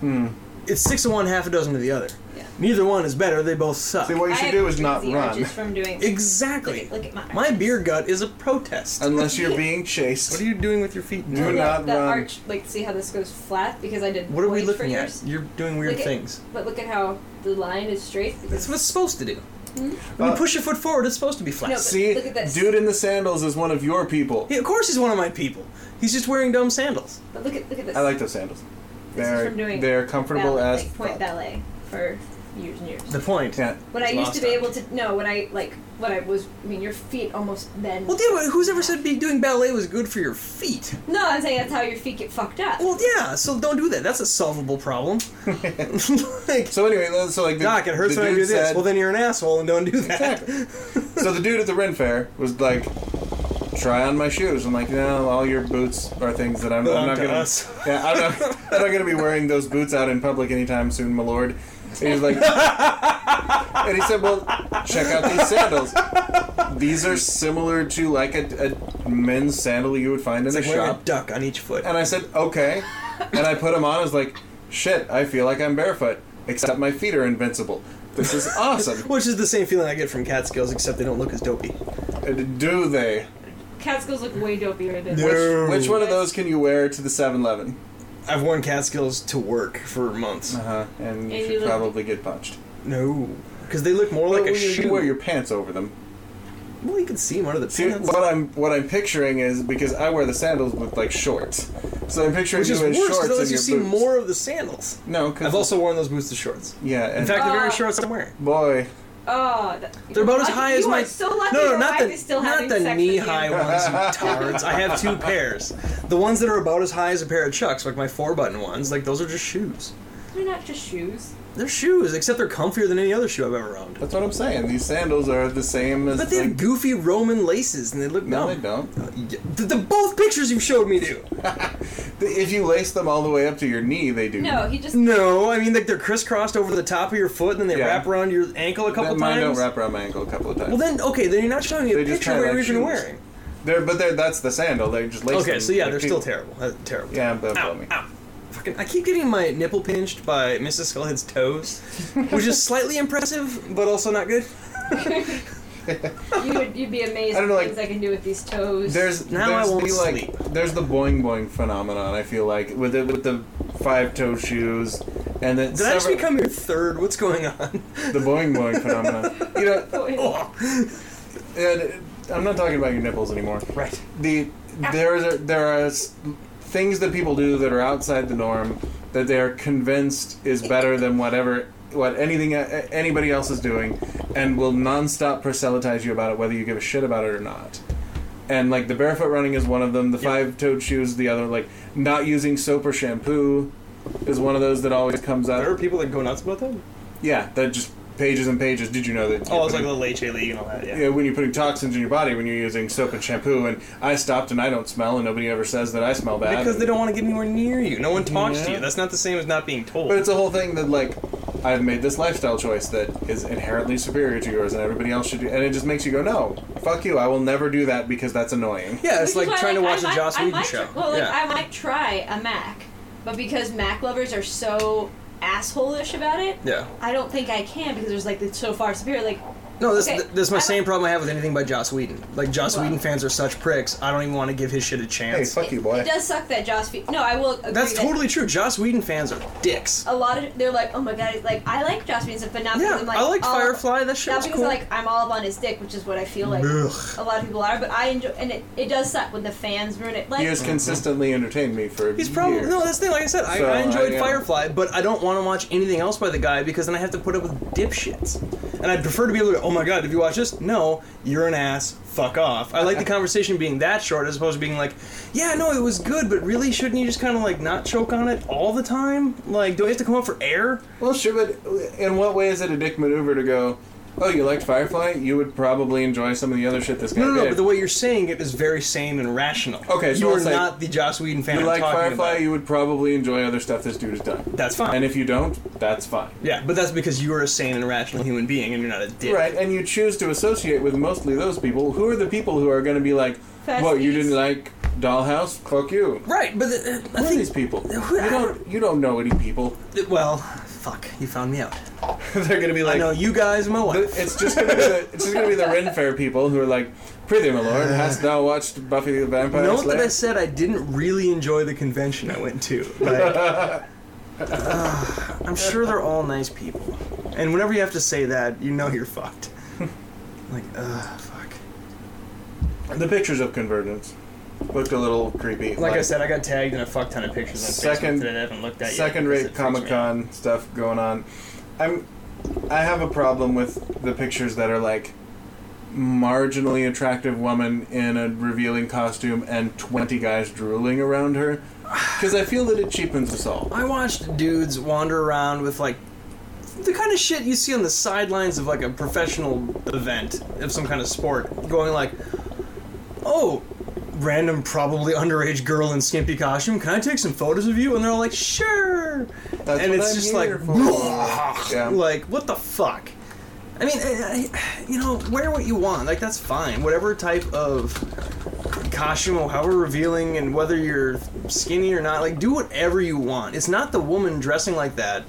B: Hmm.
A: It's six of one, half a dozen of the other.
F: Yeah.
A: Neither one is better, they both suck.
B: See, what you
F: I
B: should
F: have
B: do is
F: crazy
B: not run.
F: urges from doing.
A: exactly.
F: Look at- look at my
A: My beer gut is a protest.
B: Unless you're being chased.
A: what are you doing with your feet?
B: Do not
F: the
B: run.
F: arch, like, see how this goes flat because I did.
A: What are we
F: points for
A: looking at?
F: years.
A: You're doing weird
F: Look at-
A: things.
F: But look at how the line is straight. because-
A: That's what it's supposed to do. When
B: Uh,
A: you push your foot forward, it's supposed to be flat.
F: Hmm? No, but
B: See,
F: look at this.
B: dude in the sandals is one of your people.
A: Yeah, of course he's one of my people. He's just wearing dumb sandals.
F: But look at look at this.
B: I like those sandals.
F: This is
B: They're
F: from doing
B: they're comfortable
F: ballet,
B: as
F: like, point
B: fuck.
F: ballet for years and years.
A: The point.
B: Yeah.
F: When I
A: It's
F: used
A: lost
F: to be
A: on
F: able to no, when I like when I was I mean your feet almost bend.
A: Well, yeah, but who's ever said be, doing ballet was good for your feet?
F: no, I'm saying that's how your feet get fucked up.
A: Well, yeah, so don't do that. That's a solvable problem. like,
B: So anyway, let's- so like the,
A: Doc, it hurts
B: the
A: when I
B: dude
A: do this.
B: said-
A: well, then you're an asshole and don't do that.
B: so the dude at the Ren Fair was like, "Try on my shoes." I'm like, "No, all your boots are things that I'm, I'm
A: Belong
B: not
A: to
B: gonna.
A: us.
B: Yeah, I'm not, I'm not gonna be wearing those boots out in public anytime soon, my lord." And he's like, and he said, "Well, check out these sandals. These are similar to like a, a men's sandal you would find in a
A: Like wearing a
B: shop."
A: duck on each foot.
B: And I said, okay. And I put them on. I was like, shit, I feel like I'm barefoot, except my feet are invincible. This is awesome.
A: Which is the same feeling I get from Catskills, except they don't look as dopey.
B: And Do they?
F: Catskills look way dopier than
A: No.
B: Which, which one of those can you wear to the 7 Eleven?
A: I've worn Catskills to work for months.
B: Uh huh. And you
F: And
B: should
F: you look-
B: probably get punched.
A: No, because they look more like
B: Well,
A: a
B: you
A: shoe.
B: wear your pants over them.
A: Well, you can see one of the
B: See,
A: pants.
B: what I'm what I'm picturing is because I wear the sandals with like shorts, so I'm picturing
A: Which
B: you
A: is
B: in
A: worse
B: shorts
A: because it
B: and
A: lets you
B: your
A: see
B: boobs.
A: more of the sandals.
B: No, because
A: I've also worn those boots to shorts.
B: yeah. And
A: In fact, the very
F: Ah.
A: shorts I'm wearing.
B: boy,
F: Oh, that,
A: They're about as high as
F: you
A: my.
F: Are so lucky
A: no, no,
F: your
A: not
F: wife
A: the
F: is still
A: not
F: having
A: the
F: sex
A: knee
F: with you.
A: high ones, you tards. I have two pairs. The ones that are about as high as a pair of chucks, like my four button ones, like those are just shoes.
F: They're not just shoes.
A: They're shoes, except they're comfier than any other shoe I've ever owned.
B: that's what I'm saying. These sandals are the same as
A: But they have
B: like,
A: goofy Roman laces, and they look
B: no,
A: dumb.
B: they don't.
A: Yeah, The, the both pictures you showed me do.
B: If you lace them all the way up to your knee, they do.
F: No, he just
A: No, I mean like they're crisscrossed over the top of your foot, and then they
B: Yeah.
A: wrap around your ankle a couple
B: Then mine don't
A: times.
B: wrap around my ankle a couple of times.
A: well, then okay, then you're not showing me a
B: They just
A: picture
B: kinda
A: of what
B: like
A: you're even
B: shoes.
A: wearing.
B: they're, but they're, that's the sandal. They're just laced.
A: Okay,
B: in
A: so yeah,
B: like
A: they're still
B: people.
A: terrible. Uh, terrible.
B: Yeah, but
A: Ow,
B: me.
A: ow. Fucking, I keep getting my nipple pinched by Mrs. Skullhead's toes, which is slightly impressive, but also not good.
F: you would you'd be amazed
B: I
F: at
B: don't know, like-
F: things I can do with these toes.
B: There's
A: Now
B: there's
A: I won't
B: the, like
A: sleep.
B: there's the boing boing phenomenon. I feel like with the, with the five toe shoes, and then
A: Did I just
B: several-
A: become your third? What's going on?
B: the boing boing phenomenon. You know,
A: Oh,
B: and I'm not talking about your nipples anymore.
A: right.
B: the there are there are s- things that people do that are outside the norm that they are convinced is better than whatever what anything uh, anybody else is doing and will nonstop proselytize you about it whether you give a shit about it or not and like the barefoot running is one of them the
A: Yeah.
B: five-toed shoes the other like not using soap or shampoo is one of those that always comes
A: There are
B: up
A: people that go nuts about that.
B: yeah that just pages and pages did you know that
A: Oh, it's like the Leche League and all that. Yeah.
B: yeah, when you're putting toxins in your body when you're using soap and shampoo and I stopped and I don't smell and nobody ever says that I smell bad.
A: Because they don't want to get anywhere near you. No one talks to
B: Yeah.
A: you. That's not the same as not being told.
B: But it's a whole thing that like I've made this lifestyle choice that is inherently superior to yours and everybody else should do and it just makes you go, No, fuck you, I will never do that because that's annoying.
A: yeah, it's like
F: Which is why,
A: trying to
F: like,
A: watch
F: I
A: a Joss
F: might- I
A: Whedon
F: might-
A: show.
F: Well, like,
A: yeah.
F: I might try a Mac, but because Mac lovers are so asshole-ish about it,
A: yeah.
F: I don't think I can because there's like it's so far superior. Like
A: No, this,
F: Okay,
A: th- this is my
F: I
A: same
F: don't-
A: problem I have with anything by Joss Whedon. Like, Joss
F: Well.
A: Whedon fans are such pricks, I don't even want to give his shit a
B: Hey,
A: chance.
B: fuck you, boy.
F: it does suck that Joss. Fe- no, I will. Agree
A: That's
F: that
A: totally true. Joss Whedon fans are dicks.
F: A lot of they're like, oh my god, like I like Joss Whedon stuff, but not
A: Yeah,
F: because I'm like
A: I like
F: all-
A: Firefly. That shit
F: Not
A: was
F: because
A: cool.
F: like I'm all up on his dick, which is what I feel like
A: Ugh.
F: a lot of people are. But I enjoy, and it, it does suck when the fans ruin it. Like
B: He has consistently entertained me for
A: He's probably
B: years.
A: no. That's the thing. Like I said, I,
B: So,
A: I enjoyed
B: I, uh,
A: Firefly, but I don't want to watch anything else by the guy because then I have to put up with dipshits, and I'd prefer to be able to. Oh my god, did you watch this? No, you're an ass. Fuck off. I like the conversation being that short as opposed to being like, yeah, no, it was good, but really, shouldn't you just kind of like not choke on it all the time? Like, do I have to come up for air?
B: Well sure, but in what way is it a dick maneuver to go oh, you liked Firefly? You would probably enjoy some of the other shit this guy
A: No, no, no.
B: did.
A: But the way you're saying it is very sane and rational.
B: Okay, so
A: you are
B: let's say-
A: not the Joss Whedon fan.
B: you
A: I'm
B: like
A: talking
B: Firefly,
A: about.
B: you would probably enjoy other stuff this dude has done.
A: That's fine.
B: And if you don't, that's fine.
A: yeah, but that's because you are a sane and rational human being, and you're not a dick.
B: Right, and you choose to associate with mostly those people. Who are the people who are going to be like, "What you didn't like Dollhouse? Fuck you."
A: Right, but the, I
B: Who are
A: think
B: these people? You don't you don't know any people.
A: well, fuck, you found me out.
B: They're going to be
A: I
B: like,
A: know you guys, and my wife.
B: It's just gonna be the it's just gonna be the Ren Fair people who are like, "Prithee, my lord, hast thou watched Buffy the Vampire
A: Note
B: Slayer?"
A: that I said I didn't really enjoy the convention I went to. Like, ah, I'm sure they're all nice people, and whenever you have to say that, you know you're fucked. like, ugh, fuck.
B: the pictures of Convergence looked a little creepy.
A: Like, I said, I got tagged in a fuck ton of pictures on
B: Second-
A: Facebook that I haven't looked at yet. because it
B: second-rate
A: freaks me
B: Comic Con stuff going on. I'm I have a problem with the pictures that are like marginally attractive woman in a revealing costume and 20 guys drooling around her because i feel that it cheapens us all
A: I watched dudes wander around with like the kind of shit you see on the sidelines of like a professional event of some kind of sport, going like, "Oh, random, probably underage girl in skimpy costume. Can I take some photos of you?" And they're all like, "Sure."
B: That's
A: and
B: what
A: it's
B: I'm
A: just
B: here
A: like,
B: for. Yeah.
A: like what the fuck? I mean, I, I, you know, wear what you want. Like that's fine. Whatever type of costume or however revealing and whether you're skinny or not like do whatever you want it's not the woman dressing like that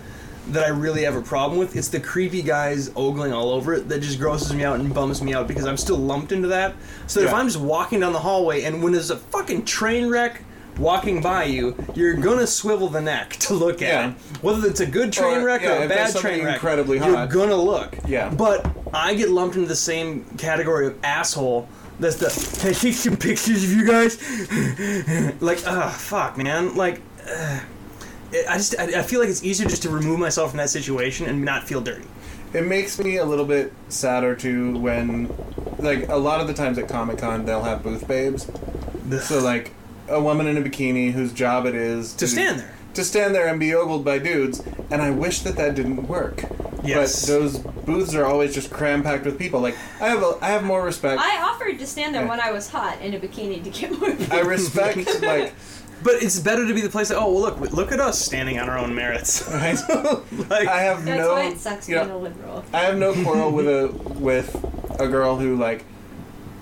A: that i really have a problem with it's the creepy guys ogling all over it that just grosses me out and bums me out because i'm still lumped into that so that if
B: Yeah.
A: i'm just walking down the hallway and when there's a fucking train wreck walking by you you're gonna swivel the neck to look at
B: Yeah.
A: it whether it's a good train
B: Or,
A: wreck
B: yeah,
A: or a
B: if there's
A: bad
B: something
A: train wreck
B: incredibly
A: you're
B: hot.
A: gonna look
B: Yeah.
A: but I get lumped into the same category of asshole. That's the can I take some pictures of you guys? like, ah, fuck, man. Like, ugh. I just I, I feel like it's easier just to remove myself from that situation and not feel dirty.
B: it makes me a little bit sadder too when like a lot of the times at comic-con they'll have booth babes so like a woman in a bikini whose job it is
A: To stand there.
B: to stand there and be ogled by dudes and i wish that that didn't work
A: Yes.
B: but those booths are always just cram packed with people like i have a, i have more respect i,
C: I offered to stand there when I was hot in a bikini to get more.
B: respect like
A: But it's better to be the place that oh well look look at us standing on our own merits.
B: i
A: like
B: have
C: That's
B: no
C: why it sucks
B: you
C: being
B: know,
C: a liberal.
B: I have no quarrel with a with a girl who like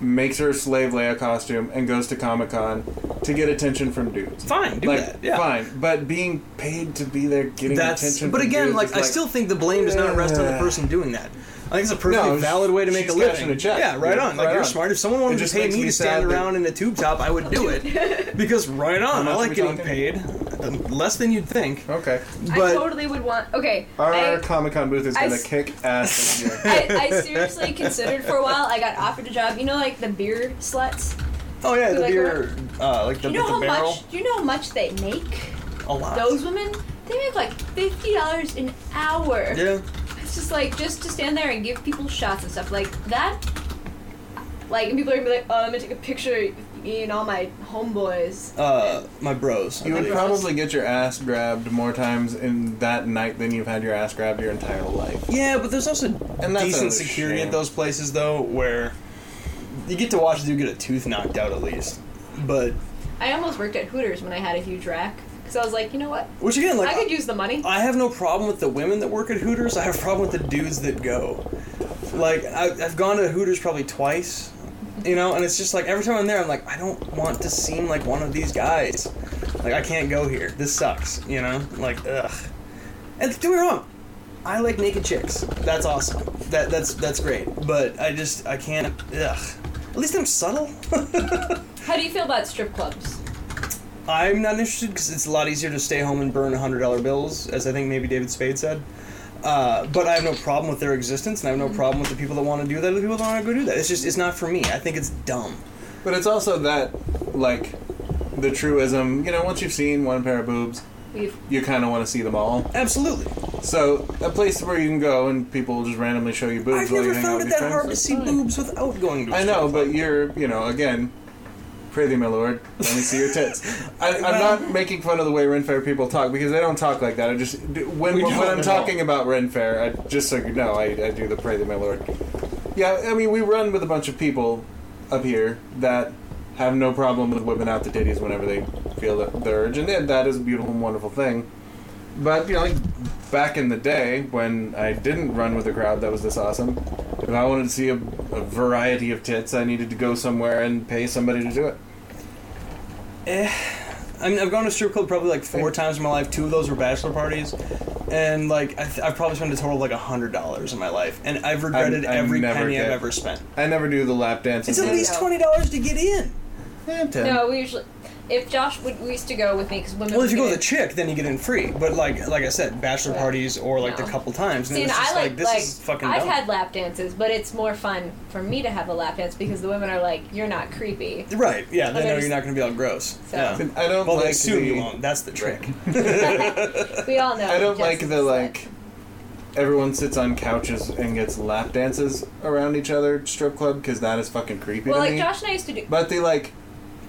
B: makes her slave Leia costume and goes to Comic Con to get attention from dudes.
A: fine, do
B: like
A: that. Yeah.
B: fine, but being paid to be there getting
A: That's
B: attention.
A: but
B: from
A: again
B: dudes
A: like
B: is
A: I still think the blame does not rest on the
B: Yeah.
A: person doing that. I think it's a perfectly
B: No,
A: valid way to make a
B: she's cashing
A: living.
B: a check.
A: Yeah, right on. Like
B: Right
A: you're
B: on.
A: smart. If someone
B: It
A: wanted to
B: just
A: pay
B: makes
A: me
B: me
A: to stand
B: sad that-
A: around in a tube top, I would do it because right on. I
B: much
A: like
B: are we
A: getting
B: talking?
A: paid less than you'd think.
B: okay.
C: I
A: but-
C: totally would want. Okay,
B: Our
C: I,
B: Comic Con booth is
C: I
B: gonna
C: s-
B: kick ass this year.
C: I, I seriously considered for a while. I got offered a job. You know, like the beer sluts.
A: Oh yeah, the
C: like
A: beer, uh, like the,
C: Do you know
A: with
C: how
A: the barrel,
C: much? Do you know how much they make?
A: a lot.
C: Those women, they make like fifty dollars an hour.
A: yeah,
C: It's just like just to stand there and give people shots and stuff like that. Like and people are gonna be like, "Oh, I'm gonna take a picture of me and all my homeboys."
A: uh, my bros. I
B: You would
A: believe.
B: probably get your ass grabbed more times in that night than you've had your ass grabbed your entire life.
A: Yeah, but there's also
B: And that's
A: decent
B: another
A: security
B: shame.
A: at those places though, where you get to watch you get a tooth knocked out at least. But
C: I almost worked at Hooters when I had a huge rack because I was like, you know what?
A: which again, like
C: I could use the money.
A: I have no problem with the women that work at Hooters. I have a problem with the dudes that go. Like I, I've gone to Hooters probably twice, you know, and it's just like every time I'm there, I'm like, I don't want to seem like one of these guys. Like I can't go here. This sucks, you know. Like ugh. And do me wrong, I like naked chicks. That's awesome. That that's that's great. But I just I can't. Ugh. At least I'm subtle.
C: How do you feel about strip clubs?
A: I'm not interested because it's a lot easier to stay home and burn hundred dollar bills, as I think maybe David Spade said. Uh, but I have no problem with their existence, and I have no problem with the people that want to do that, or the people that want to go do that. It's just it's not for me. I think it's dumb.
B: But it's also that like the truism, you know, once you've seen one pair of boobs,
C: We've
B: you kinda wanna see them all.
A: Absolutely,
B: So a place where you can go and people will just randomly show you boobs.
A: I've
B: while
A: never
B: you hang out
A: found
B: with
A: it
B: your
A: that
B: friends.
A: hard to see boobs without going to. a
B: I
A: strip
B: know,
A: club.
B: but you're you know again, Prithee, my lord, let me see your tits. I, I'm not making fun of the way Renfair people talk because they don't talk like that. I just d- when
G: We
B: when
G: don't
B: I'm
G: at
B: talking about Renfair, I just so you know, I, I do the Prithee, my lord. Yeah, I mean, we run with a bunch of people up here that have no problem with whipping out the titties whenever they feel the, the urge, and that- that is a beautiful and wonderful thing. But you know, like back in the day when I didn't run with a crowd that was this awesome, if I wanted to see a, a variety of tits, I needed to go somewhere and pay somebody to do it.
A: I mean, I've gone to strip club probably like four times in my life. Two of those were bachelor parties, and like I th- I've probably spent a total of like hundred dollars in my life, and I've regretted
B: I'm
A: every
B: never
A: penny I've
B: good.
A: ever spent.
B: I never do the lap dances.
A: It's at least
F: No.
A: twenty dollars to get in.
B: Eh, ten.
F: No, we usually. If Josh would, we used to go with me because women.
A: Well, if
F: would
A: you go
F: get
A: with a chick, then you get in free. But like like I said, bachelor
F: Yeah.
A: parties or like
F: No.
A: the couple times, and
F: See,
A: it's
F: and
A: just
F: I
A: like,
F: like
A: this
F: like
A: is fucking
F: I've
A: dumb.
F: had lap dances, but it's more fun for me to have a lap dance because the women are like, "You're not creepy."
A: right? Yeah,
F: Like,
A: they
F: I
A: know
F: just-
A: you're not going to be all gross.
F: So-
A: Yeah.
B: I don't
A: Well, they
B: like
A: assume you
B: the.
A: won't. That's the trick.
F: We all know.
B: I don't
F: Jess
B: like
F: is
B: the
F: a slut.
B: like. Everyone sits on couches and gets lap dances around each other at strip club because that is fucking creepy
F: Well,
B: to
F: like
B: me.
F: Josh and I used to do.
B: But the like,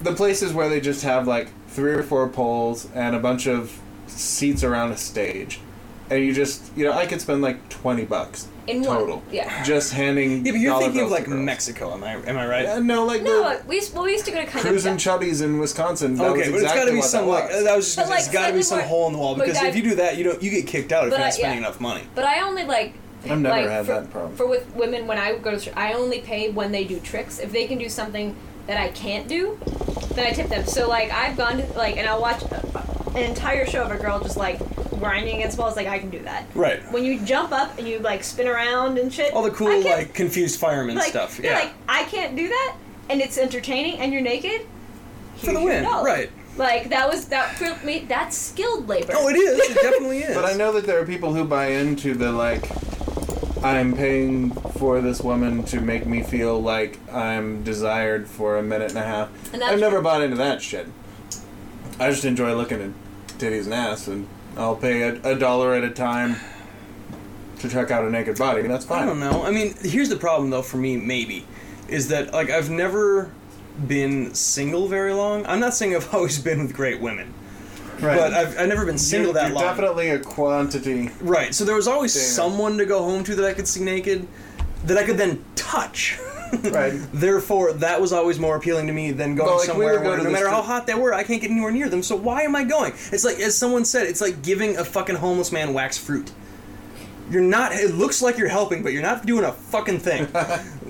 B: the places where they just have like three or four poles and a bunch of seats around a stage, and you just you know I could spend like twenty bucks
F: In one-
B: total.
F: yeah.
B: Just handing.
A: Yeah, but you're
B: dollar
A: thinking
B: bills
A: of
B: to
A: like
B: girls.
A: Mexico. Am I am I right?
B: Uh, no, like
F: No,
B: the
F: we used, well, we used to go to kind
B: Cruz
F: of.
B: and Chubby's in Wisconsin. That
A: Okay,
B: was
A: but it's got to
B: exactly
A: be
B: what
A: some
B: that
A: like
B: was.
A: that was just
F: But,
A: gonna say, it's
F: like,
A: got to be
F: slightly
A: some
F: more-
A: hole in the wall
F: but
A: because
F: I-
A: if you do that, you don't you get kicked out if
F: But
A: you're
F: I-
A: not spending
F: yeah.
A: enough money.
F: But I only like.
B: I've never
F: like,
B: had
F: for,
B: that problem.
F: For with women, when I go to, tr- I only pay when they do tricks. If they can do something that I can't do, then I tip them. So like I've gone to like, and I'll watch an entire show of a girl just like grinding against walls. Like I can do that.
A: Right.
F: When you jump up and you like spin around and shit.
A: All the
F: I
A: cool
F: can't-
A: like confused fireman
F: like,
A: stuff.
F: you're
A: Yeah.
F: Like I can't do that, and it's entertaining, and you're naked.
A: For the
F: Here's your
A: win,
F: dollar.
A: right.
F: Like that was that for me. That's skilled labor.
A: oh, it is. It definitely is.
B: But I know that there are people who buy into the like. I'm paying for this woman to make me feel like I'm desired for a minute and a half.
F: And that's-
B: I've never bought into that shit. I just enjoy looking at titties and ass, and I'll pay a, a dollar at a time to check out a naked body. and That's fine.
A: I don't know. I mean, here's the problem though for me maybe is that like I've never been single very long. I'm not saying I've always been with great women,
B: Right.
A: but I've, I've never been single
B: you're,
A: that
B: you're
A: long.
B: definitely a quantity.
A: Right. So there was always
B: Damn.
A: someone to go home to that I could see naked, that I could then touch.
B: Right.
A: Therefore, that was always more appealing to me than going
B: Well, like, we
A: somewhere
B: were
A: where
B: going to
A: no
B: this
A: matter how
B: trip-
A: hot they were, I can't get anywhere near them. So why am I going? It's like, as someone said, it's like giving a fucking homeless man wax fruit. You're not. It looks like you're helping, but you're not doing a fucking thing.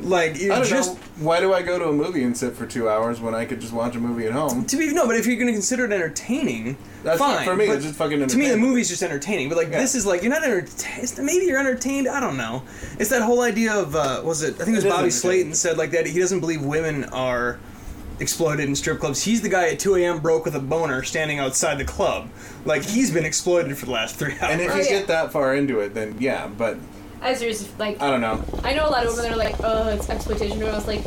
A: like
B: I
A: you're
B: don't
A: just.
B: know. Why do I go to a movie and sit for two hours when I could just watch a movie at home?
A: To be no, but if you're going to consider it entertaining,
B: That's
A: fine.
B: for me,
A: but
B: it's just fucking
A: To me, the
B: entertaining.
A: movie's just entertaining. But like
B: Yeah.
A: this is like you're not entertained. Maybe you're entertained. I don't know. It's that whole idea of uh, was it? I think it was
B: It is
A: Bobby
B: entertaining.
A: Slayton said like that. He doesn't believe women are exploited in strip clubs. He's the guy at 2 a.m. broke with a boner standing outside the club. Like he's been exploited for the last three hours.
B: And if
F: Oh,
B: you
F: yeah.
B: get that far into it, then yeah. But
F: I was just like
B: I don't know.
F: I know a lot of women are like, oh, it's exploitation. And I was like,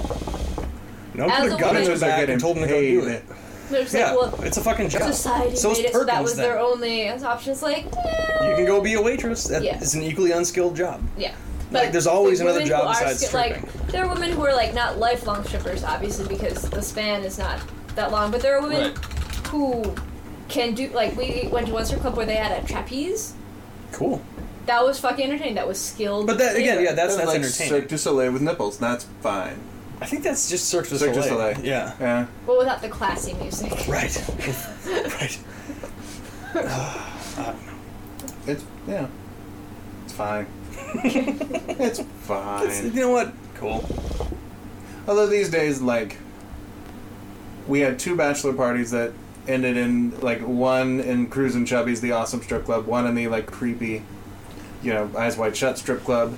A: no,
F: as
A: put a
F: a
A: gun in
F: woman-
A: his back and told him to go do it.
F: they're just
A: Yeah,
F: like, well,
A: it's a fucking job.
F: society
A: so is
F: made it, so
A: Perkins
F: that was
A: then.
F: their only option. It's like, eh,
A: You can go be a waitress. That-
F: Yeah.
A: It's an equally unskilled job.
F: yeah.
A: Like, there's always
F: like,
A: another
F: women
A: job
F: who are
A: besides
F: ski- Like, there are women who are like not lifelong strippers, obviously, because the span is not that long. But there are women
A: Right.
F: who can do like we went to one strip club where they had a trapeze.
A: Cool.
F: That was fucking entertaining. That was skilled.
A: But that again,
F: labor.
A: yeah, that's
B: That's
A: that's
B: like
A: entertaining.
B: Cirque du Soleil with nipples. That's fine.
A: I think that's just Cirque du
B: Cirque
A: Soleil.
B: du Soleil.
A: Yeah.
B: Yeah.
F: Well, without the classy music.
A: Right. right.
B: It's yeah. It's fine. it's
A: It's-
B: fine.
A: you know what? Cool.
B: Although these days, like, we had two bachelor parties that ended in like one in Cruise and Chubby's, the awesome strip club, one in the like creepy, you know, eyes wide shut strip club.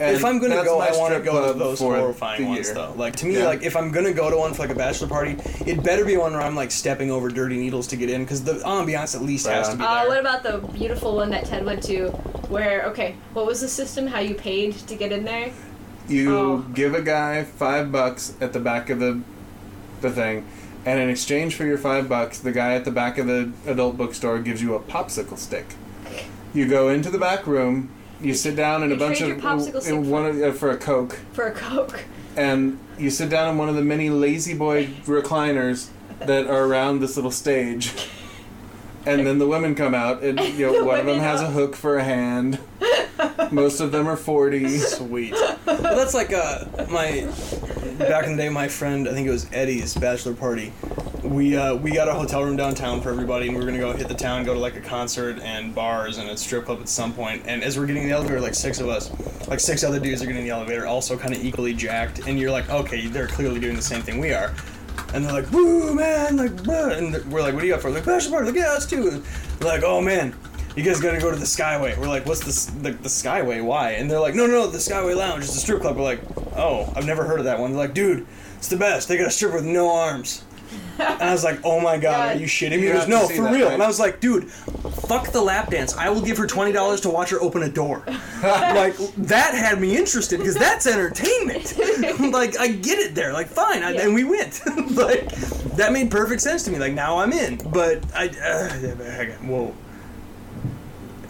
B: And
A: if I'm gonna
B: that's
A: go,
B: my
A: I want to
B: strip
A: go
B: club
A: to those
B: for
A: horrifying
B: the
A: ones,
B: year.
A: though. Like to me,
B: Yeah.
A: like if I'm gonna go to one for like a bachelor party, it better be one where I'm like stepping over dirty needles to get in, because the ambiance at least has
B: Yeah.
A: to be there.
F: Uh, what about the beautiful one that Ted went to, where okay, what was the system? How you paid to get in there?
B: You
F: Oh.
B: give a guy five bucks at the back of the the thing, and in exchange for your five bucks, the guy at the back of the adult bookstore gives you a popsicle stick. You go into the back room. You sit down in a
F: You
B: bunch
F: trade
B: of
F: your popsicle
B: in
F: stick
B: one of, uh, for a coke,
F: for a coke.
B: and you sit down in one of the many lazy boy recliners that are around this little stage. And then the women come out, and you know, one of them
F: women
B: has a hook for a hand. Most of them are 40.
A: Sweet. Well, that's like uh, my back in the day. My friend, I think it was Eddie's bachelor party. We uh, we got a hotel room downtown for everybody, and we were gonna go hit the town, go to like a concert and bars and a strip club at some point. And as we're getting in the elevator, like six of us, like six other dudes are getting in the elevator, also kind of equally jacked. And you're like, okay, they're clearly doing the same thing we are. And they're like, woo, man, like, bruh. And th- we're like, what do you got for? Like, bachelor party. Like, yeah, us too. And they're like, oh man, you guys gotta go to the Skyway. We're like, what's this? The, the Skyway? Why? And they're like, no, no, no, the Skyway Lounge is a strip club. We're like, oh, I've never heard of that one. They're like, dude, it's the best. They got a stripper with no arms. And I was like, oh my god, are you shitting me?
B: You
A: He goes,
B: have to
A: no,
B: see
A: for
B: that,
A: real.
B: right?
A: And I was like, dude, fuck the lap dance. I will give her twenty dollars to watch her open a door. like that had me interested because that's entertainment. like I get it there. Like fine, I, and we went. like that made perfect sense to me. Like now I'm in. But I, uh, whoa.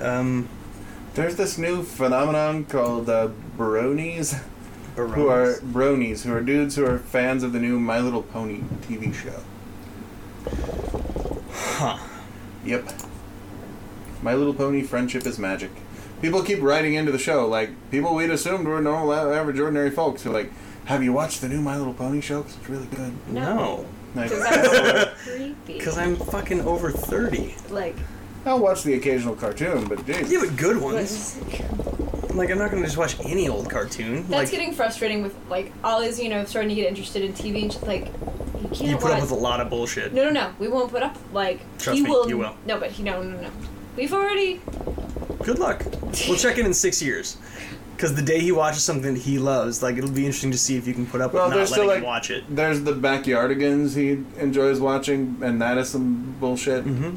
A: Um,
B: There's this new phenomenon called uh, bronies, who are bronies, who are dudes who are fans of the new My Little Pony TV show.
A: Huh.
B: Yep. My Little Pony Friendship is Magic. People keep writing into the show, like, people we'd assumed were normal, average, ordinary folks who, like, have you watched the new My Little Pony show? 'Cause it's really good.
A: No,
B: Like,
F: Because that's so creepy.
A: because I'm fucking over thirty.
F: Like,
B: I'll watch the occasional cartoon, but geez.
A: Yeah, but good ones.
F: that's
A: Like I'm not gonna just watch any old cartoon. like
F: getting frustrating with, like, Ollie's, you know, starting to get interested in TV and, sh- like, you can't
A: you put up
F: watch.
A: with a lot of bullshit.
F: No, no, no. We won't put up. Like
A: Trust
F: he
A: me,
F: will.
A: you will.
F: No, but he no, no, no. We've already.
A: Good luck. We'll check in in six years. Because the day he watches something that he loves, like it'll be interesting to see if you can put up
B: Well,
A: with not
B: there's still like
A: letting him watch it.
B: There's the backyardigans he enjoys watching, and that is some bullshit.
A: Mm-hmm.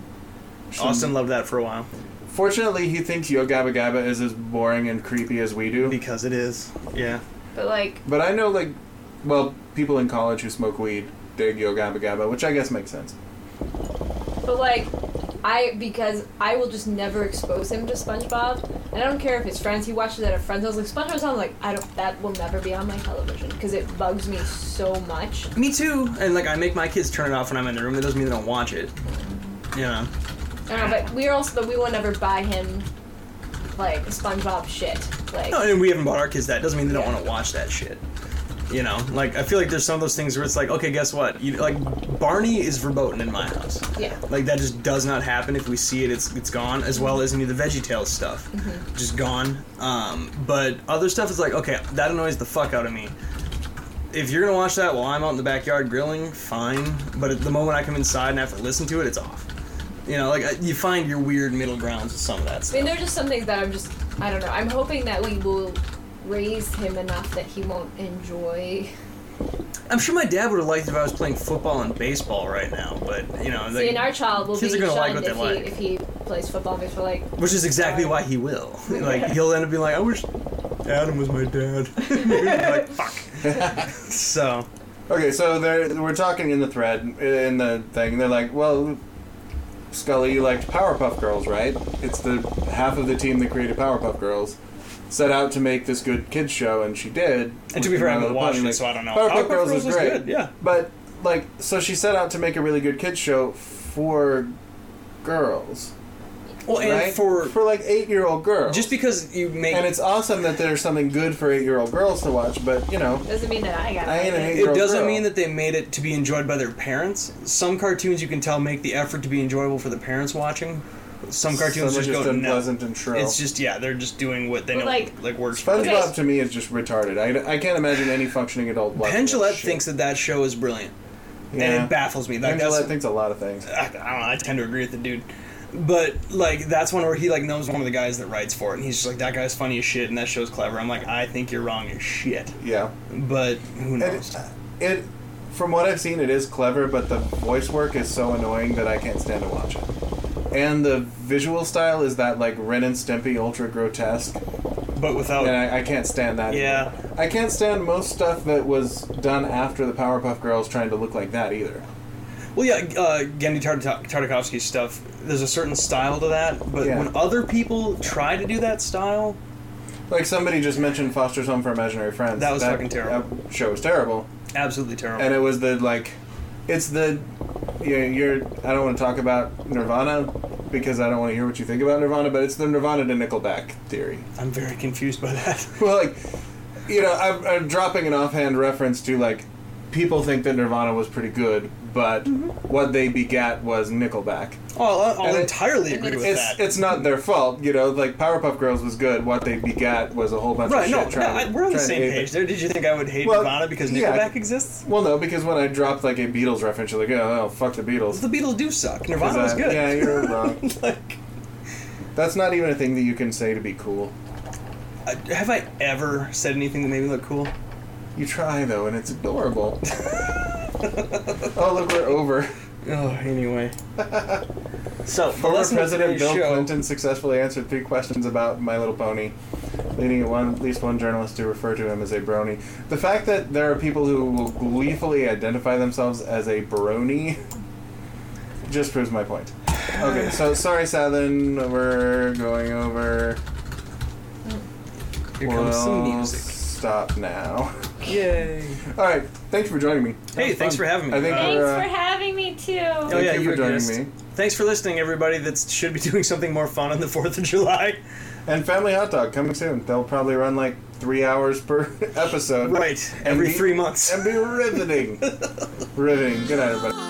B: Some-
A: Austin loved that for a while
B: Fortunately, he thinks Yo Gabba Gabba is as boring and creepy as we do.
A: because it is. Yeah.
F: But like,
B: But I know, like, well, people in college who smoke weed dig Yo Gabba Gabba, which I guess makes sense.
F: but like, I because I will just never expose him to SpongeBob, and I don't care if his friends. He watches it at friends. I was like, SpongeBob's on. Like, I don't. That will never be on my television because it bugs me so much.
A: Me too. And like I make my kids turn it off when I'm in the room. That doesn't mean they don't watch it. You know.
F: I don't know, but we're also. But we will never buy him, like SpongeBob shit. Like,
A: No, and we haven't bought our kids that. Doesn't mean they don't want to watch that shit. You know, like I feel like there's some of those things where it's like, okay, guess what? You like Barney is verboten in my house.
F: yeah.
A: Like that just does not happen. If we see it, it's it's gone. As well as any of the Veggie Tales stuff,
F: Mm-hmm.
A: just gone. Um, but other stuff is like okay, that annoys the fuck out of me. If you're gonna watch that while I'm out in the backyard grilling, fine. But at the moment I come inside and have to listen to it, it's off. You know, like I- you find your weird middle grounds with some of that
F: I mean,
A: stuff.
F: there are just some things that I'm just, I don't know. I'm hoping that we will raise him enough that he won't enjoy.
A: I'm sure my dad would have liked if I was playing football and baseball right now, but you know,
F: See, and our
A: like,
F: child will be
A: kids
F: shunned
A: are gonna like what
F: if,
A: they
F: he, if he plays football because we're like,
A: which is exactly why he will. like he'll end up being like, I wish Adam was my dad. like fuck. so.
B: Okay, so they're, we're talking in the thread, in the thing. They're like, well, Scully, you liked Powerpuff Girls, right? It's the half of the team that created Powerpuff Girls. Set out to make this good kids show, and she did.
A: And to
B: with
A: be fair, I
B: My
A: haven't
B: Little
A: watched
B: Pony.
A: it, so I don't know.
B: Powerpuff,
A: Powerpuff
B: Girls,
A: Girls
B: is
A: was
B: great.
A: good, yeah.
B: But, like, so she set out to make a really good kids show for girls.
A: Well, and
B: right?
A: for,
B: like eight year old girls.
A: just because you make
B: and it's awesome that there's something good for eight year old girls to watch, but you know,
F: doesn't mean that I got
B: I ain't an eight
A: it
B: year old.
A: doesn't mean that they made it to be enjoyed by their parents. Some cartoons you can tell make the effort to be enjoyable for the parents watching. Some cartoons
B: Some are
A: just, go no.
B: unpleasant and shrill.
A: It's just yeah, they're just doing what they
F: But,
A: know like,
F: like,
A: works for.
B: SpongeBob
A: them.
F: Okay.
B: to me is just retarded. I, I can't imagine any functioning adult. watching
A: Penn
B: that
A: Jillette
B: shit.
A: thinks that that show is brilliant,
B: yeah.
A: and it baffles me. Like,
B: Penn
A: that's, Uh,
B: Jillette thinks a lot of things.
A: I don't know. I tend to agree with the dude. But like that's one where he like knows one of the guys that writes for it, and he's just like that guy's funny as shit, and that show's clever. I'm like, I think you're wrong as shit,
B: Yeah,
A: but who knows?
B: it, it from what I've seen, it is clever, but the voice work is so annoying that I can't stand to watch it. And the visual style is that like Ren and Stimpy ultra grotesque,
A: But without
B: and I, I can't stand that.
A: Oh. Yeah.
B: either. I can't stand most stuff that was done after the Powerpuff Girls trying to look like that either.
A: Well, yeah, uh, Genndy Tartak- Tartakovsky's stuff. There's a certain style to that, but
B: Yeah.
A: when other people try to do that style,
B: Like somebody just mentioned Foster's Home for Imaginary Friends.
A: That was fucking terrible.
B: That show was terrible,
A: Absolutely terrible.
B: and it was the like, it's the, you know, you're. I don't want to talk about Nirvana because I don't want to hear what you think about Nirvana, but it's the Nirvana to Nickelback theory.
A: I'm very confused by that.
B: Well, like, you know, I'm, I'm dropping an offhand reference to like, people think that Nirvana was pretty good, but
A: Mm-hmm.
B: what they begat was Nickelback.
A: Oh, I'll, I'll
B: And it-
A: entirely agree with
B: it's
A: that.
B: it's not their fault, you know. Like Powerpuff Girls was good. What they begat was a whole bunch of
A: right,
B: shit.
A: no, no
B: trying to-
A: I, we're
B: trying
A: on the
B: to
A: same
B: ape
A: page
B: it.
A: there. Did you think I would hate
B: Well,
A: Nirvana because
B: yeah.
A: Nickelback exists?
B: Well, no, because when I dropped like a Beatles reference, you're like, oh, oh fuck the Beatles.
A: The Beatles do suck.
B: 'Cause,
A: Nirvana
B: uh,
A: was good.
B: Yeah, you're wrong.
A: like,
B: That's not even a thing that you can say to be cool.
A: I- have I ever said anything that made me look cool?
B: You try though, and it's adorable. oh look, we're over.
A: Oh, anyway. so, the
B: Former
A: lesson of
B: President
A: today's
B: Bill
A: show-
B: Clinton successfully answered three questions about My Little Pony, leading one, at least one journalist to refer to him as a brony. The fact that there are people who will gleefully identify themselves as a brony just proves my point. Okay, so sorry, Southern, we're going over.
A: Here comes some
B: We'll
A: music.
B: Stop now.
A: Yay.
B: All right, thanks for joining me.
A: Hey, thanks for having me.
B: I think
A: Uh,
B: we're. Uh,
F: Thanks for having me too.
A: Oh,
B: Thank
A: yeah,
B: you
A: you
B: for joining
A: exist.
B: me.
A: Thanks for listening, everybody that should be doing something more fun on the 4th of July.
B: and Family Hot Dog coming soon. They'll probably run like three hours per episode.
A: Right, every
B: be-
A: three months.
B: and be riveting. riveting. Good night, everybody.